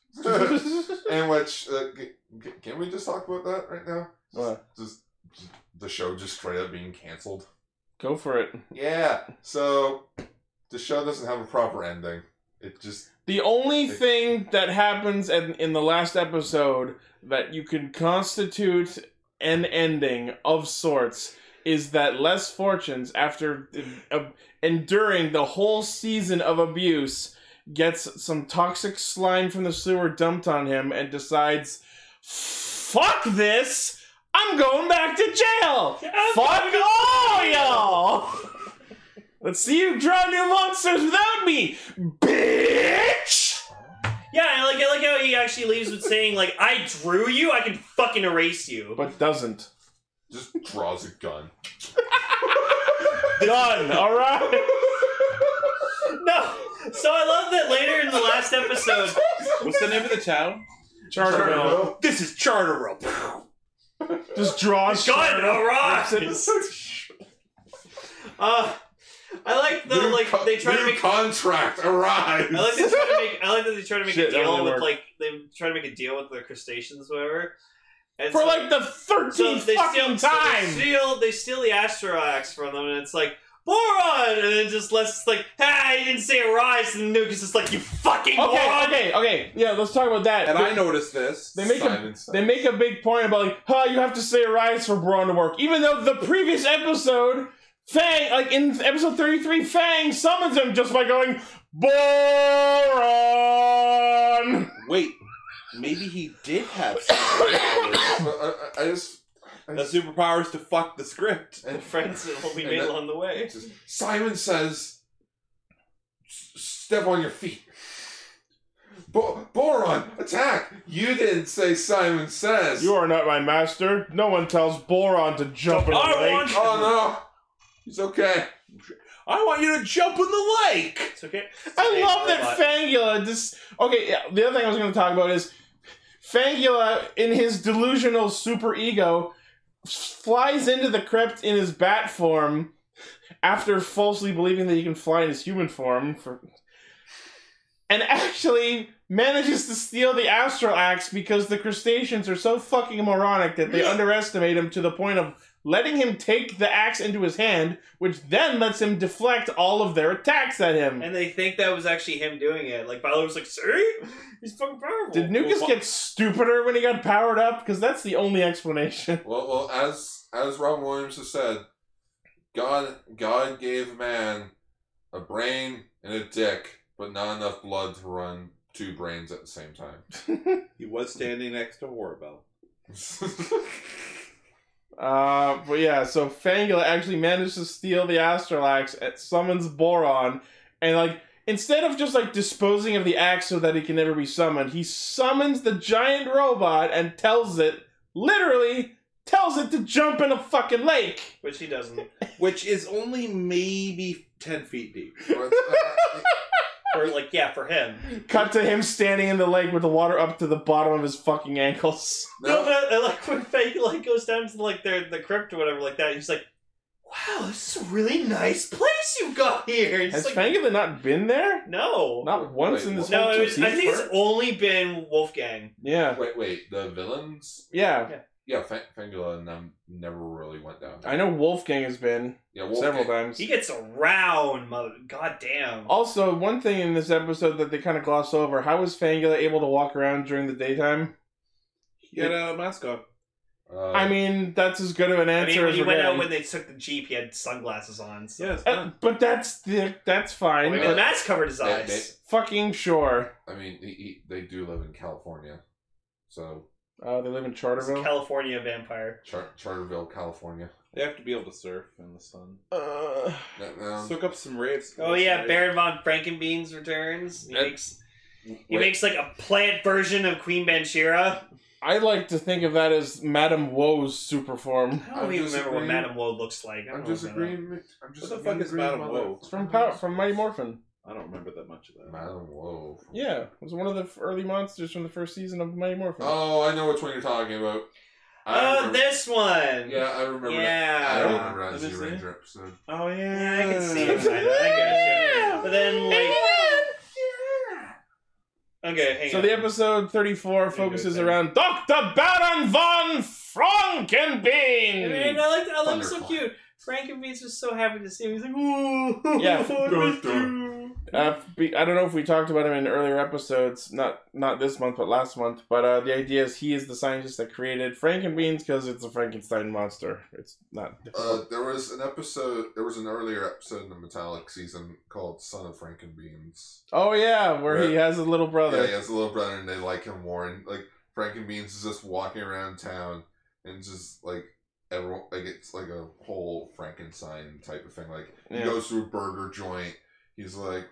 [SPEAKER 8] and which, uh, g- g- can we just talk about that right now?
[SPEAKER 1] What?
[SPEAKER 8] Just, just the show just straight up being canceled.
[SPEAKER 1] Go for it.
[SPEAKER 8] Yeah. So the show doesn't have a proper ending. It just
[SPEAKER 1] The only thing that happens in, in the last episode that you can constitute an ending of sorts is that Les Fortunes, after uh, enduring the whole season of abuse, gets some toxic slime from the sewer dumped on him and decides, fuck this! I'm going back to jail! fuck all y'all! (laughs) Let's see you draw new monsters without me, bitch!
[SPEAKER 4] Yeah, I like I like how he actually leaves with saying like, "I drew you. I can fucking erase you."
[SPEAKER 1] But doesn't.
[SPEAKER 8] just draws a
[SPEAKER 4] (laughs)
[SPEAKER 8] gun.
[SPEAKER 1] Done, alright?
[SPEAKER 5] (laughs)
[SPEAKER 4] no. So I love that later in the last episode.
[SPEAKER 1] (laughs)
[SPEAKER 5] What's the name of the town?
[SPEAKER 1] Charterville.
[SPEAKER 5] This is Charter
[SPEAKER 1] Just draws
[SPEAKER 4] God,
[SPEAKER 1] Charterville.
[SPEAKER 4] arise! Uh, I like the
[SPEAKER 8] New
[SPEAKER 4] like
[SPEAKER 8] con-
[SPEAKER 4] they try to
[SPEAKER 8] new
[SPEAKER 4] make.
[SPEAKER 8] contract (laughs) arrives.
[SPEAKER 4] (laughs) I like they try to make. I like that they try to make
[SPEAKER 1] Shit,
[SPEAKER 4] a
[SPEAKER 1] that
[SPEAKER 4] deal
[SPEAKER 1] really
[SPEAKER 4] with
[SPEAKER 1] worked.
[SPEAKER 4] like they try to make a deal with the crustaceans, whatever.
[SPEAKER 1] (laughs)
[SPEAKER 4] And
[SPEAKER 1] For
[SPEAKER 4] so-
[SPEAKER 1] like the 13th
[SPEAKER 4] so they
[SPEAKER 1] fucking
[SPEAKER 4] steal, so
[SPEAKER 1] time!
[SPEAKER 4] they steal they steal the asteroids from them, and it's like boron, and then just lets like, hey, you didn't say arise, and Nuke is just like, you fucking
[SPEAKER 1] okay,
[SPEAKER 4] moron.
[SPEAKER 1] okay, okay. Yeah, let's talk about that.
[SPEAKER 5] And
[SPEAKER 1] They-
[SPEAKER 5] I noticed this.
[SPEAKER 1] they make a
[SPEAKER 8] Simon said.
[SPEAKER 1] they make a big point about like, huh, you have to say rise for Braun to work. Even though the previous episode, Fang, like in episode 33, Fang summons him just by going, Boron!
[SPEAKER 5] Wait, maybe he did have (laughs) superpowers.
[SPEAKER 8] I, I- I just, I
[SPEAKER 5] the
[SPEAKER 8] just,
[SPEAKER 5] superpowers to fuck the script.
[SPEAKER 4] The friends that will be made along the way.
[SPEAKER 8] just- Simon says, "S- "Step on your feet." Bo- Boron, attack! You didn't say Simon says.
[SPEAKER 1] You are not my master. No one tells Boron to jump in the
[SPEAKER 5] I
[SPEAKER 1] lake.
[SPEAKER 5] want,
[SPEAKER 8] Oh no, it's okay.
[SPEAKER 5] I want you to jump in the lake.
[SPEAKER 4] It's okay. It's
[SPEAKER 1] I
[SPEAKER 4] okay,
[SPEAKER 1] love that
[SPEAKER 4] robot.
[SPEAKER 1] Fangula just okay. Yeah, the other thing I was going to talk about is Fangula in his delusional super ego flies into the crypt in his bat form after falsely believing that he can fly in his human form for, and actually manages to steal the astral axe because the crustaceans are so fucking moronic that they underestimate him to the point of letting him take the axe into his hand, which then lets him deflect all of their attacks at him.
[SPEAKER 4] And they think that was actually him doing it. Like Balor was like, "See, he's fucking powerful."
[SPEAKER 1] Did Nukas
[SPEAKER 5] Well,
[SPEAKER 1] get stupider when he got powered up? Because that's the only explanation.
[SPEAKER 8] Well, well, as as Robin Williams has said, God God gave man a brain and a dick, but not enough blood to run two brains at the same time. (laughs)
[SPEAKER 5] He was standing next to Horrible.
[SPEAKER 1] (laughs) Uh, but yeah, so Fangula actually managed to steal the Astralax and summons Boron, and like instead of just like disposing of the axe so that he can never be summoned, he summons the giant robot and tells it literally tells it to jump in a fucking lake.
[SPEAKER 4] Which he doesn't.
[SPEAKER 5] Which is only maybe 10 feet deep.
[SPEAKER 8] Well, it's-
[SPEAKER 4] Or like, yeah, for him.
[SPEAKER 1] (laughs) Cut to him standing in the lake with the water up to the bottom of his fucking ankles.
[SPEAKER 4] No,
[SPEAKER 8] no,
[SPEAKER 4] but I like when Fang like goes down to like their the crypt or whatever like that. He's like, "Wow, this is a really nice place you've got here." He's
[SPEAKER 1] Has
[SPEAKER 4] like,
[SPEAKER 1] Fangula not been there?
[SPEAKER 4] "No,
[SPEAKER 1] Not once
[SPEAKER 8] Wait,
[SPEAKER 1] in this
[SPEAKER 4] no."
[SPEAKER 1] whole
[SPEAKER 4] It was,
[SPEAKER 1] two-season
[SPEAKER 4] I think it's
[SPEAKER 1] arc?
[SPEAKER 4] only been Wolfgang.
[SPEAKER 1] yeah,
[SPEAKER 8] wait, wait, the villains?
[SPEAKER 1] yeah.
[SPEAKER 8] Yeah, Fang- Fangula and them never really went down.
[SPEAKER 1] I know Wolfgang has been
[SPEAKER 8] Yeah, Wolfgang-
[SPEAKER 1] several times.
[SPEAKER 4] He gets around, mother. God damn.
[SPEAKER 1] Also, one thing in this episode that they kind of gloss over: how was Fangula able to walk around during the daytime?
[SPEAKER 5] He had a mask on.
[SPEAKER 8] Uh,
[SPEAKER 1] I mean, that's as good of an
[SPEAKER 4] I
[SPEAKER 1] answer
[SPEAKER 4] mean, when
[SPEAKER 1] as
[SPEAKER 4] he
[SPEAKER 1] we're
[SPEAKER 4] went out
[SPEAKER 1] getting.
[SPEAKER 4] when they took the jeep, he had sunglasses on. So.
[SPEAKER 5] Yeah, it's
[SPEAKER 1] Uh,
[SPEAKER 5] fine.
[SPEAKER 1] but that's the, that's
[SPEAKER 4] I
[SPEAKER 1] fine.
[SPEAKER 4] mean,
[SPEAKER 8] Yeah.
[SPEAKER 4] the mask covered his
[SPEAKER 8] they-
[SPEAKER 4] eyes.
[SPEAKER 8] they-
[SPEAKER 1] Fucking sure.
[SPEAKER 8] I mean, he, he, they do live in California, so
[SPEAKER 1] Uh, they live in
[SPEAKER 4] It's a
[SPEAKER 1] Charterville.
[SPEAKER 4] California vampire.
[SPEAKER 8] Char- Charterville, California.
[SPEAKER 5] They have to be able to surf in the sun.
[SPEAKER 1] uh,
[SPEAKER 8] No, no.
[SPEAKER 5] Soak up some rays.
[SPEAKER 4] Oh yeah, Baron von Frankenbeans returns. He
[SPEAKER 8] That-
[SPEAKER 4] makes he
[SPEAKER 8] Wait.
[SPEAKER 4] makes like a plant version of Queen Banshira.
[SPEAKER 1] I like to think of that as Madame Woe's super form.
[SPEAKER 4] I don't
[SPEAKER 8] I'm
[SPEAKER 4] even
[SPEAKER 8] just
[SPEAKER 4] remember what
[SPEAKER 8] agreeing.
[SPEAKER 4] Madame Woe looks like. I don't
[SPEAKER 8] I'm
[SPEAKER 4] know
[SPEAKER 8] just
[SPEAKER 4] about that.
[SPEAKER 8] agreeing. with- I'm just
[SPEAKER 5] the fuck is
[SPEAKER 8] agreeing
[SPEAKER 5] Madame
[SPEAKER 8] with
[SPEAKER 5] Woe?
[SPEAKER 1] It's from Power, from Mighty Morphin.
[SPEAKER 5] I don't remember that much of that.
[SPEAKER 8] Madame Woe.
[SPEAKER 1] Yeah, it was one of the f- early monsters from the first season of Mighty Morphin.
[SPEAKER 8] Oh, I know which one you're talking about. I
[SPEAKER 4] Oh,
[SPEAKER 8] remember-
[SPEAKER 4] this one.
[SPEAKER 8] Yeah, I remember that. I
[SPEAKER 4] Yeah.
[SPEAKER 8] remember that
[SPEAKER 5] Let me
[SPEAKER 8] Z
[SPEAKER 5] see.
[SPEAKER 8] Ranger episode.
[SPEAKER 5] Oh
[SPEAKER 4] Yeah, I can see it. I, I
[SPEAKER 5] it.
[SPEAKER 4] get you. But then like. Okay, hang
[SPEAKER 1] So
[SPEAKER 4] on.
[SPEAKER 1] the episode 34 focuses around Dr. Baron von
[SPEAKER 4] I mean,
[SPEAKER 1] Frankenbein.
[SPEAKER 4] I like. I like so
[SPEAKER 8] Wonderful.
[SPEAKER 4] cute. Frankenbeans was so happy to see him. He's like, ooh,
[SPEAKER 1] Yeah.
[SPEAKER 4] (laughs) what do we do?
[SPEAKER 1] Uh, be- I don't know if we talked about him in earlier episodes, not not this month, but last month. But uh, the idea is he is the scientist that created Frankenbeans because it's a Frankenstein monster. It's not.
[SPEAKER 8] Uh, there was an episode. There was an earlier episode in the Metallic season called "Son of Frankenbeans."
[SPEAKER 1] oh yeah, where he
[SPEAKER 8] Right.
[SPEAKER 1] has a little brother.
[SPEAKER 8] Yeah, he has a little brother, and they like him more. And like Frankenbeans is just walking around town, and just like everyone, like it's like a whole Frankenstein type of thing. Like he
[SPEAKER 1] Yeah.
[SPEAKER 8] goes to a burger joint, he's like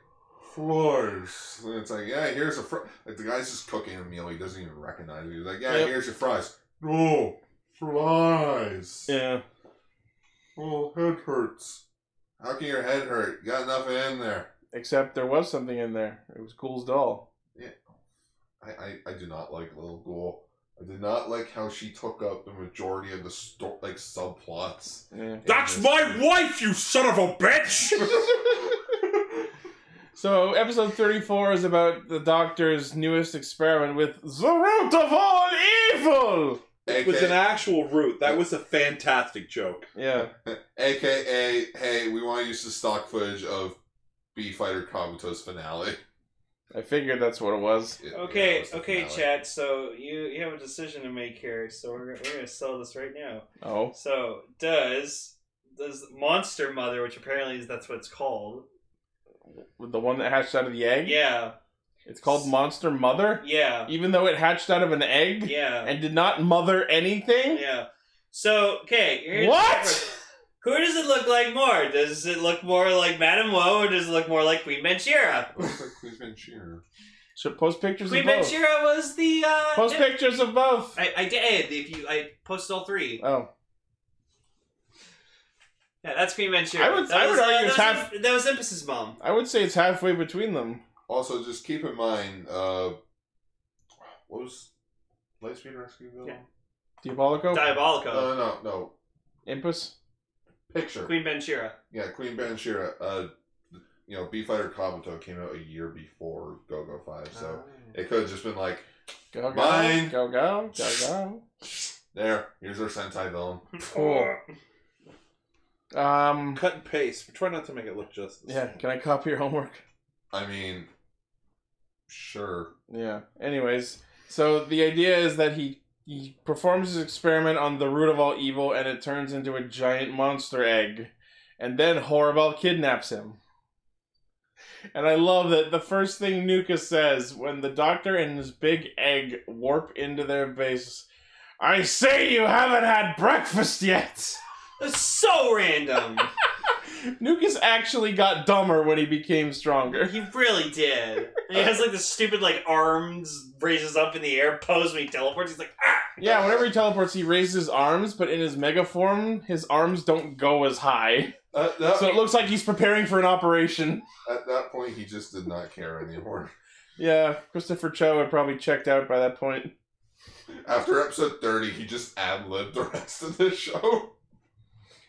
[SPEAKER 8] floors, and it's like yeah, here's a fr-. like the guy's just cooking a meal. He doesn't even recognize it. He's like yeah,
[SPEAKER 1] Yep.
[SPEAKER 8] here's your fries. No flies.
[SPEAKER 1] Yeah.
[SPEAKER 8] Oh, head hurts. How can your head hurt? You got nothing in there.
[SPEAKER 1] Except there was something in there. It was Ghoul's doll.
[SPEAKER 8] I, I, I do not like Little Ghoul. I did not like how she took up the majority of the sto- like subplots.
[SPEAKER 1] Yeah.
[SPEAKER 8] That's my
[SPEAKER 2] wife, you son of a bitch!
[SPEAKER 1] So episode 34 is about the doctor's newest experiment with the root of all evil.
[SPEAKER 5] It was
[SPEAKER 8] AKA
[SPEAKER 5] an actual root. That was a fantastic joke.
[SPEAKER 1] Yeah.
[SPEAKER 8] (laughs) AKA, hey, we want to use the stock footage of B Fighter Kabuto's finale. (laughs)
[SPEAKER 1] I figured that's what it was.
[SPEAKER 8] Yeah, yeah, it
[SPEAKER 4] Okay,
[SPEAKER 8] was the
[SPEAKER 4] okay,
[SPEAKER 8] finale.
[SPEAKER 4] chat. So you you have a decision to make here. So we're we're gonna sell this right now.
[SPEAKER 1] Oh.
[SPEAKER 4] So does does Monster Mother, which apparently is that's what it's called.
[SPEAKER 1] The one that hatched out of the egg?
[SPEAKER 4] Yeah,
[SPEAKER 1] It's called Monster Mother?
[SPEAKER 4] yeah,
[SPEAKER 1] Even though it hatched out of an egg
[SPEAKER 4] yeah,
[SPEAKER 1] and did not mother anything?
[SPEAKER 4] yeah. So okay, here's the difference.
[SPEAKER 1] What?
[SPEAKER 4] Who does it look like more? Does it look more like Madame Woe, or does it look more like Queen Benchira?
[SPEAKER 8] (laughs) Looks like Queen's been cheating.
[SPEAKER 1] Should post pictures
[SPEAKER 4] Queen
[SPEAKER 1] of both.
[SPEAKER 4] Benchira was the uh,
[SPEAKER 1] Post pictures of both.
[SPEAKER 4] I, I did. If you, I posted all three.
[SPEAKER 1] Oh.
[SPEAKER 4] Yeah, that's Queen Benchira.
[SPEAKER 1] I would-
[SPEAKER 4] That
[SPEAKER 1] I would
[SPEAKER 4] was, uh,
[SPEAKER 1] argue
[SPEAKER 4] that
[SPEAKER 1] it's
[SPEAKER 4] was,
[SPEAKER 1] half-
[SPEAKER 4] that was Emphasis Mom.
[SPEAKER 1] I would say it's halfway between them.
[SPEAKER 8] Also, just keep in mind, uh, what was Lightspeed Rescue Bill?
[SPEAKER 4] Yeah.
[SPEAKER 1] Diabolico?
[SPEAKER 4] Diabolico.
[SPEAKER 1] Uh.
[SPEAKER 8] No, no, no, no.
[SPEAKER 1] Impus?
[SPEAKER 8] Picture.
[SPEAKER 4] Queen Benchira.
[SPEAKER 8] Yeah, Queen Banshira. Uh, you know, B Fighter Kabuto came out a year before Go Oh. Go Five, so it could have just been like
[SPEAKER 1] Go, go.
[SPEAKER 8] Mine.
[SPEAKER 1] Go, go. Go, go.
[SPEAKER 8] There, here's our Sentai villain.
[SPEAKER 1] Cool. Um.
[SPEAKER 5] Cut and paste. But try not to make it look just. the
[SPEAKER 1] Yeah.
[SPEAKER 5] same.
[SPEAKER 1] Can I copy your homework?
[SPEAKER 8] I mean, sure.
[SPEAKER 1] Yeah. Anyways, so the idea is that he he performs his experiment on the root of all evil, and it turns into a giant monster egg, and then Horrible kidnaps him. And I love that the first thing Nuka says when the doctor and his big egg warp into their base. I say you haven't had breakfast yet. (laughs)
[SPEAKER 4] That's so random.
[SPEAKER 1] Nuka's actually got dumber when he became stronger.
[SPEAKER 4] he really did. And he has like this stupid like arms raises up in the air pose when he teleports. He's like, ah.
[SPEAKER 1] Yeah, whenever he teleports, he raises his arms, but in his mega form, his arms don't go as
[SPEAKER 4] (laughs)
[SPEAKER 1] high.
[SPEAKER 8] At that,
[SPEAKER 1] So it looks like he's preparing for an operation.
[SPEAKER 8] at that point, he just did not care anymore. (laughs)
[SPEAKER 1] Yeah, Christopher Cho had probably checked out by that point.
[SPEAKER 8] After episode 30, he just ad libbed the rest of the show.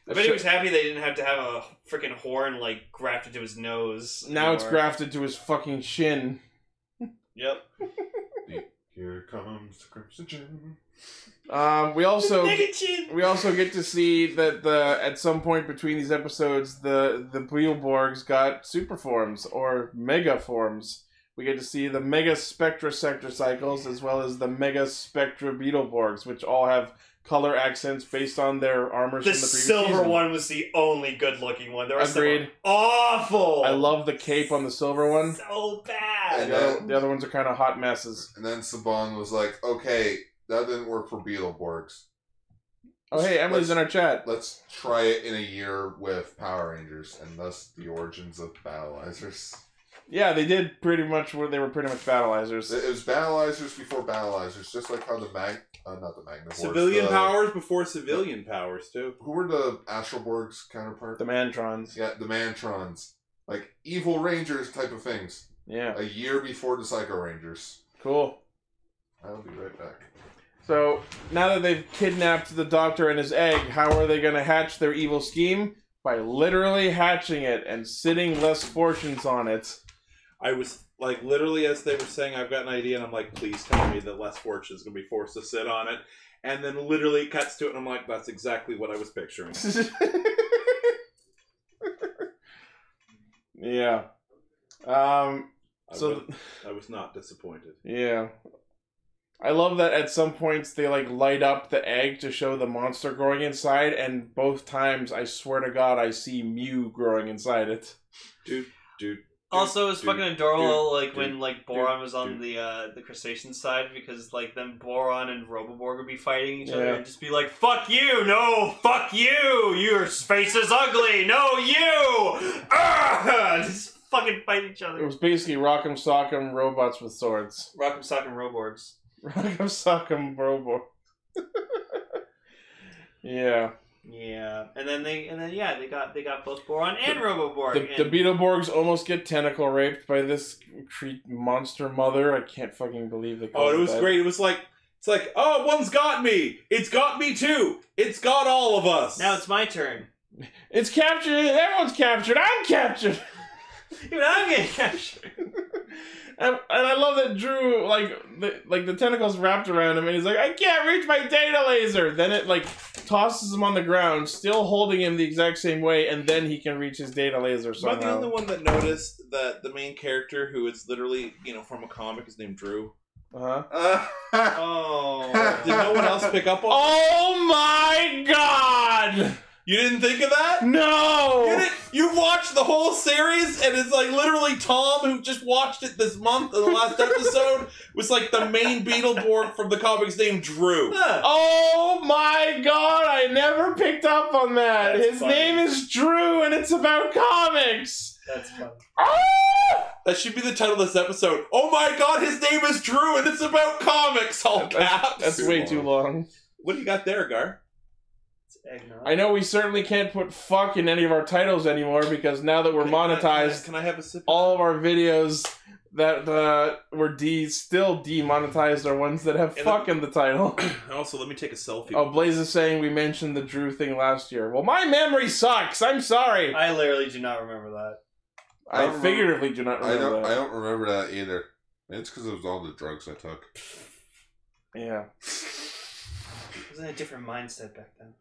[SPEAKER 4] I bet he was happy they didn't have to have a freaking horn like grafted to his nose.
[SPEAKER 1] Now it's
[SPEAKER 4] anymore.
[SPEAKER 1] grafted to his fucking shin.
[SPEAKER 4] Yep.
[SPEAKER 8] Here comes the Crimson Jim.
[SPEAKER 1] Um, we also
[SPEAKER 4] Negative.
[SPEAKER 1] we also get to see that the at some point between these episodes, the the Beelborgs got super forms or mega forms. We get to see the mega spectra sector cycles as well as the mega spectra Beetleborgs, which all have color accents based on their armors
[SPEAKER 4] The,
[SPEAKER 1] from the previous
[SPEAKER 4] silver
[SPEAKER 1] season.
[SPEAKER 4] one was the only good looking one. The rest of them
[SPEAKER 1] Agreed.
[SPEAKER 4] were awful.
[SPEAKER 1] I love the cape on the silver one.
[SPEAKER 4] So
[SPEAKER 1] The
[SPEAKER 4] bad.
[SPEAKER 8] Yeah.
[SPEAKER 1] other, the other ones are kind of hot messes.
[SPEAKER 8] And then Saban was like, okay, that didn't work for Beetleborgs.
[SPEAKER 1] Oh, hey, Emily's in our chat.
[SPEAKER 8] Let's try it in a year with Power Rangers, and thus the origins of Battleizers.
[SPEAKER 1] Yeah, they did pretty much where they were pretty much
[SPEAKER 8] It
[SPEAKER 1] battleizers.
[SPEAKER 8] was Battleizers before Battleizers, just like how the Mag... Uh, not the Magnivores.
[SPEAKER 5] Civilian
[SPEAKER 8] the-
[SPEAKER 5] powers before civilian powers too.
[SPEAKER 8] Who were the Astralborgs counterpart?
[SPEAKER 1] The Mantrons.
[SPEAKER 8] yeah, the Mantrons. Like, evil rangers type of things.
[SPEAKER 1] Yeah,
[SPEAKER 8] A year before the Psycho Rangers.
[SPEAKER 1] cool.
[SPEAKER 8] I'll be right back.
[SPEAKER 1] So now that they've kidnapped the doctor and his egg, how are they going to hatch their evil scheme? By literally hatching it and sitting less fortunes on it.
[SPEAKER 5] I was like literally as they were saying, I've got an idea, and I'm like, please tell me that Les Fortune's gonna be forced to sit on it. And then literally it cuts to it, and I'm like, that's exactly what I was picturing.
[SPEAKER 1] yeah. Um,
[SPEAKER 5] I,
[SPEAKER 1] So-
[SPEAKER 5] was, I was not disappointed.
[SPEAKER 1] yeah. I love that at some points they like light up the egg to show the monster growing inside, and both times I swear to God I see Mew growing inside it.
[SPEAKER 5] Dude, dude.
[SPEAKER 4] Also, it was
[SPEAKER 5] Dude,
[SPEAKER 4] fucking adorable, like
[SPEAKER 5] dude,
[SPEAKER 4] when like Boron was on the uh, the crustacean side because like then Boron and Roboborg would be fighting each other
[SPEAKER 1] Yeah.
[SPEAKER 4] and just be like, "Fuck you, no, fuck you, your face is ugly, no, you!" Ah! (laughs) Just fucking fight each
[SPEAKER 1] It
[SPEAKER 4] other.
[SPEAKER 1] was basically Rock'em Sock'em robots with swords. (laughs)
[SPEAKER 4] Rock'em Sock'em Roborgs.
[SPEAKER 1] Rock'em Sock'em Robo. (laughs) yeah.
[SPEAKER 4] Yeah, and then they and then yeah they got they got both Boron and Roboborg.
[SPEAKER 1] The, the
[SPEAKER 4] and-
[SPEAKER 1] Beetleborgs almost get tentacle raped by this cre- monster mother. I can't fucking believe they
[SPEAKER 5] Oh,
[SPEAKER 1] called
[SPEAKER 5] it was
[SPEAKER 1] that.
[SPEAKER 5] great. It was like it's like, oh, one's got me. It's got me too. It's got all of us.
[SPEAKER 4] Now it's my turn.
[SPEAKER 1] It's captured. Everyone's captured. I'm captured. (laughs)
[SPEAKER 4] Even I'm getting captured.
[SPEAKER 1] And, and I love that Drew like the like the tentacles wrapped around him, and he's like, I can't reach my data laser. Then it like tosses him on the ground, still holding him the exact same way, and then he can reach his data laser.
[SPEAKER 5] Am I
[SPEAKER 1] Somehow.
[SPEAKER 5] the only one that noticed that the main character, who is literally you know from a comic, is named Drew?
[SPEAKER 1] Uh-huh.
[SPEAKER 8] Uh,
[SPEAKER 4] Oh,
[SPEAKER 5] Did
[SPEAKER 4] (laughs)
[SPEAKER 5] no (laughs) one else pick up on?
[SPEAKER 1] Oh my god!
[SPEAKER 5] You didn't think of that? You,
[SPEAKER 1] No!
[SPEAKER 5] didn't, you watched the whole series, and it's like literally Tom, who just watched it this month in the last episode, was like the main Beetleborg from the comics named Drew.
[SPEAKER 4] (laughs) Huh.
[SPEAKER 1] Oh my god, I never picked up on that.
[SPEAKER 4] That's
[SPEAKER 1] His
[SPEAKER 4] funny.
[SPEAKER 1] name is Drew and it's about comics.
[SPEAKER 4] that's fun.
[SPEAKER 1] Ah!
[SPEAKER 5] That should be the title of this episode. Oh my god, his name is Drew, and it's about comics, all caps.
[SPEAKER 1] That's way too long.
[SPEAKER 5] What do you got there, Gar?
[SPEAKER 4] Eggnog.
[SPEAKER 1] I know we certainly can't put fuck in any of our titles anymore because now that we're
[SPEAKER 5] Can I- can I- Can I,
[SPEAKER 1] monetized,
[SPEAKER 5] have a sip?
[SPEAKER 1] all of our videos that uh, were de- still demonetized are ones that have
[SPEAKER 5] And
[SPEAKER 1] fuck in the title.
[SPEAKER 5] (clears throat) also, let me take a selfie.
[SPEAKER 1] Oh, Blaze is saying we mentioned the Drew thing last year. Well, my memory sucks. I'm sorry.
[SPEAKER 4] I literally do not remember that.
[SPEAKER 8] I
[SPEAKER 1] I
[SPEAKER 8] don't
[SPEAKER 1] figuratively do not
[SPEAKER 8] I
[SPEAKER 1] remember
[SPEAKER 8] don't.
[SPEAKER 1] that.
[SPEAKER 8] I don't remember that either. It's because it was all the drugs I took.
[SPEAKER 1] Yeah.
[SPEAKER 4] was in a different mindset back then.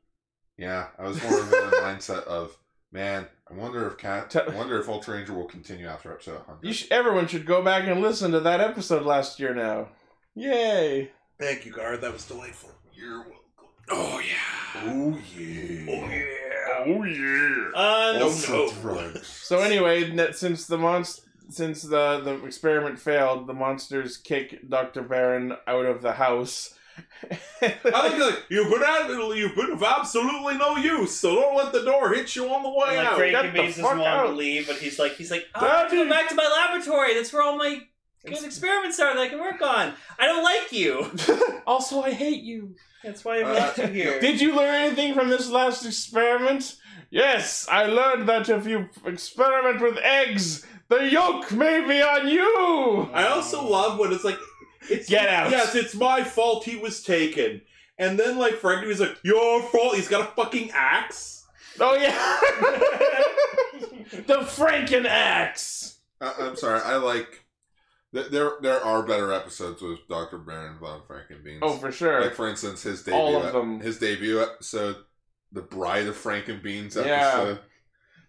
[SPEAKER 8] Yeah, I was more of
[SPEAKER 1] (laughs)
[SPEAKER 8] in the mindset of man. I wonder if cat. I wonder if Ultra Ranger will continue after episode 100.
[SPEAKER 1] You sh- everyone should go back and listen to that episode last year now. Yay!
[SPEAKER 5] Thank you, Gar. That was delightful. You're welcome.
[SPEAKER 2] Oh yeah.
[SPEAKER 8] oh yeah.
[SPEAKER 2] Oh yeah.
[SPEAKER 4] Um,
[SPEAKER 8] Also
[SPEAKER 5] no.
[SPEAKER 1] Oh,
[SPEAKER 8] drugs.
[SPEAKER 1] So anyway, net- since the monst- since the the experiment failed, the monsters kick Doctor Baron out of the house. (laughs)
[SPEAKER 5] I think like, you've been out, you've been of absolutely no use, so don't let the door hit you on the way
[SPEAKER 4] And, like
[SPEAKER 5] out.
[SPEAKER 4] Frank
[SPEAKER 1] get the
[SPEAKER 4] convinces
[SPEAKER 1] fuck
[SPEAKER 4] him
[SPEAKER 1] out.
[SPEAKER 4] on to leave, but he's like, he's like, oh, I'm
[SPEAKER 1] Daddy.
[SPEAKER 4] going back to my laboratory. That's where all my good experiments are that I can work on. I don't like you.
[SPEAKER 1] also, I hate you.
[SPEAKER 4] (laughs) That's why I
[SPEAKER 8] Uh,
[SPEAKER 4] (laughs) left you here.
[SPEAKER 1] Did you learn anything from this last experiment? Yes, I learned that if you experiment with eggs, the yolk may be on you.
[SPEAKER 5] I also love when it's like, it's,
[SPEAKER 1] Get out.
[SPEAKER 5] Yes, it's my fault he was taken. And then like Frank was like, your fault. He's got a fucking axe.
[SPEAKER 1] Oh yeah, (laughs) the Franken axe.
[SPEAKER 8] I, I'm sorry. I like. th- There, there are better episodes with Doctor Baron von Frankenbeans.
[SPEAKER 1] Oh, for sure.
[SPEAKER 8] Like for instance, his debut,
[SPEAKER 1] All of them.
[SPEAKER 8] his debut episode, the Bride of Frankenbeans episode.
[SPEAKER 1] Yeah.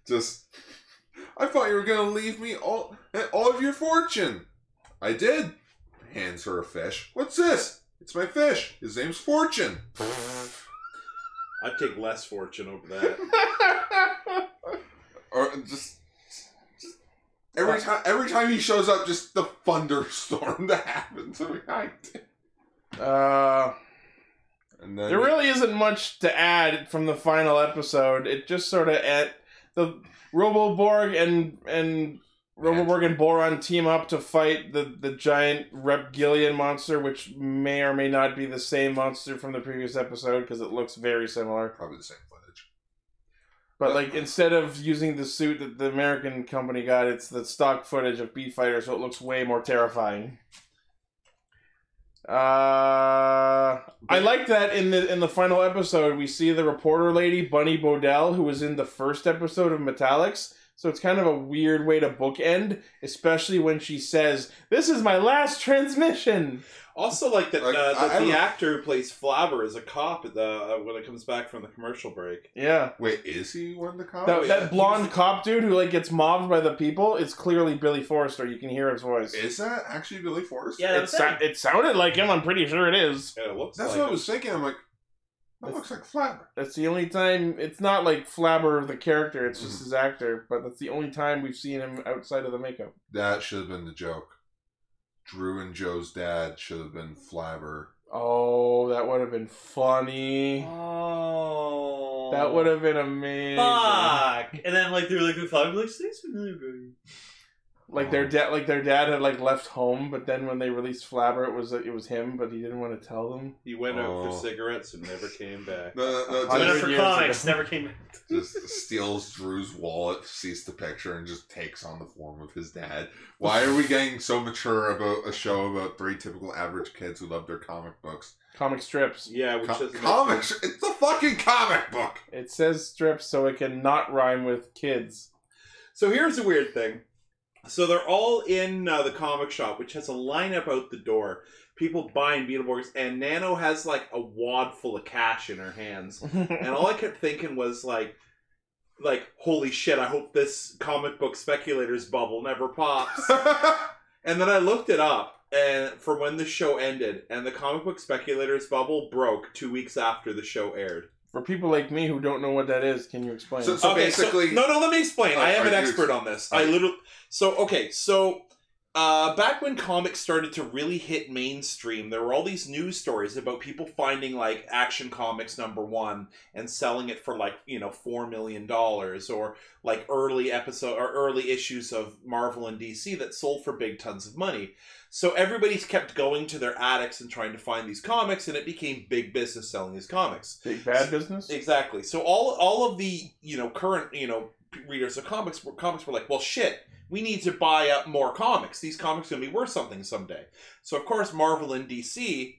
[SPEAKER 8] Just, I thought you were gonna leave me all all of your fortune. I did. Hands her a fish. What's this? It's my fish. His name's Fortune.
[SPEAKER 5] I'd take less fortune over that.
[SPEAKER 8] (laughs) Or just, just every time every time he shows up, just the thunderstorm (laughs) that happens. I mean,
[SPEAKER 1] (laughs)
[SPEAKER 8] I-
[SPEAKER 1] uh.
[SPEAKER 8] And then
[SPEAKER 1] There really isn't much to add from the final episode. It just sort of at the Roboborg and and Roboborg and Boron team up to fight the the giant reptilian monster, which may or may not be the same monster from the previous episode because it looks very similar.
[SPEAKER 8] probably the same footage.
[SPEAKER 1] But like instead of using the suit that the American company got, it's the stock footage of Beat Fighter, so it looks way more terrifying. Uh, I like that in the in the final episode we see the reporter lady Bunny Bodell, who was in the first episode of Metallics. So it's kind of a weird way to bookend, especially when she says, "This is my last transmission."
[SPEAKER 5] Also, like that,
[SPEAKER 8] Like,
[SPEAKER 5] uh,
[SPEAKER 8] I-
[SPEAKER 5] that
[SPEAKER 8] I
[SPEAKER 5] the
[SPEAKER 8] don't-
[SPEAKER 5] actor who plays Flabber is a cop at the, uh, when it comes back from the commercial break.
[SPEAKER 1] Yeah,
[SPEAKER 8] Wait, is he one of the cops?
[SPEAKER 4] Oh,
[SPEAKER 1] that,
[SPEAKER 5] yeah.
[SPEAKER 1] that blonde cop dude who like gets mobbed by the people is clearly Billy Forrester. You can hear his voice.
[SPEAKER 8] Is that actually Billy Forrest?
[SPEAKER 4] yeah, that
[SPEAKER 1] It,
[SPEAKER 4] was
[SPEAKER 1] sou-
[SPEAKER 4] it.
[SPEAKER 1] it sounded like him. I'm pretty sure it is.
[SPEAKER 5] And it looks
[SPEAKER 8] That's
[SPEAKER 5] like
[SPEAKER 8] what I
[SPEAKER 5] it.
[SPEAKER 8] was thinking. I'm like, that
[SPEAKER 1] That's-
[SPEAKER 8] looks like Flabber.
[SPEAKER 1] That's the only time. It's not like Flabber the character. It's just his actor. But that's the only time we've seen him outside of the makeup.
[SPEAKER 8] That should have been the joke. Drew and Joe's dad should have been Flabber.
[SPEAKER 1] Oh, that would have been funny.
[SPEAKER 4] Oh.
[SPEAKER 1] That would have been uh, amazing.
[SPEAKER 4] Fuck. And then like they were like, the father like, "This familiar, baby."
[SPEAKER 1] Like their dad, like their dad had like left home, but then when they released Flabber, it was it was him, but he didn't want to tell them.
[SPEAKER 5] He went out
[SPEAKER 8] Oh.
[SPEAKER 5] for cigarettes and never came back.
[SPEAKER 8] No, no,
[SPEAKER 1] I
[SPEAKER 4] Went
[SPEAKER 8] no.
[SPEAKER 4] up
[SPEAKER 1] Hundred
[SPEAKER 8] Just,
[SPEAKER 4] for
[SPEAKER 1] years
[SPEAKER 4] comics,
[SPEAKER 1] ago.
[SPEAKER 4] never came. back.
[SPEAKER 8] just steals Drew's wallet, sees the picture, and just takes on the form of his dad. Why are we getting so mature about a show about three typical average kids who love their comic books?
[SPEAKER 1] Comic strips.
[SPEAKER 5] Yeah, which
[SPEAKER 8] Co-
[SPEAKER 5] is
[SPEAKER 8] comics! It's a fucking comic book!
[SPEAKER 1] It says strips, so it can not rhyme with kids.
[SPEAKER 5] So here's a weird thing. So they're all in uh, the comic shop, which has a lineup out the door. People buying Beetleborgs, and Nano has like a wad full of cash in her hands. And all I kept thinking was like, like holy shit! I hope this comic book speculators bubble never pops. and then I looked it up, and for when the show ended, and the comic book speculators bubble broke two weeks after the show aired.
[SPEAKER 1] For people like me who don't know what that is, can you explain?
[SPEAKER 8] So- so- basically-
[SPEAKER 5] no, no. Let me explain.
[SPEAKER 8] Oh,
[SPEAKER 5] I am
[SPEAKER 8] are
[SPEAKER 5] an
[SPEAKER 8] you-
[SPEAKER 5] expert on this. I literally. So okay, so uh, back when comics started to really hit mainstream, there were all these news stories about people finding like Action Comics number one and selling it for like you know four million dollars, or like early episode or early issues of Marvel and DC that sold for big tons of money. So everybody's kept going to their attics and trying to find these comics, and it became big business selling these comics.
[SPEAKER 1] Big bad business.
[SPEAKER 8] e-,
[SPEAKER 5] Exactly. So all all of the you know current you know readers of comics were comics were like, well, shit, we need to buy up more comics. These comics are gonna be worth something someday. So of course, Marvel and DC,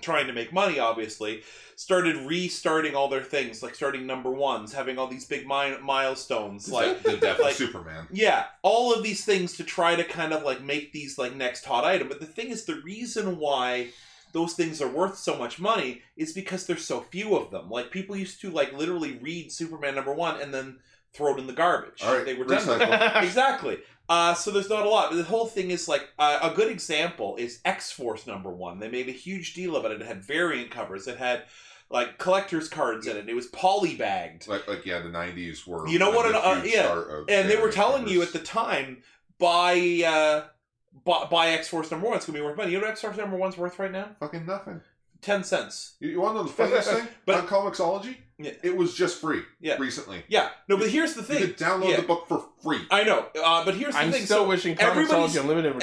[SPEAKER 5] trying to make money, obviously, started restarting all their things, like starting number ones, having all these big mi- milestones,
[SPEAKER 8] It's
[SPEAKER 5] like
[SPEAKER 8] like the death
[SPEAKER 5] like-
[SPEAKER 8] of Superman.
[SPEAKER 5] yeah, all of these things to try to kind of like make these like next hot item. But the thing is, the reason why those things are worth so much money is because there's so few of them. Like people used to like literally read Superman number one and then throw it in the garbage.
[SPEAKER 8] All right,
[SPEAKER 5] they were done with it (laughs)
[SPEAKER 8] recycle.
[SPEAKER 5] exactly. Uh, so there's not a lot. The whole thing is like uh, a good example is X Force number one. They made a huge deal of it. It had variant covers. It had like collector's cards in it. It was poly bagged,
[SPEAKER 8] Like, like yeah, the '90s were.
[SPEAKER 5] You know what
[SPEAKER 8] kind of
[SPEAKER 5] an- uh,
[SPEAKER 8] the huge
[SPEAKER 5] yeah,
[SPEAKER 8] start of
[SPEAKER 5] and they were
[SPEAKER 8] variant
[SPEAKER 5] telling you at
[SPEAKER 8] covers.
[SPEAKER 5] the time buy uh, buy, buy X Force number one. It's gonna be worth money. You know what X Force number one's worth right now?
[SPEAKER 8] fucking nothing.
[SPEAKER 5] Ten cents.
[SPEAKER 8] You, you want
[SPEAKER 5] (laughs)
[SPEAKER 8] to know the funniest thing
[SPEAKER 5] But-
[SPEAKER 8] on Comixology?
[SPEAKER 5] Yeah.
[SPEAKER 8] It was just free
[SPEAKER 5] Yeah.
[SPEAKER 8] recently.
[SPEAKER 5] Yeah. No, but here's the thing.
[SPEAKER 8] You could download
[SPEAKER 5] yeah.
[SPEAKER 8] the book for free.
[SPEAKER 5] I know, uh, but here's the
[SPEAKER 1] I'm
[SPEAKER 5] thing.
[SPEAKER 1] still
[SPEAKER 5] so
[SPEAKER 1] wishing
[SPEAKER 5] everybody's-
[SPEAKER 1] Comixology Unlimited would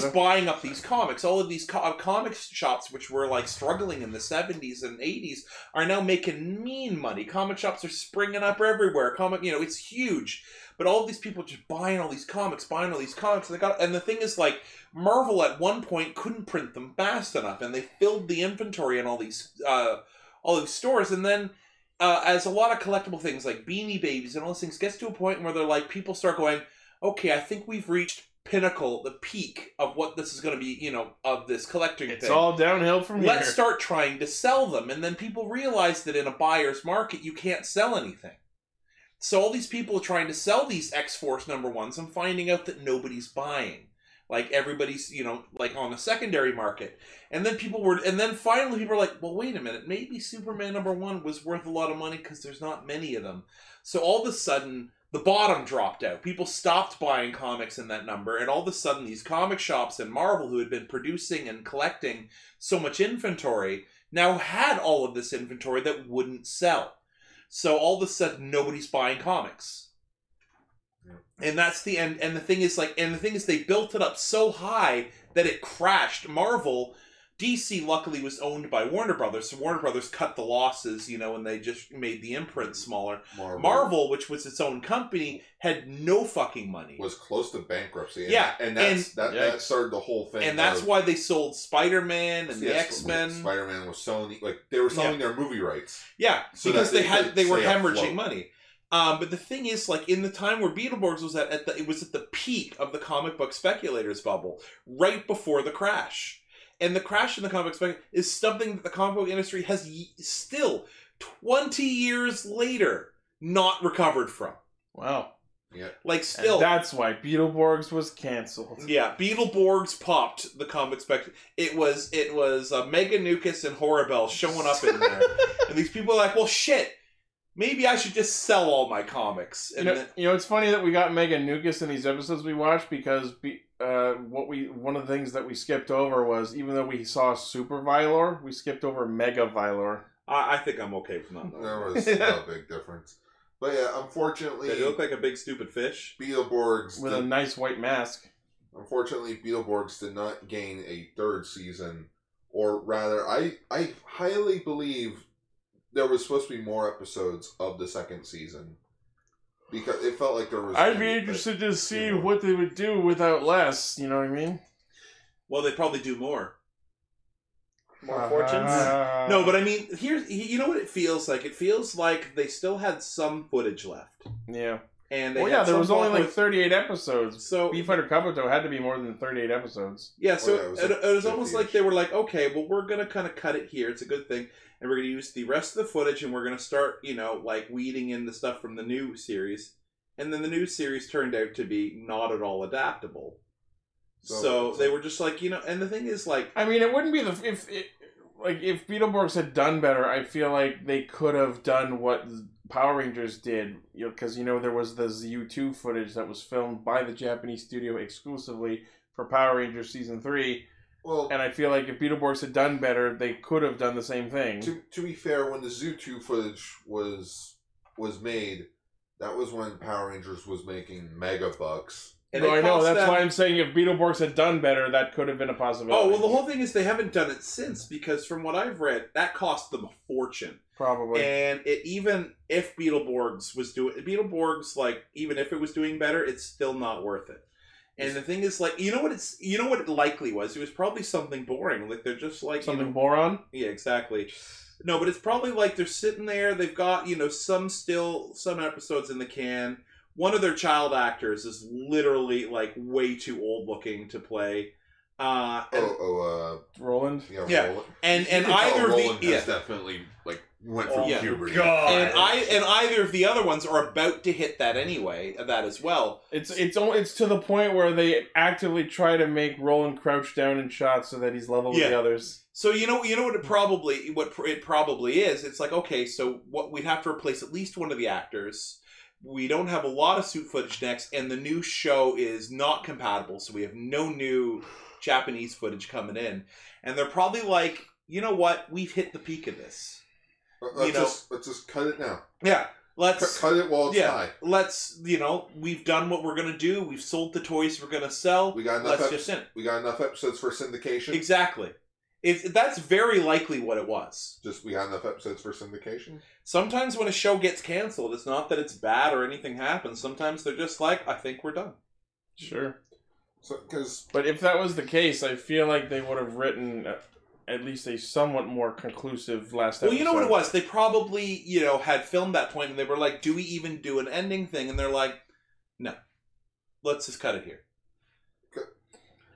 [SPEAKER 1] come to Canada.
[SPEAKER 5] buying up these comics. All of these co- comics shops, which were like struggling in the seventies and eighties, are now making mean money. Comic shops are springing up everywhere. Comic, you know, it's huge. But all these people just buying all these comics, buying all these comics, and they got. And the thing is, like Marvel at one point couldn't print them fast enough, and they filled the inventory in all these uh, all these stores, and then. Uh, as a lot of collectible things like Beanie Babies and all those things gets to a point where they're like people start going, okay, I think we've reached pinnacle, the peak of what this is going to be, you know, of this collecting
[SPEAKER 1] It's
[SPEAKER 5] thing.
[SPEAKER 1] all downhill from
[SPEAKER 5] Let's
[SPEAKER 1] here.
[SPEAKER 5] start trying to sell them, and then people realize that in a buyer's market, you can't sell anything. So all these people are trying to sell these X Force number ones, and finding out that nobody's buying. Like everybody's, you know, like on the secondary market, and then people were, and then finally people were like, well, wait a minute, maybe Superman number one was worth a lot of money because there's not many of them. So all of a sudden, the bottom dropped out. People stopped buying comics in that number, and all of a sudden, these comic shops and Marvel, who had been producing and collecting so much inventory, now had all of this inventory that wouldn't sell. So all of a sudden, nobody's buying comics. And that's the end. And the thing is, like, and the thing is, they built it up so high that it crashed. Marvel, DC, luckily was owned by Warner Brothers. So Warner Brothers cut the losses, you know, and they just made the imprint smaller.
[SPEAKER 8] Marvel,
[SPEAKER 5] Uh, Marvel, which was its own company, had no fucking money.
[SPEAKER 8] was close to bankruptcy. And
[SPEAKER 5] Yeah,
[SPEAKER 8] and that's, that that
[SPEAKER 1] Yikes.
[SPEAKER 8] started the whole thing.
[SPEAKER 5] and that's
[SPEAKER 8] of-
[SPEAKER 5] why they sold Spider Man and the
[SPEAKER 8] Yes,
[SPEAKER 5] X Men.
[SPEAKER 8] Spider Man was Sony. Like they were selling their movie rights.
[SPEAKER 5] Yeah,
[SPEAKER 8] So
[SPEAKER 5] because
[SPEAKER 8] that
[SPEAKER 5] they
[SPEAKER 8] they
[SPEAKER 5] had
[SPEAKER 8] could
[SPEAKER 5] they were
[SPEAKER 8] stay
[SPEAKER 5] hemorrhaging
[SPEAKER 8] afloat.
[SPEAKER 5] money. Um, but the thing is, like in the time where Beetleborgs was at, at the, it was at the peak of the comic book speculators bubble, right before the crash. And the crash in the comic spec is something that the comic book industry has y- still twenty years later not recovered from.
[SPEAKER 1] Wow.
[SPEAKER 5] Like
[SPEAKER 1] And
[SPEAKER 5] still,
[SPEAKER 1] that's why Beetleborgs was canceled.
[SPEAKER 5] Yeah, Beetleborgs popped the comic spec. It was it was uh, Mega Nucus and Horabelle showing up
[SPEAKER 1] (laughs)
[SPEAKER 5] in there, and these people are like, "Well, shit, maybe I should just sell all my comics."
[SPEAKER 1] You
[SPEAKER 5] And
[SPEAKER 1] know,
[SPEAKER 5] then,
[SPEAKER 1] you know, it's funny that we got Megan Nukas in these episodes we watched because be, uh, what we one of the things that we skipped over was even though we saw Super Vilor, we skipped over Mega Vilor.
[SPEAKER 5] I, I think I'm okay with not. knowing.
[SPEAKER 8] There
[SPEAKER 5] (laughs)
[SPEAKER 8] was no big difference. But yeah,
[SPEAKER 5] Did it
[SPEAKER 8] unfortunately,
[SPEAKER 5] look like a big stupid fish?
[SPEAKER 8] Beetleborgs.
[SPEAKER 1] with a
[SPEAKER 8] did-
[SPEAKER 1] nice white mask.
[SPEAKER 8] Unfortunately, Beetleborgs did not gain a third season, or rather, I I highly believe there was supposed to be more episodes of the second season because it felt like there was.
[SPEAKER 1] I'd be interested to see what they would do without less. You know what I mean?
[SPEAKER 5] Well, they probably do more.
[SPEAKER 4] More fortunes.
[SPEAKER 1] Uh,
[SPEAKER 5] no, but I mean, here's you know what it feels like. It feels like they still had some footage left,
[SPEAKER 1] yeah.
[SPEAKER 5] and they
[SPEAKER 1] Well,
[SPEAKER 5] had
[SPEAKER 1] yeah, there
[SPEAKER 5] some
[SPEAKER 1] was only
[SPEAKER 5] fun
[SPEAKER 1] like
[SPEAKER 5] with-
[SPEAKER 1] 38 episodes.
[SPEAKER 5] so
[SPEAKER 1] Beefheater Kabuto had to be more than 38 episodes.
[SPEAKER 5] Yeah, so
[SPEAKER 8] Oh, yeah, it was
[SPEAKER 5] it,
[SPEAKER 8] like
[SPEAKER 5] it was almost
[SPEAKER 8] 50-ish.
[SPEAKER 5] like they were like, okay, well, we're gonna kind of cut it here. It's a good thing, and we're gonna use the rest of the footage, and we're gonna start, you know, like weeding in the stuff from the new series. And then the new series turned out to be not at all adaptable. So,
[SPEAKER 8] So-
[SPEAKER 5] they were just like, you know, and the thing is, like,
[SPEAKER 1] I mean, it wouldn't be the if it, like if Beetleborgs had done better. I feel like they could have done what Power Rangers did, you know, because you know there was the U two footage that was filmed by the Japanese studio exclusively for Power Rangers season three,
[SPEAKER 8] Well,
[SPEAKER 1] and I feel like if Beetleborgs had done better, they could have done the same thing.
[SPEAKER 8] to to be fair, when the Zoo Two footage was was made, that was when Power Rangers was making mega bucks.
[SPEAKER 5] and
[SPEAKER 1] no,
[SPEAKER 5] it
[SPEAKER 1] I know
[SPEAKER 5] cost
[SPEAKER 1] that's
[SPEAKER 5] them-
[SPEAKER 1] why I'm saying if Beetleborgs had done better, that could have been a possibility.
[SPEAKER 5] Oh well, the whole thing is they haven't done it since because from what I've read, that cost them a fortune.
[SPEAKER 1] probably.
[SPEAKER 5] And it even if Beetleborgs was doing Beetleborgs, like even if it was doing better, it's still not worth it. And the thing is, like, you know what it's you know what it likely was. It was probably something boring. Like they're just like you
[SPEAKER 1] Something
[SPEAKER 5] know-
[SPEAKER 1] boron.
[SPEAKER 5] yeah, exactly. No, but it's probably like they're sitting there. They've got you know some still some episodes in the can. One of their child actors is literally like way too old looking to play. Uh, and,
[SPEAKER 8] Oh, oh,
[SPEAKER 1] Roland.
[SPEAKER 8] uh, yeah,
[SPEAKER 5] Yeah.
[SPEAKER 8] Roland.
[SPEAKER 5] and,
[SPEAKER 8] You
[SPEAKER 5] and
[SPEAKER 8] can tell
[SPEAKER 5] either of
[SPEAKER 8] Roland
[SPEAKER 5] the yeah.
[SPEAKER 8] has definitely like went from
[SPEAKER 5] Oh, yeah.
[SPEAKER 8] puberty.
[SPEAKER 5] and I and either of the other ones are about to hit that anyway, that as well.
[SPEAKER 1] It's it's al- it's to the point where they actively try to make Roland crouch down in shots so that he's level with
[SPEAKER 5] Yeah.
[SPEAKER 1] the others.
[SPEAKER 5] So you know you know what it probably what pr- it probably is. It's like okay, so what we'd have to replace at least one of the actors. We don't have a lot of suit footage next, and the new show is not compatible, so we have no new Japanese footage coming in. And they're probably like, you know what, we've hit the peak of this.
[SPEAKER 8] Let-
[SPEAKER 5] you
[SPEAKER 8] Let's
[SPEAKER 5] know-
[SPEAKER 8] just let's just cut it now.
[SPEAKER 5] Yeah,
[SPEAKER 8] Cut,
[SPEAKER 5] let's
[SPEAKER 8] cut it while it's
[SPEAKER 5] yeah.
[SPEAKER 8] high.
[SPEAKER 5] let's you know we've done what we're gonna do. We've sold the toys we're gonna sell.
[SPEAKER 8] We got enough.
[SPEAKER 5] Let's
[SPEAKER 8] Ep-
[SPEAKER 5] just in
[SPEAKER 8] we got enough episodes for syndication.
[SPEAKER 5] exactly. It's that's very likely what it was.
[SPEAKER 8] just we got enough episodes for syndication.
[SPEAKER 5] Sometimes when a show gets canceled, it's not that it's bad or anything happens. Sometimes they're just like, I think we're done.
[SPEAKER 1] Sure.
[SPEAKER 8] So because
[SPEAKER 1] But if that was the case, I feel like they would have written uh, at least a somewhat more conclusive last
[SPEAKER 5] Well,
[SPEAKER 1] episode.
[SPEAKER 5] you know what it was? They probably, you know, had filmed that point and they were like, do we even do an ending thing? And they're like, no. Let's just cut it here.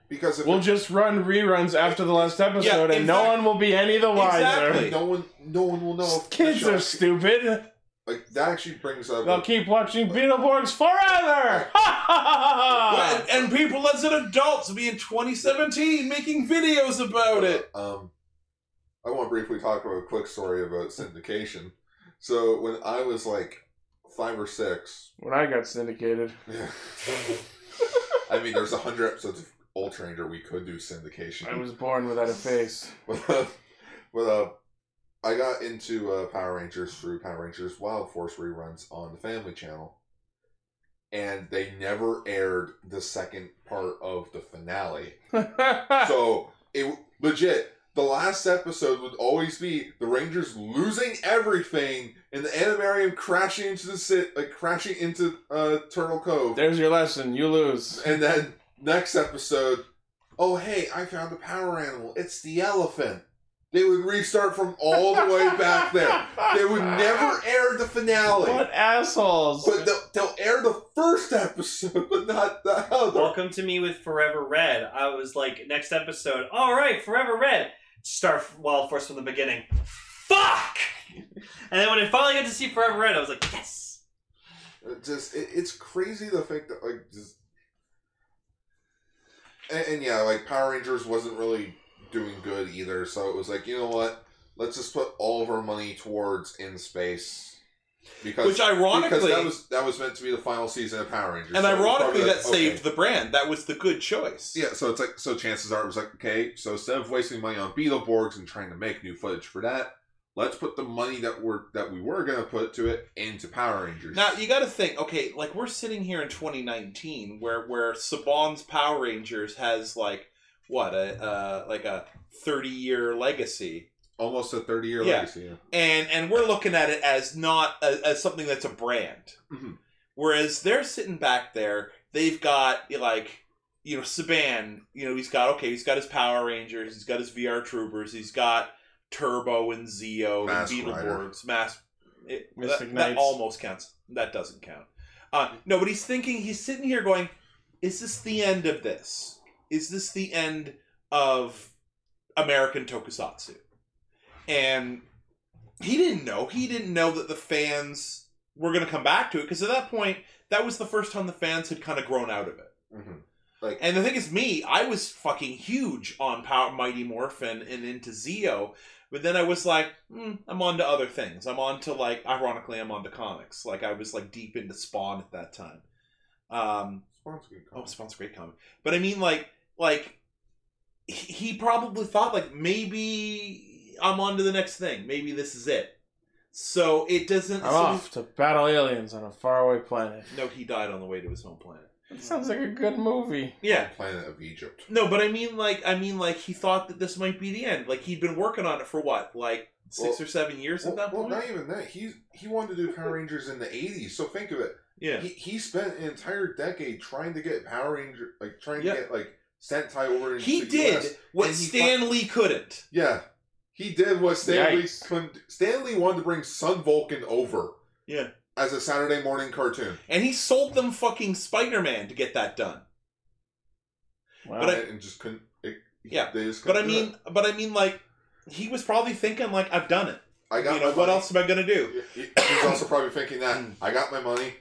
[SPEAKER 8] because if
[SPEAKER 1] We'll
[SPEAKER 8] it-
[SPEAKER 1] just run reruns after the last episode,
[SPEAKER 5] Yeah,
[SPEAKER 1] and no
[SPEAKER 5] exact-
[SPEAKER 1] one will be any the wiser.
[SPEAKER 5] Exactly.
[SPEAKER 8] no one no one will know. if the
[SPEAKER 1] Kids
[SPEAKER 8] show-
[SPEAKER 1] are stupid.
[SPEAKER 8] like that. Actually brings up
[SPEAKER 1] They'll keep watching Beetleborgs forever. (laughs) Ha ha ha ha!
[SPEAKER 8] Ah.
[SPEAKER 5] Well, and, and people as an adults be in 2017 making videos about it.
[SPEAKER 8] Um, I want to briefly talk about a quick story about syndication. So when I was like five or six, (laughs)
[SPEAKER 1] When I got syndicated,
[SPEAKER 8] I mean, there's a hundred episodes of Old Ranger we could do syndication.
[SPEAKER 1] I was born without a face.
[SPEAKER 8] (laughs)
[SPEAKER 1] (laughs)
[SPEAKER 8] but uh, but, uh, I got into uh, Power Rangers through Power Rangers Wild Force reruns on the Family Channel, and they never aired the second part of the finale. so it legit. The last episode would always be the Rangers losing everything and the Animarium crashing into the sit, like crashing into uh, Turtle Cove.
[SPEAKER 1] There's your lesson. You lose.
[SPEAKER 8] And then next episode, oh hey, I found the power animal. It's the elephant. They would restart from (laughs) all the way back there. They would never air the finale.
[SPEAKER 1] What assholes?
[SPEAKER 8] But they'll, they'll air the first episode, but not the other.
[SPEAKER 4] Welcome to me with Forever Red. I was like, next episode, all right, Forever Red. Start Wild Force from the beginning. Fuck! And then when I finally got to see Forever Red, I was like, yes!
[SPEAKER 8] It Just it, it's crazy the fact that like just and, and yeah, like Power Rangers wasn't really doing good either. So it was like you know what, let's just put all of our money towards in space because
[SPEAKER 5] Which ironically.
[SPEAKER 8] because that was that was meant to be the final season of Power Rangers.
[SPEAKER 5] and
[SPEAKER 8] so it was
[SPEAKER 5] ironically,
[SPEAKER 8] probably
[SPEAKER 5] that
[SPEAKER 8] like,
[SPEAKER 5] saved
[SPEAKER 8] okay.
[SPEAKER 5] the brand. That was the good choice.
[SPEAKER 8] Yeah, so it's like so. Chances are it was like okay, so instead of wasting money on Beetleborgs and trying to make new footage for that, let's put the money that we're that we were gonna put to it into Power Rangers.
[SPEAKER 5] Now you got to think. Okay, like we're sitting here in 2019, where where Saban's Power Rangers has like what a uh, like a 30 year legacy,
[SPEAKER 8] almost a thirty year
[SPEAKER 5] Yeah.
[SPEAKER 8] legacy. yeah.
[SPEAKER 5] and and we're looking at it as not a, as something that's a brand.
[SPEAKER 8] Mhm.
[SPEAKER 5] Whereas they're sitting back there, they've got like you know Saban. You know he's got okay, he's got his Power Rangers, he's got his VR Troopers, he's got Turbo and Zeo
[SPEAKER 8] Mask
[SPEAKER 5] and
[SPEAKER 8] Rider.
[SPEAKER 5] Beetleborgs, Mass. It,
[SPEAKER 1] Mystic
[SPEAKER 5] that, that
[SPEAKER 1] Knights.
[SPEAKER 5] almost counts. That doesn't count. Uh, no, but he's thinking. He's sitting here going, "Is this the end of this? Is this the end of American Tokusatsu?" And he didn't know. He didn't know that the fans were going to come back to it because at that point, that was the first time the fans had kind of grown out of it.
[SPEAKER 8] Mhm. Like
[SPEAKER 5] And the thing is, me, I was fucking huge on Power Mighty Morphin and into Zeo, but then I was like, mm, I'm on to other things. I'm on to like, ironically, I'm on to comics. Like I was like deep into Spawn at that time. Um,
[SPEAKER 8] Spawn's a good
[SPEAKER 5] Oh,
[SPEAKER 8] call.
[SPEAKER 5] Spawn's a great comic. But I mean, like, like he he probably thought like maybe I'm on to the next thing. Maybe this is it. So it doesn't.
[SPEAKER 1] I'm
[SPEAKER 5] so-
[SPEAKER 1] off to battle aliens on a faraway planet.
[SPEAKER 5] No, he died on the way to his home planet.
[SPEAKER 1] That sounds like a good movie.
[SPEAKER 5] Yeah.
[SPEAKER 8] Planet of Egypt.
[SPEAKER 5] No, but I mean, like, I mean, like, he thought that this might be the end. Like, he'd been working on it for what, like, six
[SPEAKER 8] Well-
[SPEAKER 5] or seven years
[SPEAKER 8] Well,
[SPEAKER 5] at that
[SPEAKER 8] well,
[SPEAKER 5] point.
[SPEAKER 8] not even that. He's he wanted to do Power Rangers in the eighties. So think of it.
[SPEAKER 5] yeah.
[SPEAKER 8] He, he spent an entire decade trying to get Power Ranger, like trying
[SPEAKER 5] Yeah.
[SPEAKER 8] to get like Sentai over. into
[SPEAKER 5] He
[SPEAKER 8] the
[SPEAKER 5] did
[SPEAKER 8] US.
[SPEAKER 5] what
[SPEAKER 8] and he
[SPEAKER 5] Stan Lee couldn't.
[SPEAKER 8] Yeah, he did what Stanley
[SPEAKER 1] Yikes.
[SPEAKER 8] couldn't. Stanley wanted to bring Sun Vulcan over.
[SPEAKER 5] Yeah.
[SPEAKER 8] as a Saturday morning cartoon,
[SPEAKER 5] And he sold them fucking Spider Man to get that done.
[SPEAKER 1] Wow.
[SPEAKER 5] But I-
[SPEAKER 8] and, and just couldn't. It
[SPEAKER 5] Yeah,
[SPEAKER 8] They just
[SPEAKER 5] But I
[SPEAKER 8] couldn't do
[SPEAKER 5] mean, but I mean, like he was probably thinking, like I've done it.
[SPEAKER 8] it. I got
[SPEAKER 5] You know
[SPEAKER 8] my
[SPEAKER 5] what
[SPEAKER 8] money.
[SPEAKER 5] else am I gonna do?
[SPEAKER 8] He- He's also probably
[SPEAKER 5] (clears throat)
[SPEAKER 8] thinking that I got my money.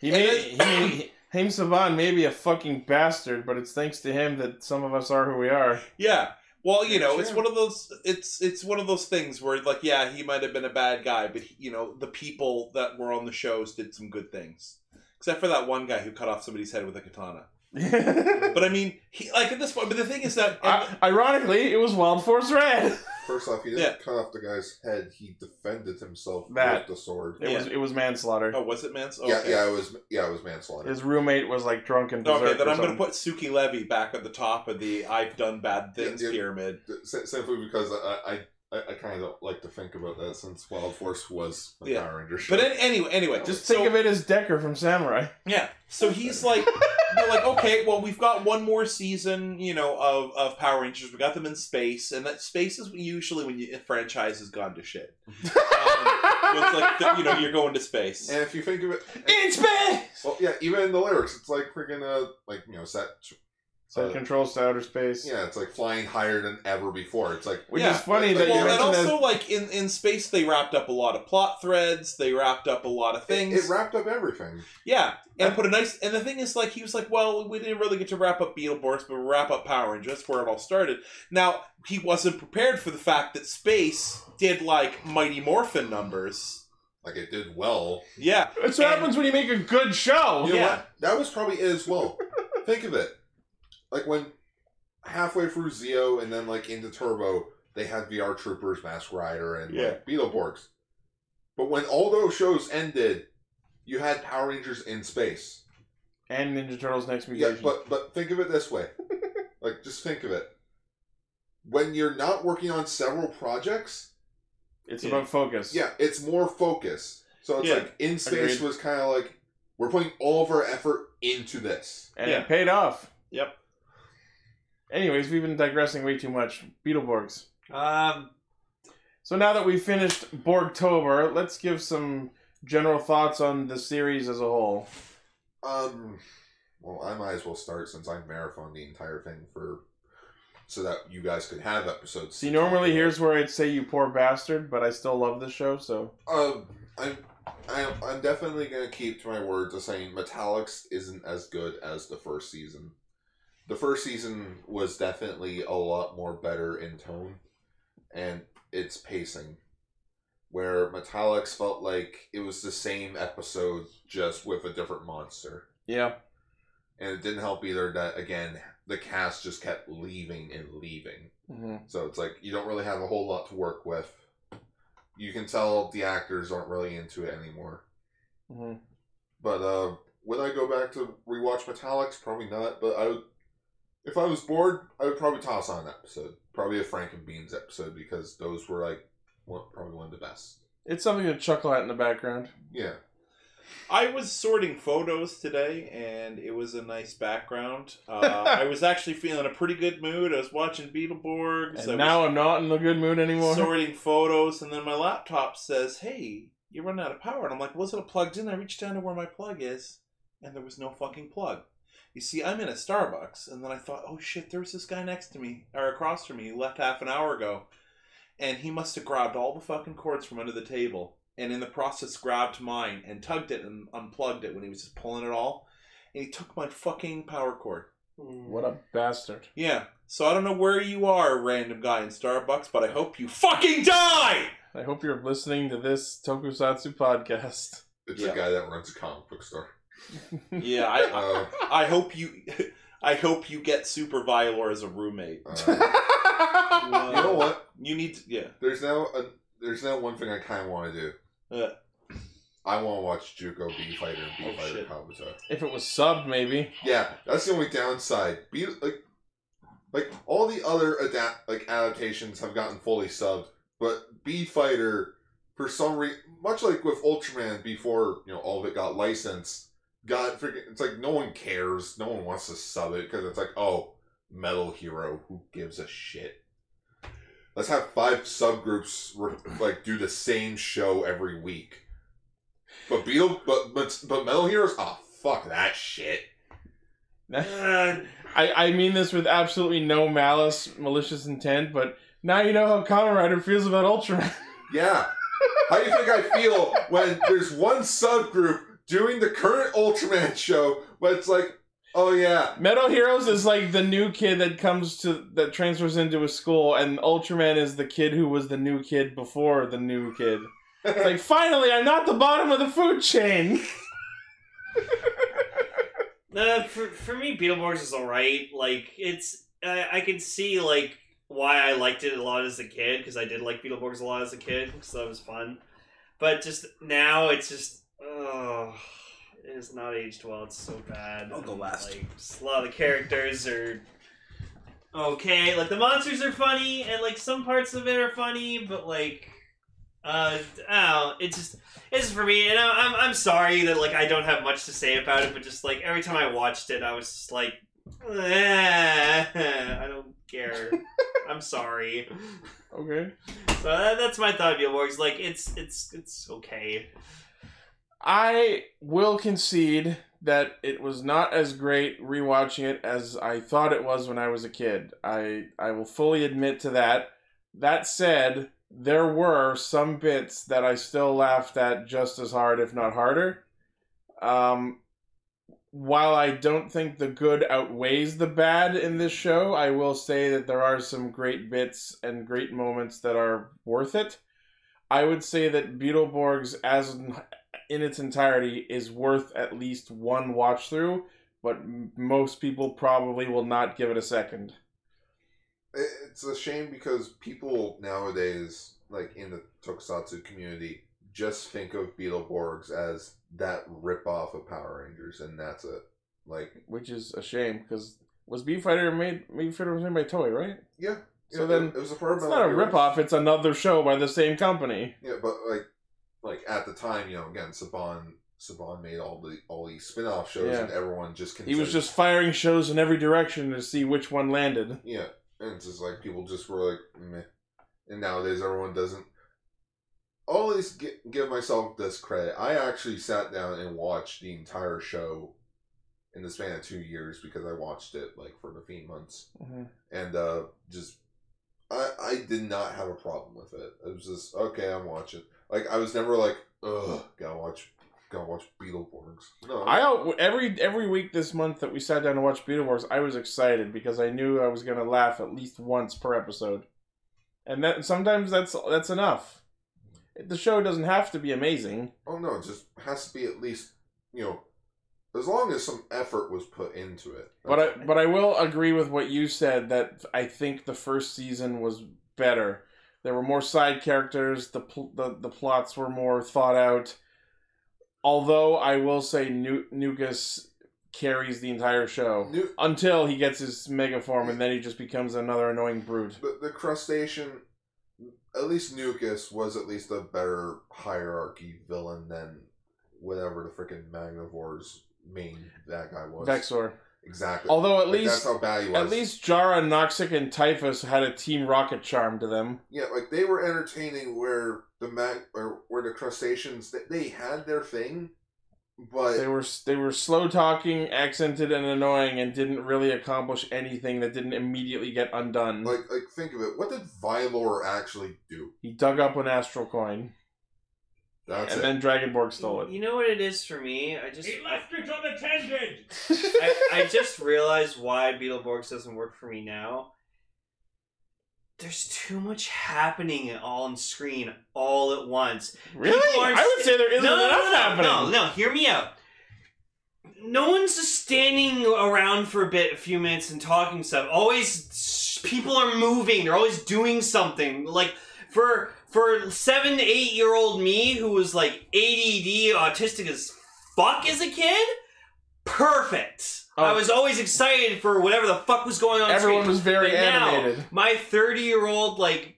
[SPEAKER 1] He
[SPEAKER 5] And
[SPEAKER 1] may, he may, Haim Saban may be a fucking bastard, but it's thanks to him that some of us are who we are.
[SPEAKER 5] Yeah. Well, you
[SPEAKER 1] Yeah,
[SPEAKER 5] know,
[SPEAKER 1] sure.
[SPEAKER 5] it's one of those. It's it's one of those things where, like, yeah, he might have been a bad guy, but he- you know, the people that were on the shows did some good things, except for that one guy who cut off somebody's head with a katana. But I mean, he like at this point. But the thing is that
[SPEAKER 1] I, ironically, it was Wild Force Red.
[SPEAKER 8] First off, he didn't
[SPEAKER 5] Yeah.
[SPEAKER 8] cut off the guy's head. He defended himself
[SPEAKER 1] That.
[SPEAKER 8] with the sword.
[SPEAKER 1] It was it was manslaughter.
[SPEAKER 5] oh, was it Mance? Okay.
[SPEAKER 8] Yeah, yeah, it was yeah, it was manslaughter.
[SPEAKER 1] His roommate was like drunk and berserk.
[SPEAKER 5] Okay, then
[SPEAKER 1] or
[SPEAKER 5] I'm going to
[SPEAKER 1] something.
[SPEAKER 5] put Suki Levy back at the top of the "I've done bad
[SPEAKER 8] Yeah,
[SPEAKER 5] things"
[SPEAKER 8] yeah.
[SPEAKER 5] pyramid.
[SPEAKER 8] S- Simply because I I, I, I kind of like to think about that since Wild Force was a
[SPEAKER 5] Yeah.
[SPEAKER 8] Power Ranger show.
[SPEAKER 5] But an- anyway, anyway,
[SPEAKER 1] Just
[SPEAKER 5] so-
[SPEAKER 1] think of it as Decker from Samurai.
[SPEAKER 5] Yeah. So he's like, they're like, okay, well, we've got one more season, you know, of, of Power Rangers. We got them in space, and that space is usually when you, a franchise has gone
[SPEAKER 1] (laughs)
[SPEAKER 5] to shit. um, with like, the, you know, you're going to space.
[SPEAKER 8] and if you think of it,
[SPEAKER 1] In space.
[SPEAKER 8] well, yeah, even in the lyrics, it's like freaking uh, like you know, set.
[SPEAKER 1] So it controls to outer space.
[SPEAKER 8] Yeah, it's like flying higher than ever before. It's like
[SPEAKER 1] Which
[SPEAKER 5] Yeah.
[SPEAKER 1] is funny that you
[SPEAKER 5] well, and
[SPEAKER 1] mentioned
[SPEAKER 5] also
[SPEAKER 1] that.
[SPEAKER 5] like in, in space, they wrapped up a lot of plot threads. They wrapped up a lot of
[SPEAKER 8] it,
[SPEAKER 5] things.
[SPEAKER 8] it wrapped up everything.
[SPEAKER 5] Yeah, and put a nice. And the thing is, like, he was like, "Well, we didn't really get to wrap up Beetleborgs, but we wrap up Power Rangers. That's where it all started." Now he wasn't prepared for the fact that space did like Mighty Morphin numbers.
[SPEAKER 8] Like it did well.
[SPEAKER 5] Yeah,
[SPEAKER 1] That's what happens when you make a good show.
[SPEAKER 8] You know
[SPEAKER 5] Yeah.
[SPEAKER 8] what? That was probably it as well.
[SPEAKER 5] (laughs)
[SPEAKER 8] Think of it. Like when halfway through Zeo and then like into Turbo, they had VR Troopers, Mask Rider, and
[SPEAKER 5] Yeah.
[SPEAKER 8] like Beetleborgs. But when all those shows ended, you had Power Rangers in space.
[SPEAKER 1] And Ninja Turtles Next
[SPEAKER 8] Yeah,
[SPEAKER 1] Mutation.
[SPEAKER 8] but but think of it
[SPEAKER 5] (laughs)
[SPEAKER 8] this way. like just think of it. When you're not working on several projects,
[SPEAKER 1] it's
[SPEAKER 5] Yeah.
[SPEAKER 1] about focus.
[SPEAKER 8] yeah, it's more focus. So it's
[SPEAKER 5] Yeah.
[SPEAKER 8] like in space
[SPEAKER 1] Agreed.
[SPEAKER 8] was kind of like we're putting all of our effort into this.
[SPEAKER 1] And
[SPEAKER 5] Yeah.
[SPEAKER 1] it paid off.
[SPEAKER 5] Yep.
[SPEAKER 1] Anyways, we've been digressing way too much. Beetleborgs.
[SPEAKER 4] Um,
[SPEAKER 1] So now that we've finished Borgtober, let's give some general thoughts on the series as a whole.
[SPEAKER 8] Um, well, I might as well start since I marathoned the entire thing for so that you guys could have episodes.
[SPEAKER 1] See, normally here's where I'd say you poor bastard, but I still love this show, so
[SPEAKER 8] um, I'm, I'm, I'm definitely gonna keep to my word to saying Metallics isn't as good as the first season. The first season was definitely a lot more better in tone and its pacing, where Metallics felt like it was the same episode just with a different monster.
[SPEAKER 1] yeah.
[SPEAKER 8] and it didn't help either that again the cast just kept leaving and leaving
[SPEAKER 1] hmm
[SPEAKER 8] so it's like you don't really have a whole lot to work with you can tell the actors aren't really into it anymore
[SPEAKER 1] hmm
[SPEAKER 8] but uh would i go back to rewatch metallics probably not but i would if i was bored i would probably toss on an episode probably a frank and beans episode because those were like one, probably one of the best
[SPEAKER 1] It's something to chuckle at in the background.
[SPEAKER 8] yeah
[SPEAKER 5] I was sorting photos today, and it was a nice background.
[SPEAKER 1] (laughs)
[SPEAKER 5] Uh, I was actually feeling a pretty good mood. I was watching Beetleborgs.
[SPEAKER 1] And
[SPEAKER 5] I
[SPEAKER 1] now I'm not in the good mood anymore.
[SPEAKER 5] was sorting photos, and then my laptop says, "Hey, you're running out of power," and I'm like, "Wasn't it plugged in?" I reached down to where my plug is, and there was no fucking plug. You see, I'm in a Starbucks, and then I thought, "Oh shit, there was this guy next to me or across from me who left half an hour ago, and he must have grabbed all the fucking cords from under the table, and in the process grabbed mine and tugged it and unplugged it when he was just pulling it all, and he took my fucking power cord."
[SPEAKER 1] What a bastard.
[SPEAKER 5] Yeah. So I don't know where you are, random guy in Starbucks, but I hope you fucking die.
[SPEAKER 1] I hope you're listening to this tokusatsu podcast.
[SPEAKER 8] it's
[SPEAKER 5] Yeah.
[SPEAKER 8] the guy that runs a comic book store
[SPEAKER 5] Yeah, I,
[SPEAKER 8] uh,
[SPEAKER 5] I hope you, (laughs) I hope you get Super Violor as a roommate.
[SPEAKER 2] (laughs)
[SPEAKER 8] uh, you know what
[SPEAKER 5] You need, to, yeah,
[SPEAKER 8] There's now a, there's now one thing I kind of want to do.
[SPEAKER 5] Yeah.
[SPEAKER 8] I want to watch Juco B Fighter and B
[SPEAKER 5] Oh,
[SPEAKER 8] Fighter
[SPEAKER 5] shit.
[SPEAKER 8] Kabuto.
[SPEAKER 1] If it was subbed, maybe.
[SPEAKER 8] Yeah, that's the only downside. Be like, like all the other adapt like adaptations have gotten fully subbed, but B Fighter for some reason, much like with Ultraman before you know all of it got licensed, got freaking. It's like no one cares, no one wants to sub it because it's like oh, Metal Hero, who gives a shit. Let's have five subgroups re- like do the same show every week. ah, But Beetle, but but but Metal Heroes, oh fuck that shit.
[SPEAKER 4] Uh,
[SPEAKER 1] I, I mean this with absolutely no malice, malicious intent, but now you know how Kamen Rider feels about Ultraman.
[SPEAKER 8] Yeah. How do you think I feel when there's one subgroup doing the current Ultraman show, but it's like, oh yeah,
[SPEAKER 1] (laughs) Metal Heroes is like the new kid that comes to that transfers into a school, and Ultraman is the kid who was the new kid before the new kid. It's like finally, I'm not the bottom of the food chain.
[SPEAKER 4] Uh, for, for me, Beetleborgs is alright. Like, it's. I I can see, like, why I liked it a lot as a kid, because I did like Beetleborgs a lot as a kid, because that was fun. But just now, it's just. Oh, it is not aged well. It's so bad.
[SPEAKER 2] I'll go last.
[SPEAKER 4] Like, just a lot of the characters are. Okay, like, the monsters are funny, and, like, some parts of it are funny, but, like. Uh, I don't know. It's just it's for me, and I- I'm I'm sorry that like I don't have much to say about it, but just like every time I watched it, I was just like, "Eh, I don't
[SPEAKER 1] (laughs)
[SPEAKER 4] care. I'm sorry.
[SPEAKER 1] Okay.
[SPEAKER 4] So that, that's my thought of Beetleborgs. Like it's it's it's okay.
[SPEAKER 1] I will concede that it was not as great rewatching it as I thought it was when I was a kid. I I will fully admit to that. That said, there were some bits that I still laughed at just as hard, if not harder. Um, while I don't think the good outweighs the bad in this show, I will say that there are some great bits and great moments that are worth it. I would say that Beetleborgs, as an in its entirety is worth at least one watch through, but m- most people probably will not give it a second.
[SPEAKER 8] It- it's a shame because people nowadays, like in the tokusatsu community, just think of Beetleborgs as that ripoff of Power Rangers, and that's it. Like,
[SPEAKER 1] Which is a shame because was Beef Fighter made Beef Fighter was made by Toei, right?
[SPEAKER 8] yeah.
[SPEAKER 1] So
[SPEAKER 8] yeah,
[SPEAKER 1] then,
[SPEAKER 8] it was a part of
[SPEAKER 1] It's
[SPEAKER 8] my
[SPEAKER 1] not a
[SPEAKER 8] life.
[SPEAKER 1] ripoff. It's another show by the same company.
[SPEAKER 8] Yeah, but like, like at the time, you know, again, Saban Saban made all the all these spin-off shows,
[SPEAKER 1] Yeah.
[SPEAKER 8] and everyone just
[SPEAKER 1] He
[SPEAKER 8] considered,
[SPEAKER 1] was just firing shows in every direction to see which one landed.
[SPEAKER 8] yeah, and it's just like people just were like, meh. and nowadays everyone doesn't. Always gi- give myself this credit. I actually sat down and watched the entire show in the span of two years because I watched it like for the few months, and uh just I I did not have a problem with it. It was just okay. I'm watching. Like I was never like, ugh, gotta watch, gotta watch Beetleborgs. No,
[SPEAKER 1] I al- every every week this month that we sat down to watch Beetleborgs, I was excited because I knew I was gonna laugh at least once per episode, and that sometimes that's that's enough. The show doesn't have to be amazing.
[SPEAKER 8] Oh no, it just has to be at least you know, as long as some effort was put into it.
[SPEAKER 1] But I but I will agree with what you said that I think the first season was better. There were more side characters. The pl- the, the plots were more thought out. Although I will say, nu- Nugas carries the entire show
[SPEAKER 8] New,
[SPEAKER 1] until he gets his mega form, and then he just becomes another annoying brute.
[SPEAKER 8] the, the crustacean, at least Nucus was at least a better hierarchy villain than whatever the freaking Magnivore's main that guy was.
[SPEAKER 1] Vexor.
[SPEAKER 8] Exactly.
[SPEAKER 1] Although at
[SPEAKER 8] Like,
[SPEAKER 1] least
[SPEAKER 8] that's how bad he was.
[SPEAKER 1] at least Jara, Noxic, and Typhus had a Team Rocket charm to them.
[SPEAKER 8] yeah, like they were entertaining where the mag or where the crustaceans they, they had their thing, but
[SPEAKER 1] They were they were slow talking, accented, and annoying, and didn't really accomplish anything that didn't immediately get undone.
[SPEAKER 8] like like think of it, what did Vylor actually do?
[SPEAKER 1] he dug up an astral coin,
[SPEAKER 8] That's
[SPEAKER 1] and
[SPEAKER 8] it.
[SPEAKER 1] then Dragonborg stole it.
[SPEAKER 4] You know what it is for me? I just
[SPEAKER 2] He
[SPEAKER 1] (laughs)
[SPEAKER 4] I,
[SPEAKER 2] left it unattended!
[SPEAKER 4] I, I just realized why Beetleborgs doesn't work for me now. There's too much happening all on screen all at once. People
[SPEAKER 1] Really?
[SPEAKER 4] aren't
[SPEAKER 1] I would say there isn't
[SPEAKER 4] no, no,
[SPEAKER 1] enough
[SPEAKER 4] no, no,
[SPEAKER 1] happening.
[SPEAKER 4] No, no, hear me out. No one's just standing around for a bit, a few minutes, and talking stuff. Always, people are moving. They're always doing something. Like for for seven, eight year old me who was like ADD, autistic as fuck as a kid. Perfect.
[SPEAKER 1] Oh.
[SPEAKER 4] I was always excited for whatever the fuck was going on.
[SPEAKER 1] Everyone
[SPEAKER 4] screen.
[SPEAKER 1] was very
[SPEAKER 4] But now,
[SPEAKER 1] animated.
[SPEAKER 4] my 30 year old like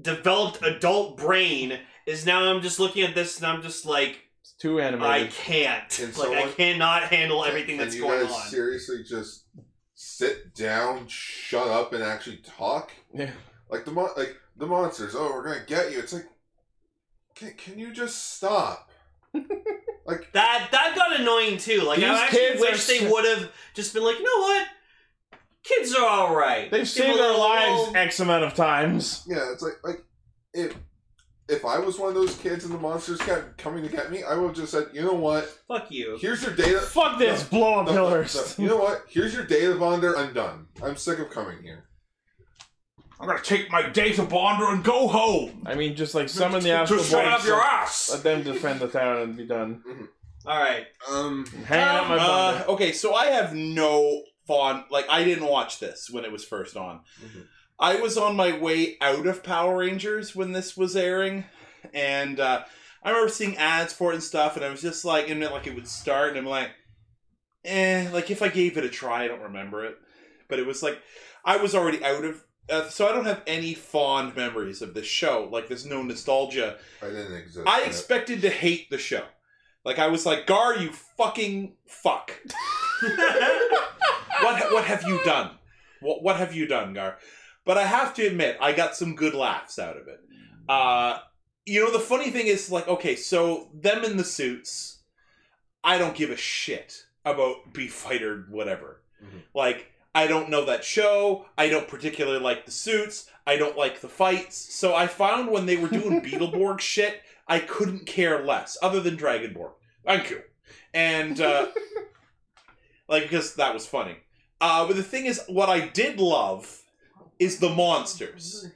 [SPEAKER 4] developed adult brain is now i'm just looking at this and i'm just like
[SPEAKER 1] It's too
[SPEAKER 4] i
[SPEAKER 1] animated.
[SPEAKER 4] can't
[SPEAKER 8] Can
[SPEAKER 4] like i
[SPEAKER 8] someone-
[SPEAKER 4] cannot handle everything
[SPEAKER 8] Can
[SPEAKER 4] that's
[SPEAKER 8] you
[SPEAKER 4] going
[SPEAKER 8] guys
[SPEAKER 4] on
[SPEAKER 8] Seriously, just sit down, shut up, and actually talk.
[SPEAKER 1] Yeah.
[SPEAKER 8] Like the mon- like the monsters. Oh, we're gonna get you. It's like, can, can you just stop?
[SPEAKER 4] that that got annoying too. Like
[SPEAKER 1] These
[SPEAKER 4] I actually
[SPEAKER 1] kids
[SPEAKER 4] wish
[SPEAKER 1] are
[SPEAKER 4] they
[SPEAKER 1] s-
[SPEAKER 4] would have just been like, you know what? Kids are all right.
[SPEAKER 1] They've
[SPEAKER 4] Give 'em
[SPEAKER 1] saved
[SPEAKER 4] a
[SPEAKER 1] their
[SPEAKER 4] little-
[SPEAKER 1] lives X amount of times.
[SPEAKER 8] Yeah, it's like like if if I was one of those kids and the monsters kept coming to get me, I would have just said, you know what?
[SPEAKER 4] Fuck you.
[SPEAKER 8] Here's your data.
[SPEAKER 1] Fuck this,
[SPEAKER 8] No,
[SPEAKER 1] blow up
[SPEAKER 8] no, no,
[SPEAKER 1] Hillhurst.
[SPEAKER 8] no. You know what? Here's your data bonder. I'm done. I'm sick of coming here.
[SPEAKER 2] I'm gonna take my data bonder and go home.
[SPEAKER 1] I mean, just
[SPEAKER 5] (laughs)
[SPEAKER 1] like summon the
[SPEAKER 2] to
[SPEAKER 1] actual
[SPEAKER 2] shut up your ass.
[SPEAKER 1] Let them defend the town and be done.
[SPEAKER 4] All right.
[SPEAKER 8] Um,
[SPEAKER 1] Hanging up my
[SPEAKER 5] Uh,
[SPEAKER 1] bond.
[SPEAKER 5] okay, so I have no fond like I didn't watch this when it was first on.
[SPEAKER 8] Mhm.
[SPEAKER 5] I was on my way out of Power Rangers when this was airing, and uh, I remember seeing ads for it and stuff, and I was just like, and then, like it would start, and I'm like, eh, like if I gave it a try, I don't remember it, but it was like I was already out of. Uh, so I don't have any fond memories of this show. Like there's no nostalgia
[SPEAKER 8] I didn't exist.
[SPEAKER 5] I
[SPEAKER 8] in it.
[SPEAKER 5] expected to hate the show. Like I was like, Gar, you fucking
[SPEAKER 8] (laughs)
[SPEAKER 5] fuck. what what have you done? What what have you done, Gar? But I have to admit, I got some good laughs out of it. Uh, you know, the funny thing is, like, okay, so them in the suits, I don't give a shit about Beef Fighter, whatever.
[SPEAKER 8] Mhm.
[SPEAKER 5] Like, I don't know that show. I don't particularly like the suits. I don't like the fights. So I found when they were
[SPEAKER 8] (laughs)
[SPEAKER 5] doing Beetleborg shit, I couldn't care less, other than Dragonborn. Thank you. And, uh, like, because that was funny. Uh, but the thing is, what I did love is the monsters.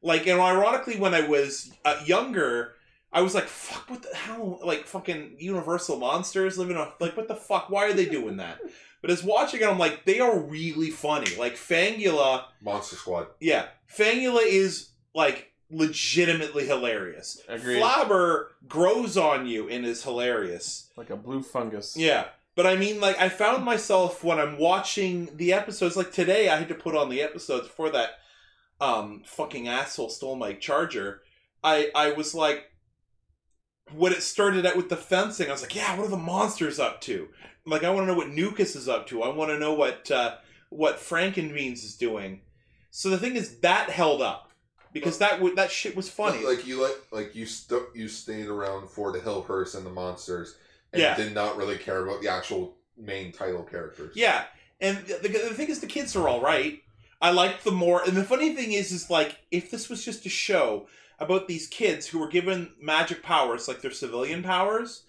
[SPEAKER 5] Like, and ironically, when I was uh, younger, I was like, fuck, what the hell? Like, fucking Universal Monsters living on, like, what the fuck? Why are they doing that? But as watching it, I'm like, they are really funny. Like, Fangula
[SPEAKER 8] Monster Squad.
[SPEAKER 5] yeah, Fangula is like legitimately hilarious.
[SPEAKER 1] Agreed.
[SPEAKER 5] Flabber grows on you and is hilarious.
[SPEAKER 1] Like a blue fungus.
[SPEAKER 5] Yeah. But I mean, like, I found myself when I'm watching the episodes, like today I had to put on the episodes before that um, fucking asshole stole my charger. I, I was like, when it started out with the fencing, I was like, yeah, what are the monsters up to? Like, I want to know what Nucus is up to. I want to know what, uh, what Frankenbeans is doing. So the thing is, that held up. Because that w- that shit was funny.
[SPEAKER 8] Like you like like you stu- you stayed around for the Hillhurst and the monsters, and
[SPEAKER 5] Yeah.
[SPEAKER 8] did not really care about the actual main title characters.
[SPEAKER 5] Yeah, and the, the, the thing is, the kids are all right. I liked the more, and the funny thing is, is like if this was just a show about these kids who were given magic powers, like their civilian powers,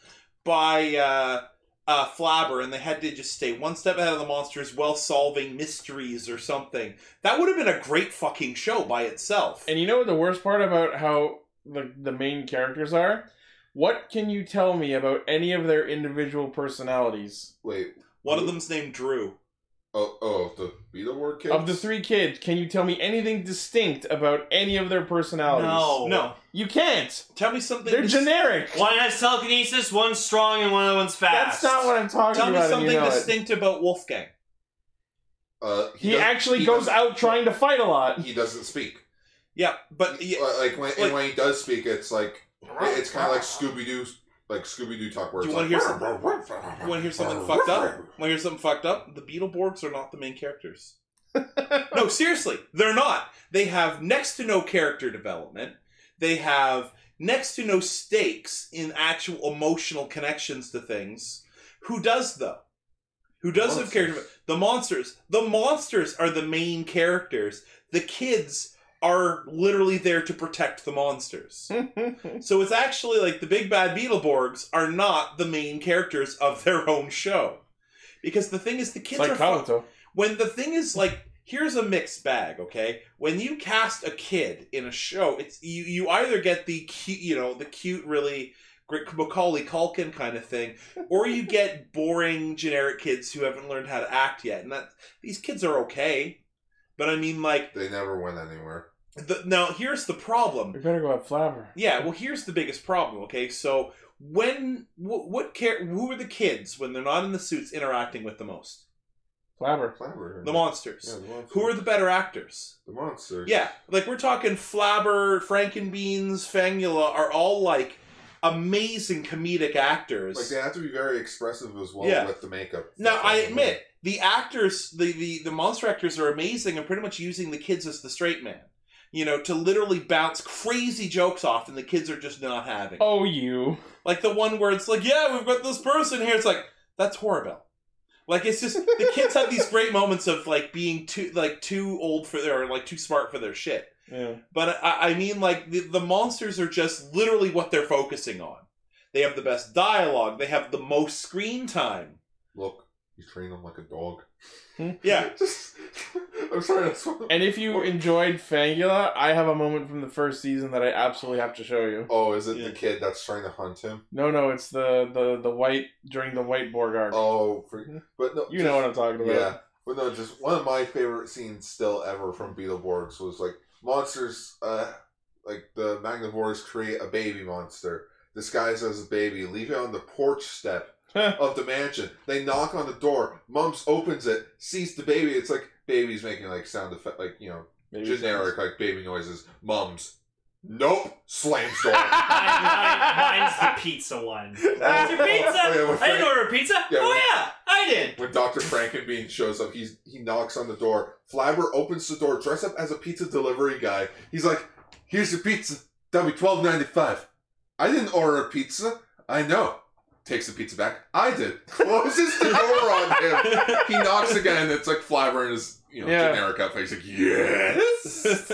[SPEAKER 5] by uh, uh, Flabber, and they had to just stay one step ahead of the monsters while solving mysteries or something. That would have been a great fucking show by itself.
[SPEAKER 1] And you know what the worst part about how the the main characters are? What can you tell me about any of their individual personalities?
[SPEAKER 8] Wait.
[SPEAKER 5] One of them's named Drew.
[SPEAKER 8] Oh, oh, the Beetleborg kids.
[SPEAKER 1] Of the three kids, can you tell me anything distinct about any of their personalities?
[SPEAKER 4] No.
[SPEAKER 5] No,
[SPEAKER 1] You can't.
[SPEAKER 5] tell me something.
[SPEAKER 1] They're
[SPEAKER 5] dis-
[SPEAKER 1] generic.
[SPEAKER 4] One has telekinesis, one's strong, and one other one's
[SPEAKER 1] That's
[SPEAKER 4] fast.
[SPEAKER 1] not what I'm talking
[SPEAKER 5] Tell me
[SPEAKER 1] about. and
[SPEAKER 5] something
[SPEAKER 1] you know it.
[SPEAKER 5] distinct about Wolfgang.
[SPEAKER 8] Uh,
[SPEAKER 1] He,
[SPEAKER 8] does-
[SPEAKER 1] actually
[SPEAKER 8] he
[SPEAKER 1] goes
[SPEAKER 8] does-
[SPEAKER 1] out trying to fight a lot.
[SPEAKER 8] He doesn't speak.
[SPEAKER 5] Yeah, but yeah,
[SPEAKER 8] Like when
[SPEAKER 5] like-
[SPEAKER 8] and when he does speak, it's like it's kind of like Scooby Doo, like Scooby Doo talk. Where
[SPEAKER 5] Do
[SPEAKER 8] it's
[SPEAKER 5] you wanna
[SPEAKER 8] like,
[SPEAKER 5] hear
[SPEAKER 8] (laughs)
[SPEAKER 5] some- You want to hear something fucked up? Want to hear something fucked up? The Beetleborgs are not the main characters.
[SPEAKER 8] (laughs)
[SPEAKER 5] no, seriously, they're not. They have next to no character development. They have next to no stakes in actual emotional connections to things. Who does though? Who does have character? The monsters. The monsters are the main characters. The kids are literally there to protect the monsters. So it's actually like the big bad Beetleborgs are not the main characters of their own show. Because the thing is, the kids
[SPEAKER 1] Like
[SPEAKER 5] are. Fu-
[SPEAKER 1] Kabuto.
[SPEAKER 5] when the thing is like here's a mixed bag okay when you cast a kid in a show it's you you either get the cute you know the cute really great macaulay culkin kind of thing or you get boring generic kids who haven't learned how to act yet and that these kids are okay but i mean like
[SPEAKER 8] They never went anywhere.
[SPEAKER 5] the, now here's the problem
[SPEAKER 1] We better go at Flabber.
[SPEAKER 5] yeah, well, here's the biggest problem. Okay, so when what, what care who are the kids when they're not in the suits interacting with the most?
[SPEAKER 1] Flabber.
[SPEAKER 8] Flabber.
[SPEAKER 5] The monsters.
[SPEAKER 8] Yeah, the monsters.
[SPEAKER 5] Who are the better actors?
[SPEAKER 8] the monsters?
[SPEAKER 5] Yeah, like we're talking Flabber, Frankenbeans, Fangula are all like amazing comedic actors.
[SPEAKER 8] Like they have to be very expressive as well
[SPEAKER 5] Yeah.
[SPEAKER 8] with the makeup.
[SPEAKER 5] Now I admit the actors, the, the the monster actors are amazing and pretty much using the kids as the straight man. You know, to literally bounce crazy jokes off, and the kids are just not having. it.
[SPEAKER 1] Oh, you.
[SPEAKER 5] Like the one where it's like, yeah, we've got this person here. It's like, That's horrible. Like it's just the kids have these great moments of like being too like too old for their or like too smart for their shit.
[SPEAKER 1] Yeah.
[SPEAKER 5] But I, I mean, like the, the monsters are just literally what they're focusing on. They have the best dialogue. They have the most screen time.
[SPEAKER 8] Look, you train them like a dog.
[SPEAKER 5] Yeah,
[SPEAKER 8] (laughs) Just, I'm sorry. That's what,
[SPEAKER 1] And if you enjoyed Fangula, I have a moment from the first season that I absolutely have to show you.
[SPEAKER 8] oh, is it
[SPEAKER 5] Yeah.
[SPEAKER 8] the kid that's trying to hunt him?
[SPEAKER 1] No, no, it's the the the white during the white Borg arc.
[SPEAKER 8] Oh, for, but no,
[SPEAKER 1] you know what I'm talking about.
[SPEAKER 8] Yeah, but no, just one of my favorite scenes still ever from Beetleborgs was like monsters. Uh, like the Magnivores create a baby monster disguised as a baby, leave it on the porch step of the mansion. They knock on the door. Mumps opens it, sees the baby. It's like baby's making like sound effect, like you know,
[SPEAKER 1] Maybe
[SPEAKER 8] generic like baby noises. Mums, nope, slams
[SPEAKER 1] (laughs)
[SPEAKER 8] door.
[SPEAKER 4] Mine, mine, mine's the pizza one.
[SPEAKER 1] (laughs)
[SPEAKER 4] Where's your pizza?
[SPEAKER 8] Oh, yeah, with
[SPEAKER 4] I didn't
[SPEAKER 8] Frank-
[SPEAKER 4] order a pizza.
[SPEAKER 8] Yeah,
[SPEAKER 4] oh
[SPEAKER 8] with-
[SPEAKER 4] yeah, I did.
[SPEAKER 8] When Dr. Frankenbean shows up, he's, he knocks on the door. Flabber opens the door, dressed up as a pizza delivery guy. He's like, here's your pizza. That'll be twelve ninety five. I didn't order a pizza. I know. Takes the pizza back. I did. (laughs) Closes the door on him. He knocks again. It's like Flabber in his you know,
[SPEAKER 1] Yeah.
[SPEAKER 8] generic outfit. He's like, yes.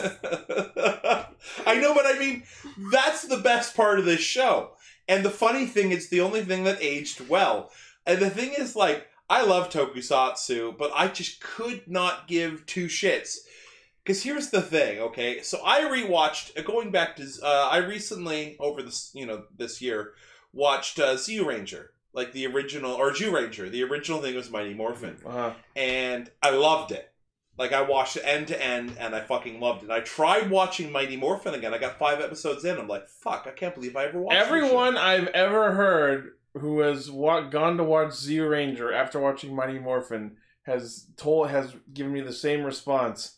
[SPEAKER 5] (laughs) I know, but I mean, that's the best part of this show. And the funny thing, it's the only thing that aged well. And the thing is, like, I love tokusatsu, but I just could not give two shits. Because here's the thing, okay? So I rewatched, going back to, uh, I recently, over this, you know, this year, watched uh, Z Ranger, like the original, or Jew Ranger. The original thing was Mighty Morphin
[SPEAKER 1] Uh-huh.
[SPEAKER 5] and I loved it. Like I watched it end to end, and I fucking loved it. I tried watching Mighty Morphin again. I got five episodes in. I'm like, fuck, I can't believe I ever watched. this
[SPEAKER 1] Everyone I've ever heard who has wa- gone to watch Z Ranger after watching Mighty Morphin has told has given me the same response.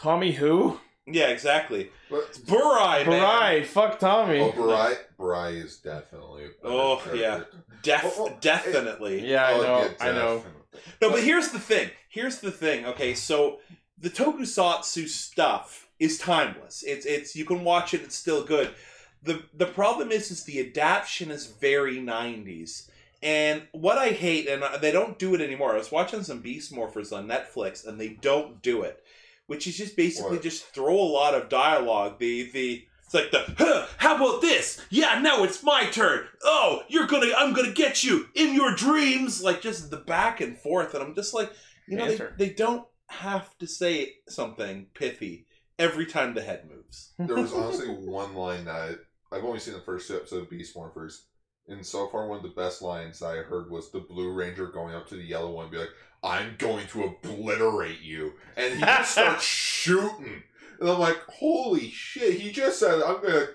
[SPEAKER 1] Tommy who?
[SPEAKER 5] shit. Yeah, exactly.
[SPEAKER 8] But
[SPEAKER 5] Burai, man.
[SPEAKER 1] Barai, fuck Tommy.
[SPEAKER 8] oh, Bri, Bri is definitely. a better
[SPEAKER 5] Oh,
[SPEAKER 8] character.
[SPEAKER 5] yeah. Def-
[SPEAKER 8] Oh, oh, it-
[SPEAKER 5] definitely.
[SPEAKER 1] yeah, I
[SPEAKER 8] Oh,
[SPEAKER 1] know,
[SPEAKER 8] yeah,
[SPEAKER 1] I know.
[SPEAKER 8] definitely.
[SPEAKER 5] No, but here's the thing. Here's the thing. Okay, so the tokusatsu stuff is timeless. It's it's you can watch it. It's still good. the The problem is, is the adaptation is very '90s. And what I hate, and they don't do it anymore. I was watching some Beast Morphers on Netflix, and they don't do it, which is just basically
[SPEAKER 8] What?
[SPEAKER 5] just throw a lot of dialogue. The the it's like the huh, how about this? Yeah, now it's my turn. Oh, you're gonna, I'm gonna get you in your dreams. Like just the back and forth, and I'm just like, you know, they,
[SPEAKER 1] Banter.
[SPEAKER 5] they don't have to say something pithy every time the head moves. (laughs)
[SPEAKER 8] there was honestly one line that I, I've only seen the first two episodes of Beast Morphers, and so far one of the best lines that I heard was the Blue Ranger going up to the yellow one and be like, "I'm going to obliterate you," and he
[SPEAKER 5] (laughs)
[SPEAKER 8] just starts shooting, and I'm like, "Holy shit!" He just said, "I'm gonna,"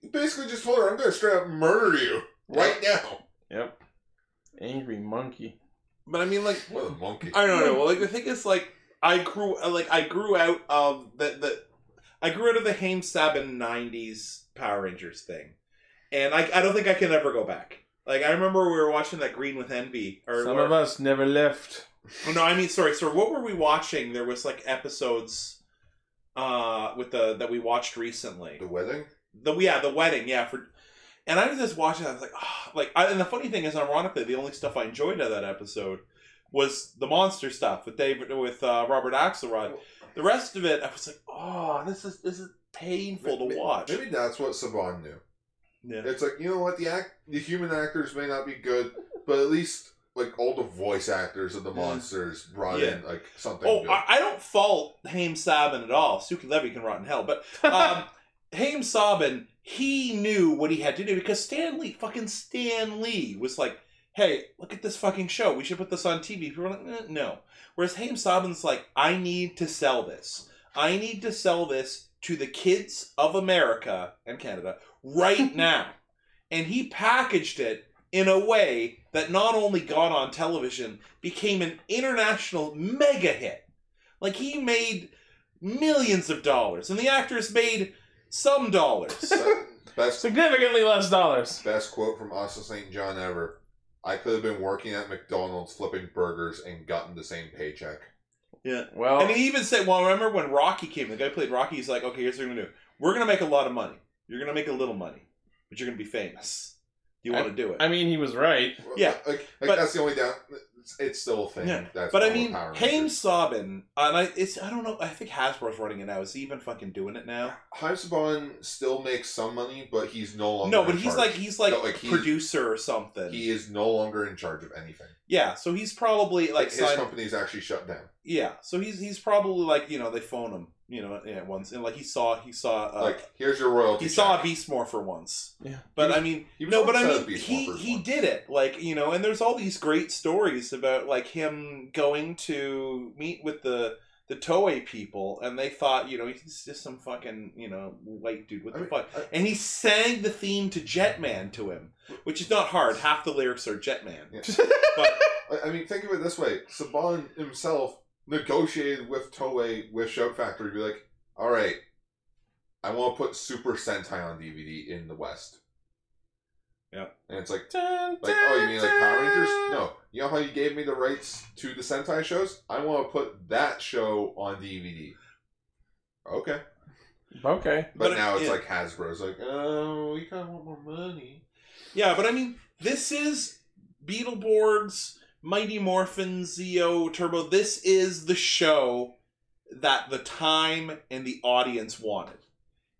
[SPEAKER 8] he basically just told her, "I'm gonna straight up murder you right now."
[SPEAKER 1] Yep. Angry monkey.
[SPEAKER 5] But I mean, like,
[SPEAKER 8] What a monkey!
[SPEAKER 5] I don't know. Well, like the thing is, like I grew, like I grew out of the the, I grew out of the Haim Sabin '90s Power Rangers thing, and I I don't think I can ever go back. Like I remember we were watching that Green with Envy, or
[SPEAKER 1] Some
[SPEAKER 5] or-
[SPEAKER 1] of us never left.
[SPEAKER 5] no, I mean, sorry, sorry. What were we watching? There was like episodes, uh, with the that we watched recently.
[SPEAKER 8] The wedding?
[SPEAKER 5] The yeah, the wedding, yeah. For and I was just watching. that, I was like, ah, like. I, and the funny thing is, ironically, the only stuff I enjoyed out of that episode was the monster stuff with David with uh, Robert Axelrod. The rest of it, I was like, oh, this is this is painful
[SPEAKER 8] May-
[SPEAKER 5] to watch.
[SPEAKER 8] Maybe that's what Saban knew.
[SPEAKER 5] Yeah.
[SPEAKER 8] It's like you know what the act, the human actors may not be good, but at least like all the voice actors of the
[SPEAKER 5] Yeah.
[SPEAKER 8] monsters brought
[SPEAKER 5] Mm. Yeah.
[SPEAKER 8] in like something.
[SPEAKER 5] Oh,
[SPEAKER 8] good.
[SPEAKER 5] I, I don't fault Haim Sabin at all. Suki Levy can rot in hell, but um, Haim Sabin, he knew what he had to do because Stan Lee, fucking Stan Lee, was like, hey, look at this fucking show. We should put this on TV. People were like, eh, no. Whereas Haim Sabin's like, I need to sell this. I need to sell this to the kids of America and Canada right now. and he packaged it in a way that not only got on television, became an international mega hit. Like he made millions of dollars, and the actors made some dollars. (laughs)
[SPEAKER 8] best
[SPEAKER 1] Significantly less dollars.
[SPEAKER 8] best quote from Austin St. John ever. I could have been working at McDonald's flipping burgers and gotten the same paycheck. Oh.
[SPEAKER 1] Well,
[SPEAKER 5] and he even said, "Well, remember when Rocky came? The guy who played Rocky. He's like, okay, here's what we're gonna do. We're gonna make a lot of money. You're gonna make a little money, but you're gonna be famous." you want to do it.
[SPEAKER 1] I mean, he was right.
[SPEAKER 5] Yeah,
[SPEAKER 8] like, like
[SPEAKER 5] but-
[SPEAKER 8] that's the only down. It's, it's still a thing.
[SPEAKER 5] Yeah,
[SPEAKER 8] That's
[SPEAKER 5] but I
[SPEAKER 8] all
[SPEAKER 5] mean,
[SPEAKER 8] Power
[SPEAKER 5] Haim
[SPEAKER 8] Rangers.
[SPEAKER 5] Sabin, and I, it's, I don't know, I think Hasbro's running it now. Is he even fucking doing it now?
[SPEAKER 8] Hasbon still makes some money, but he's no longer.
[SPEAKER 5] No,
[SPEAKER 8] in
[SPEAKER 5] but he's
[SPEAKER 8] charge.
[SPEAKER 5] like, he's like,
[SPEAKER 8] No, like, he-
[SPEAKER 5] producer or something.
[SPEAKER 8] he is no longer in charge of anything.
[SPEAKER 5] yeah, so he's probably like,
[SPEAKER 8] Like his
[SPEAKER 5] signed-
[SPEAKER 8] company's actually shut down.
[SPEAKER 5] yeah, so he's he's probably like, you know, they phone him, you know, yeah, once, and like he saw, he saw, uh,
[SPEAKER 8] like here's your royalty.
[SPEAKER 5] he saw a
[SPEAKER 8] check.
[SPEAKER 5] Beast Morpher once.
[SPEAKER 1] Yeah.
[SPEAKER 5] But
[SPEAKER 8] He was-
[SPEAKER 5] I mean,
[SPEAKER 8] He was
[SPEAKER 5] no, but I
[SPEAKER 8] upset at
[SPEAKER 5] mean,
[SPEAKER 8] Beast
[SPEAKER 5] he
[SPEAKER 8] Morphers
[SPEAKER 5] he
[SPEAKER 8] once.
[SPEAKER 5] did it, like you know, and there's all these great stories about like him going to meet with the the Toei people, and they thought, you know, he's just some fucking you know white dude. What
[SPEAKER 8] I
[SPEAKER 5] the
[SPEAKER 8] mean,
[SPEAKER 5] fuck?
[SPEAKER 8] I-
[SPEAKER 5] And he sang the theme to Jetman to him, which is not hard. Half the lyrics are Jetman.
[SPEAKER 8] I, I mean, think of it this way: Saban himself negotiated with Toei with Shout Factory, be like, "All right, I want to put Super Sentai on DVD in the West."
[SPEAKER 5] Yeah.
[SPEAKER 8] and it's like, like, oh, you mean like Power Rangers? No, you know how you gave me the rights to the Sentai shows? I want to put that show on DVD. Okay,
[SPEAKER 1] Okay.
[SPEAKER 8] but,
[SPEAKER 5] But it-
[SPEAKER 8] now it's
[SPEAKER 5] yeah.
[SPEAKER 8] like Hasbro's like, oh, we kind of want more money.
[SPEAKER 5] Yeah, but I mean, this is Beetleborgs, Mighty Morphin, Zeo, Turbo. This is the show that the time and the audience wanted.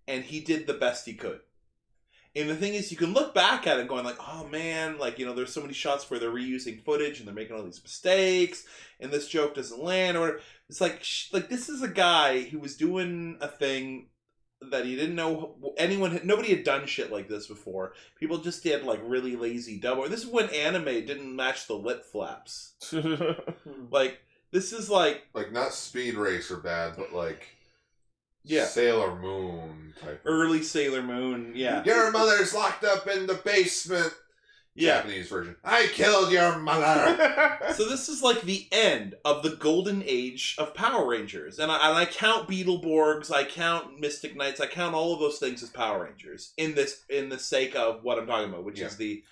[SPEAKER 5] And he did the best he could. And the thing is, you can look back at it going like, oh man, like, you know, there's so many shots where they're reusing footage and they're making all these mistakes and this joke doesn't land or whatever. It's like, sh- like this is a guy who was doing a thing that he didn't know anyone, had, nobody had done shit like this before. People just did like really lazy double. This is when anime didn't match the lip flaps. Like this is like
[SPEAKER 8] Like not Speed Racer bad, but like
[SPEAKER 5] yeah,
[SPEAKER 8] Sailor Moon type. of-
[SPEAKER 5] early Sailor Moon. Yeah,
[SPEAKER 8] Your mother's locked up in the basement.
[SPEAKER 5] yeah.
[SPEAKER 8] Japanese version. I killed your mother.
[SPEAKER 1] (laughs)
[SPEAKER 5] So this is like the end of the golden age of Power Rangers, and I, and I count Beetleborgs, I count Mystic Knights, I count all of those things as Power Rangers in this in the sake of what I'm talking about, which
[SPEAKER 8] Yeah.
[SPEAKER 5] is the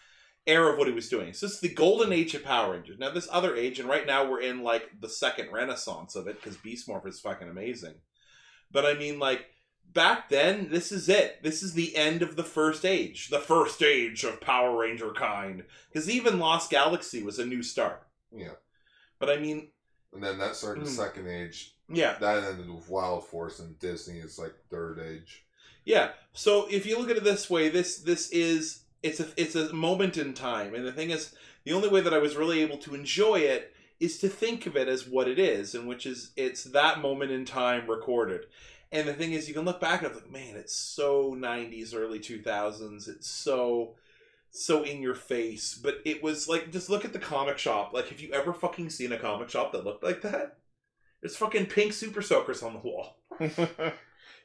[SPEAKER 5] era of what he was doing. So it's the golden age of Power Rangers. Now this other age, and right now we're in like the second renaissance of it because Beast Morpher is fucking amazing. But I mean, like back then, this is it. This is the end of the first age, the first age of Power Ranger kind. Because even Lost Galaxy was a new start.
[SPEAKER 8] yeah,
[SPEAKER 5] But I mean,
[SPEAKER 8] and then that started the
[SPEAKER 1] Hmm.
[SPEAKER 5] Mm.
[SPEAKER 8] second age.
[SPEAKER 5] yeah,
[SPEAKER 8] That ended with Wild Force, and Disney is like third age.
[SPEAKER 5] yeah. So if you look at it this way, this this is it's a it's a moment in time, and the thing is, the only way that I was really able to enjoy it is to think of it as what it is, and which is it's that moment in time recorded. And the thing is, you can look back and I'm like, man, it's so '90s, early 2000s. It's so so in your face, but it was like just look at the comic shop. Like, have you ever fucking seen a comic shop that looked like that? There's fucking pink super soakers on the wall.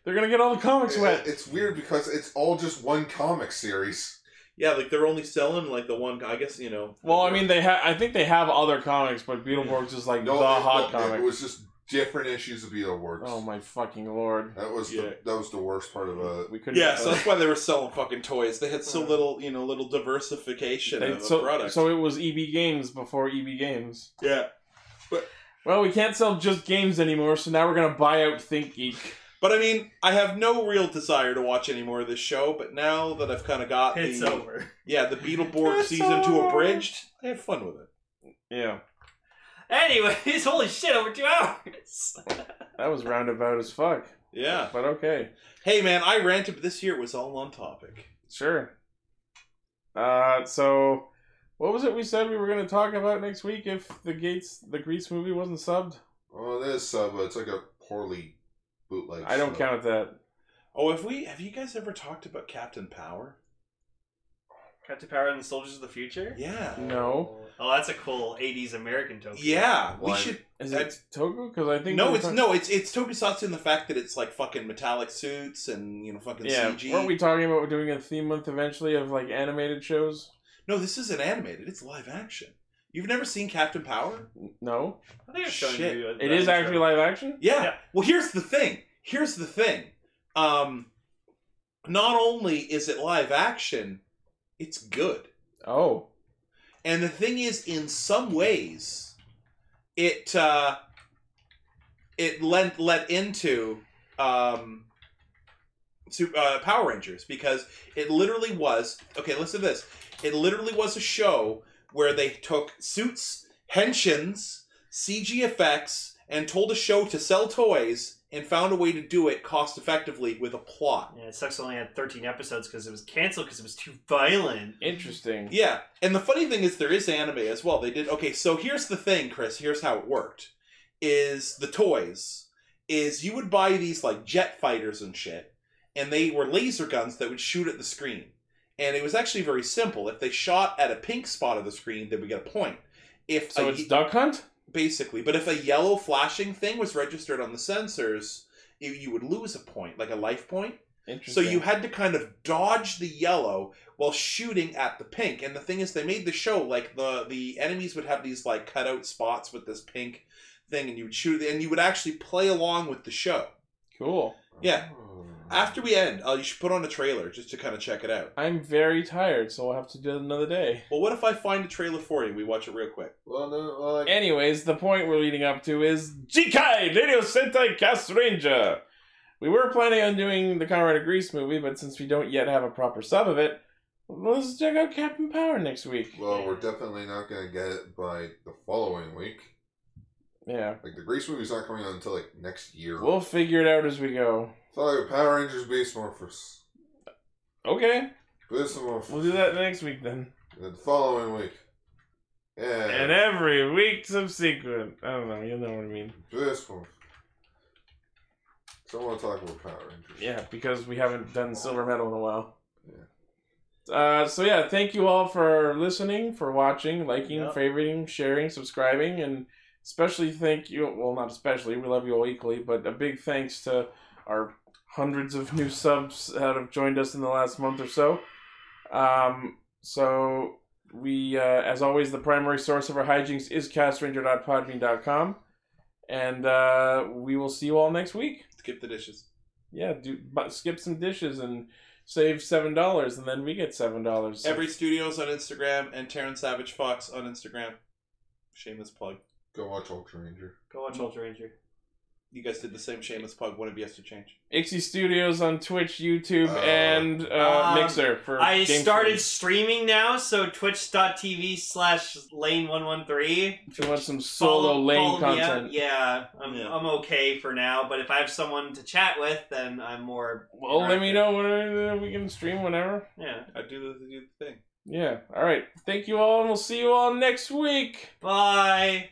[SPEAKER 1] They're gonna get all the comics
[SPEAKER 8] It-
[SPEAKER 1] wet.
[SPEAKER 8] It's weird because it's all just one comic series.
[SPEAKER 5] Yeah, like they're only selling like the one. I guess you know.
[SPEAKER 1] Well, I mean, they have. I think they have other comics, but Beetleborgs is like
[SPEAKER 8] No,
[SPEAKER 1] the
[SPEAKER 8] it-
[SPEAKER 1] hot
[SPEAKER 8] no, it-
[SPEAKER 1] comic.
[SPEAKER 8] It was just different issues of Beetleborgs.
[SPEAKER 1] oh my fucking lord!
[SPEAKER 8] That was
[SPEAKER 5] Yeah.
[SPEAKER 8] the that was the worst part of it.
[SPEAKER 1] We couldn't.
[SPEAKER 5] Yeah, (laughs) so that's why they were selling fucking toys. They had so
[SPEAKER 1] Uh.
[SPEAKER 5] little, you know, little diversification
[SPEAKER 1] They-
[SPEAKER 5] of the
[SPEAKER 1] so,
[SPEAKER 5] product.
[SPEAKER 1] so it was EB Games before EB Games.
[SPEAKER 5] yeah,
[SPEAKER 1] Well, we can't sell just games anymore, so now we're gonna buy out ThinkGeek.
[SPEAKER 5] but I mean, I have no real desire to watch any more of this show. But now that I've kind of got
[SPEAKER 4] It's
[SPEAKER 5] the
[SPEAKER 4] over.
[SPEAKER 5] yeah the Beetleborg
[SPEAKER 1] It's
[SPEAKER 5] season two
[SPEAKER 1] over.
[SPEAKER 5] abridged, I had fun with it.
[SPEAKER 1] Yeah,
[SPEAKER 4] Anyways, (laughs) holy shit, over two hours.
[SPEAKER 1] that was roundabout as fuck,
[SPEAKER 5] Yeah.
[SPEAKER 1] but okay,
[SPEAKER 5] Hey man, I ranted, but this year it was all on topic.
[SPEAKER 1] sure. Uh, so what was it we said we were gonna talk about next week if the Gates the Grease movie wasn't subbed?
[SPEAKER 8] Oh, it is sub. but It's like a poorly bootleg.
[SPEAKER 1] I don't
[SPEAKER 8] sub.
[SPEAKER 1] count that.
[SPEAKER 5] Oh, have we? Have you guys ever talked about Captain Power?
[SPEAKER 4] Captain Power and the Soldiers of the Future?
[SPEAKER 5] Yeah.
[SPEAKER 1] No,
[SPEAKER 4] Oh, that's a cool 80s American token.
[SPEAKER 5] Yeah, we
[SPEAKER 8] Why?
[SPEAKER 5] should
[SPEAKER 1] is it
[SPEAKER 5] That's-
[SPEAKER 1] Togo? Because I think we
[SPEAKER 5] No,
[SPEAKER 1] were
[SPEAKER 5] it's
[SPEAKER 1] talk-
[SPEAKER 5] no, it's it's tokusatsu in the fact that it's like fucking metallic suits and you know fucking
[SPEAKER 1] Yeah,
[SPEAKER 5] CG.
[SPEAKER 1] weren't we talking about doing a theme month eventually of like animated shows?
[SPEAKER 5] No, this isn't animated. It's live action. You've never seen Captain Power?
[SPEAKER 1] No,
[SPEAKER 4] I think it's showing
[SPEAKER 5] Shit.
[SPEAKER 4] you.
[SPEAKER 1] it is actually live action.
[SPEAKER 5] Yeah.
[SPEAKER 4] Yeah.
[SPEAKER 5] Well, here's the thing. Here's the thing. Um, not only is it live action, it's good.
[SPEAKER 1] Oh,
[SPEAKER 5] And the thing is, in some ways, it uh, it lent let into um, Sup- uh, Power Rangers because it literally was okay. Listen to this.
[SPEAKER 2] It literally was a show where they took suits, henshins, CG effects, and told a show to sell toys and found a way to do it cost effectively with a plot.
[SPEAKER 4] Yeah, it sucks. it Only had thirteen episodes because it was canceled because it was too violent.
[SPEAKER 1] Interesting.
[SPEAKER 2] Yeah, and the funny thing is there is anime as well. They did okay. So here's the thing, Chris. Here's how it worked: is the toys is you would buy these like jet fighters and shit, and they were laser guns that would shoot at the screen. And it was actually very simple. If they shot at a pink spot of the screen, they would get a point. If
[SPEAKER 1] So
[SPEAKER 2] a
[SPEAKER 5] e-
[SPEAKER 1] it's
[SPEAKER 2] ye-
[SPEAKER 1] Duck Hunt?
[SPEAKER 2] basically, but if a yellow flashing thing was registered on the sensors, you you would lose a point, like a life point. So
[SPEAKER 1] Interesting.
[SPEAKER 2] you had to kind of dodge the yellow while shooting at the pink. And the thing is, they made the show like the the enemies would have these like cutout spots with this pink thing, and you would shoot, and you would actually play along with the show.
[SPEAKER 1] Cool.
[SPEAKER 2] Yeah.
[SPEAKER 8] Oh.
[SPEAKER 2] After we end, uh, you should put on a trailer just to kind of check it out.
[SPEAKER 1] I'm very tired, so we'll have to do it another day.
[SPEAKER 2] Well, what if I find a trailer for you? We watch it real quick.
[SPEAKER 8] Well, no, well, like,
[SPEAKER 1] Anyways, the point we're leading up to is Jikai, Radio Sentai Cast Ranger. We were planning on doing the Conrad of Grease movie, but since we don't yet have a proper sub of it, let's check out Captain Power next week.
[SPEAKER 8] well, we're definitely not going to get it by the following week.
[SPEAKER 1] Yeah.
[SPEAKER 8] Like, the Grease movie's not coming out until, like, next year.
[SPEAKER 1] We'll figure it out as we go.
[SPEAKER 8] So, like, Power Rangers Beast Morphers.
[SPEAKER 1] Okay.
[SPEAKER 8] Beast Morphers.
[SPEAKER 1] We'll do that next week then.
[SPEAKER 8] And then the following week. Yeah.
[SPEAKER 1] And every week subsequent. I don't know, you know what I mean.
[SPEAKER 8] Beast Morphers. So I want to talk about Power Rangers.
[SPEAKER 1] Yeah, because we haven't done silver medal in a while. Uh, so yeah, thank you all for listening, for watching, liking,
[SPEAKER 4] Yep.
[SPEAKER 1] favoriting, sharing, subscribing, and especially thank you. Well, not especially. We love you all equally, but a big thanks to our hundreds of new subs that have joined us in the last month or so. Um, so we, uh, as always, the primary source of our hijinks is castranger.podbean.com, and uh, we will see you all next week
[SPEAKER 2] Skip the dishes.
[SPEAKER 1] yeah, do but skip some dishes and save seven dollars, and then we get seven dollars.
[SPEAKER 2] Every Studios on Instagram and Terran Savage Fox on Instagram. Shameless plug.
[SPEAKER 8] Go watch Ultra Ranger.
[SPEAKER 4] Go watch Ultra Ranger.
[SPEAKER 2] You guys did the same shameless plug. One of you has to change.
[SPEAKER 1] Ixie Studios on Twitch, YouTube,
[SPEAKER 8] Uh,
[SPEAKER 1] and uh,
[SPEAKER 4] Um,
[SPEAKER 1] Mixer for
[SPEAKER 4] I
[SPEAKER 1] game
[SPEAKER 4] started
[SPEAKER 1] streams.
[SPEAKER 4] streaming now, so twitch.tv slash lane one one three.
[SPEAKER 1] If you want some solo lane content,
[SPEAKER 4] Yeah, I'm,
[SPEAKER 2] Yeah.
[SPEAKER 4] I'm okay for now, but if I have someone to chat with, then I'm more.
[SPEAKER 1] well, let me
[SPEAKER 4] interactive.
[SPEAKER 1] know when uh, we can stream whenever.
[SPEAKER 4] Yeah.
[SPEAKER 2] I do the, do the thing.
[SPEAKER 1] Yeah. All right. Thank you all, and we'll see you all next week.
[SPEAKER 4] Bye.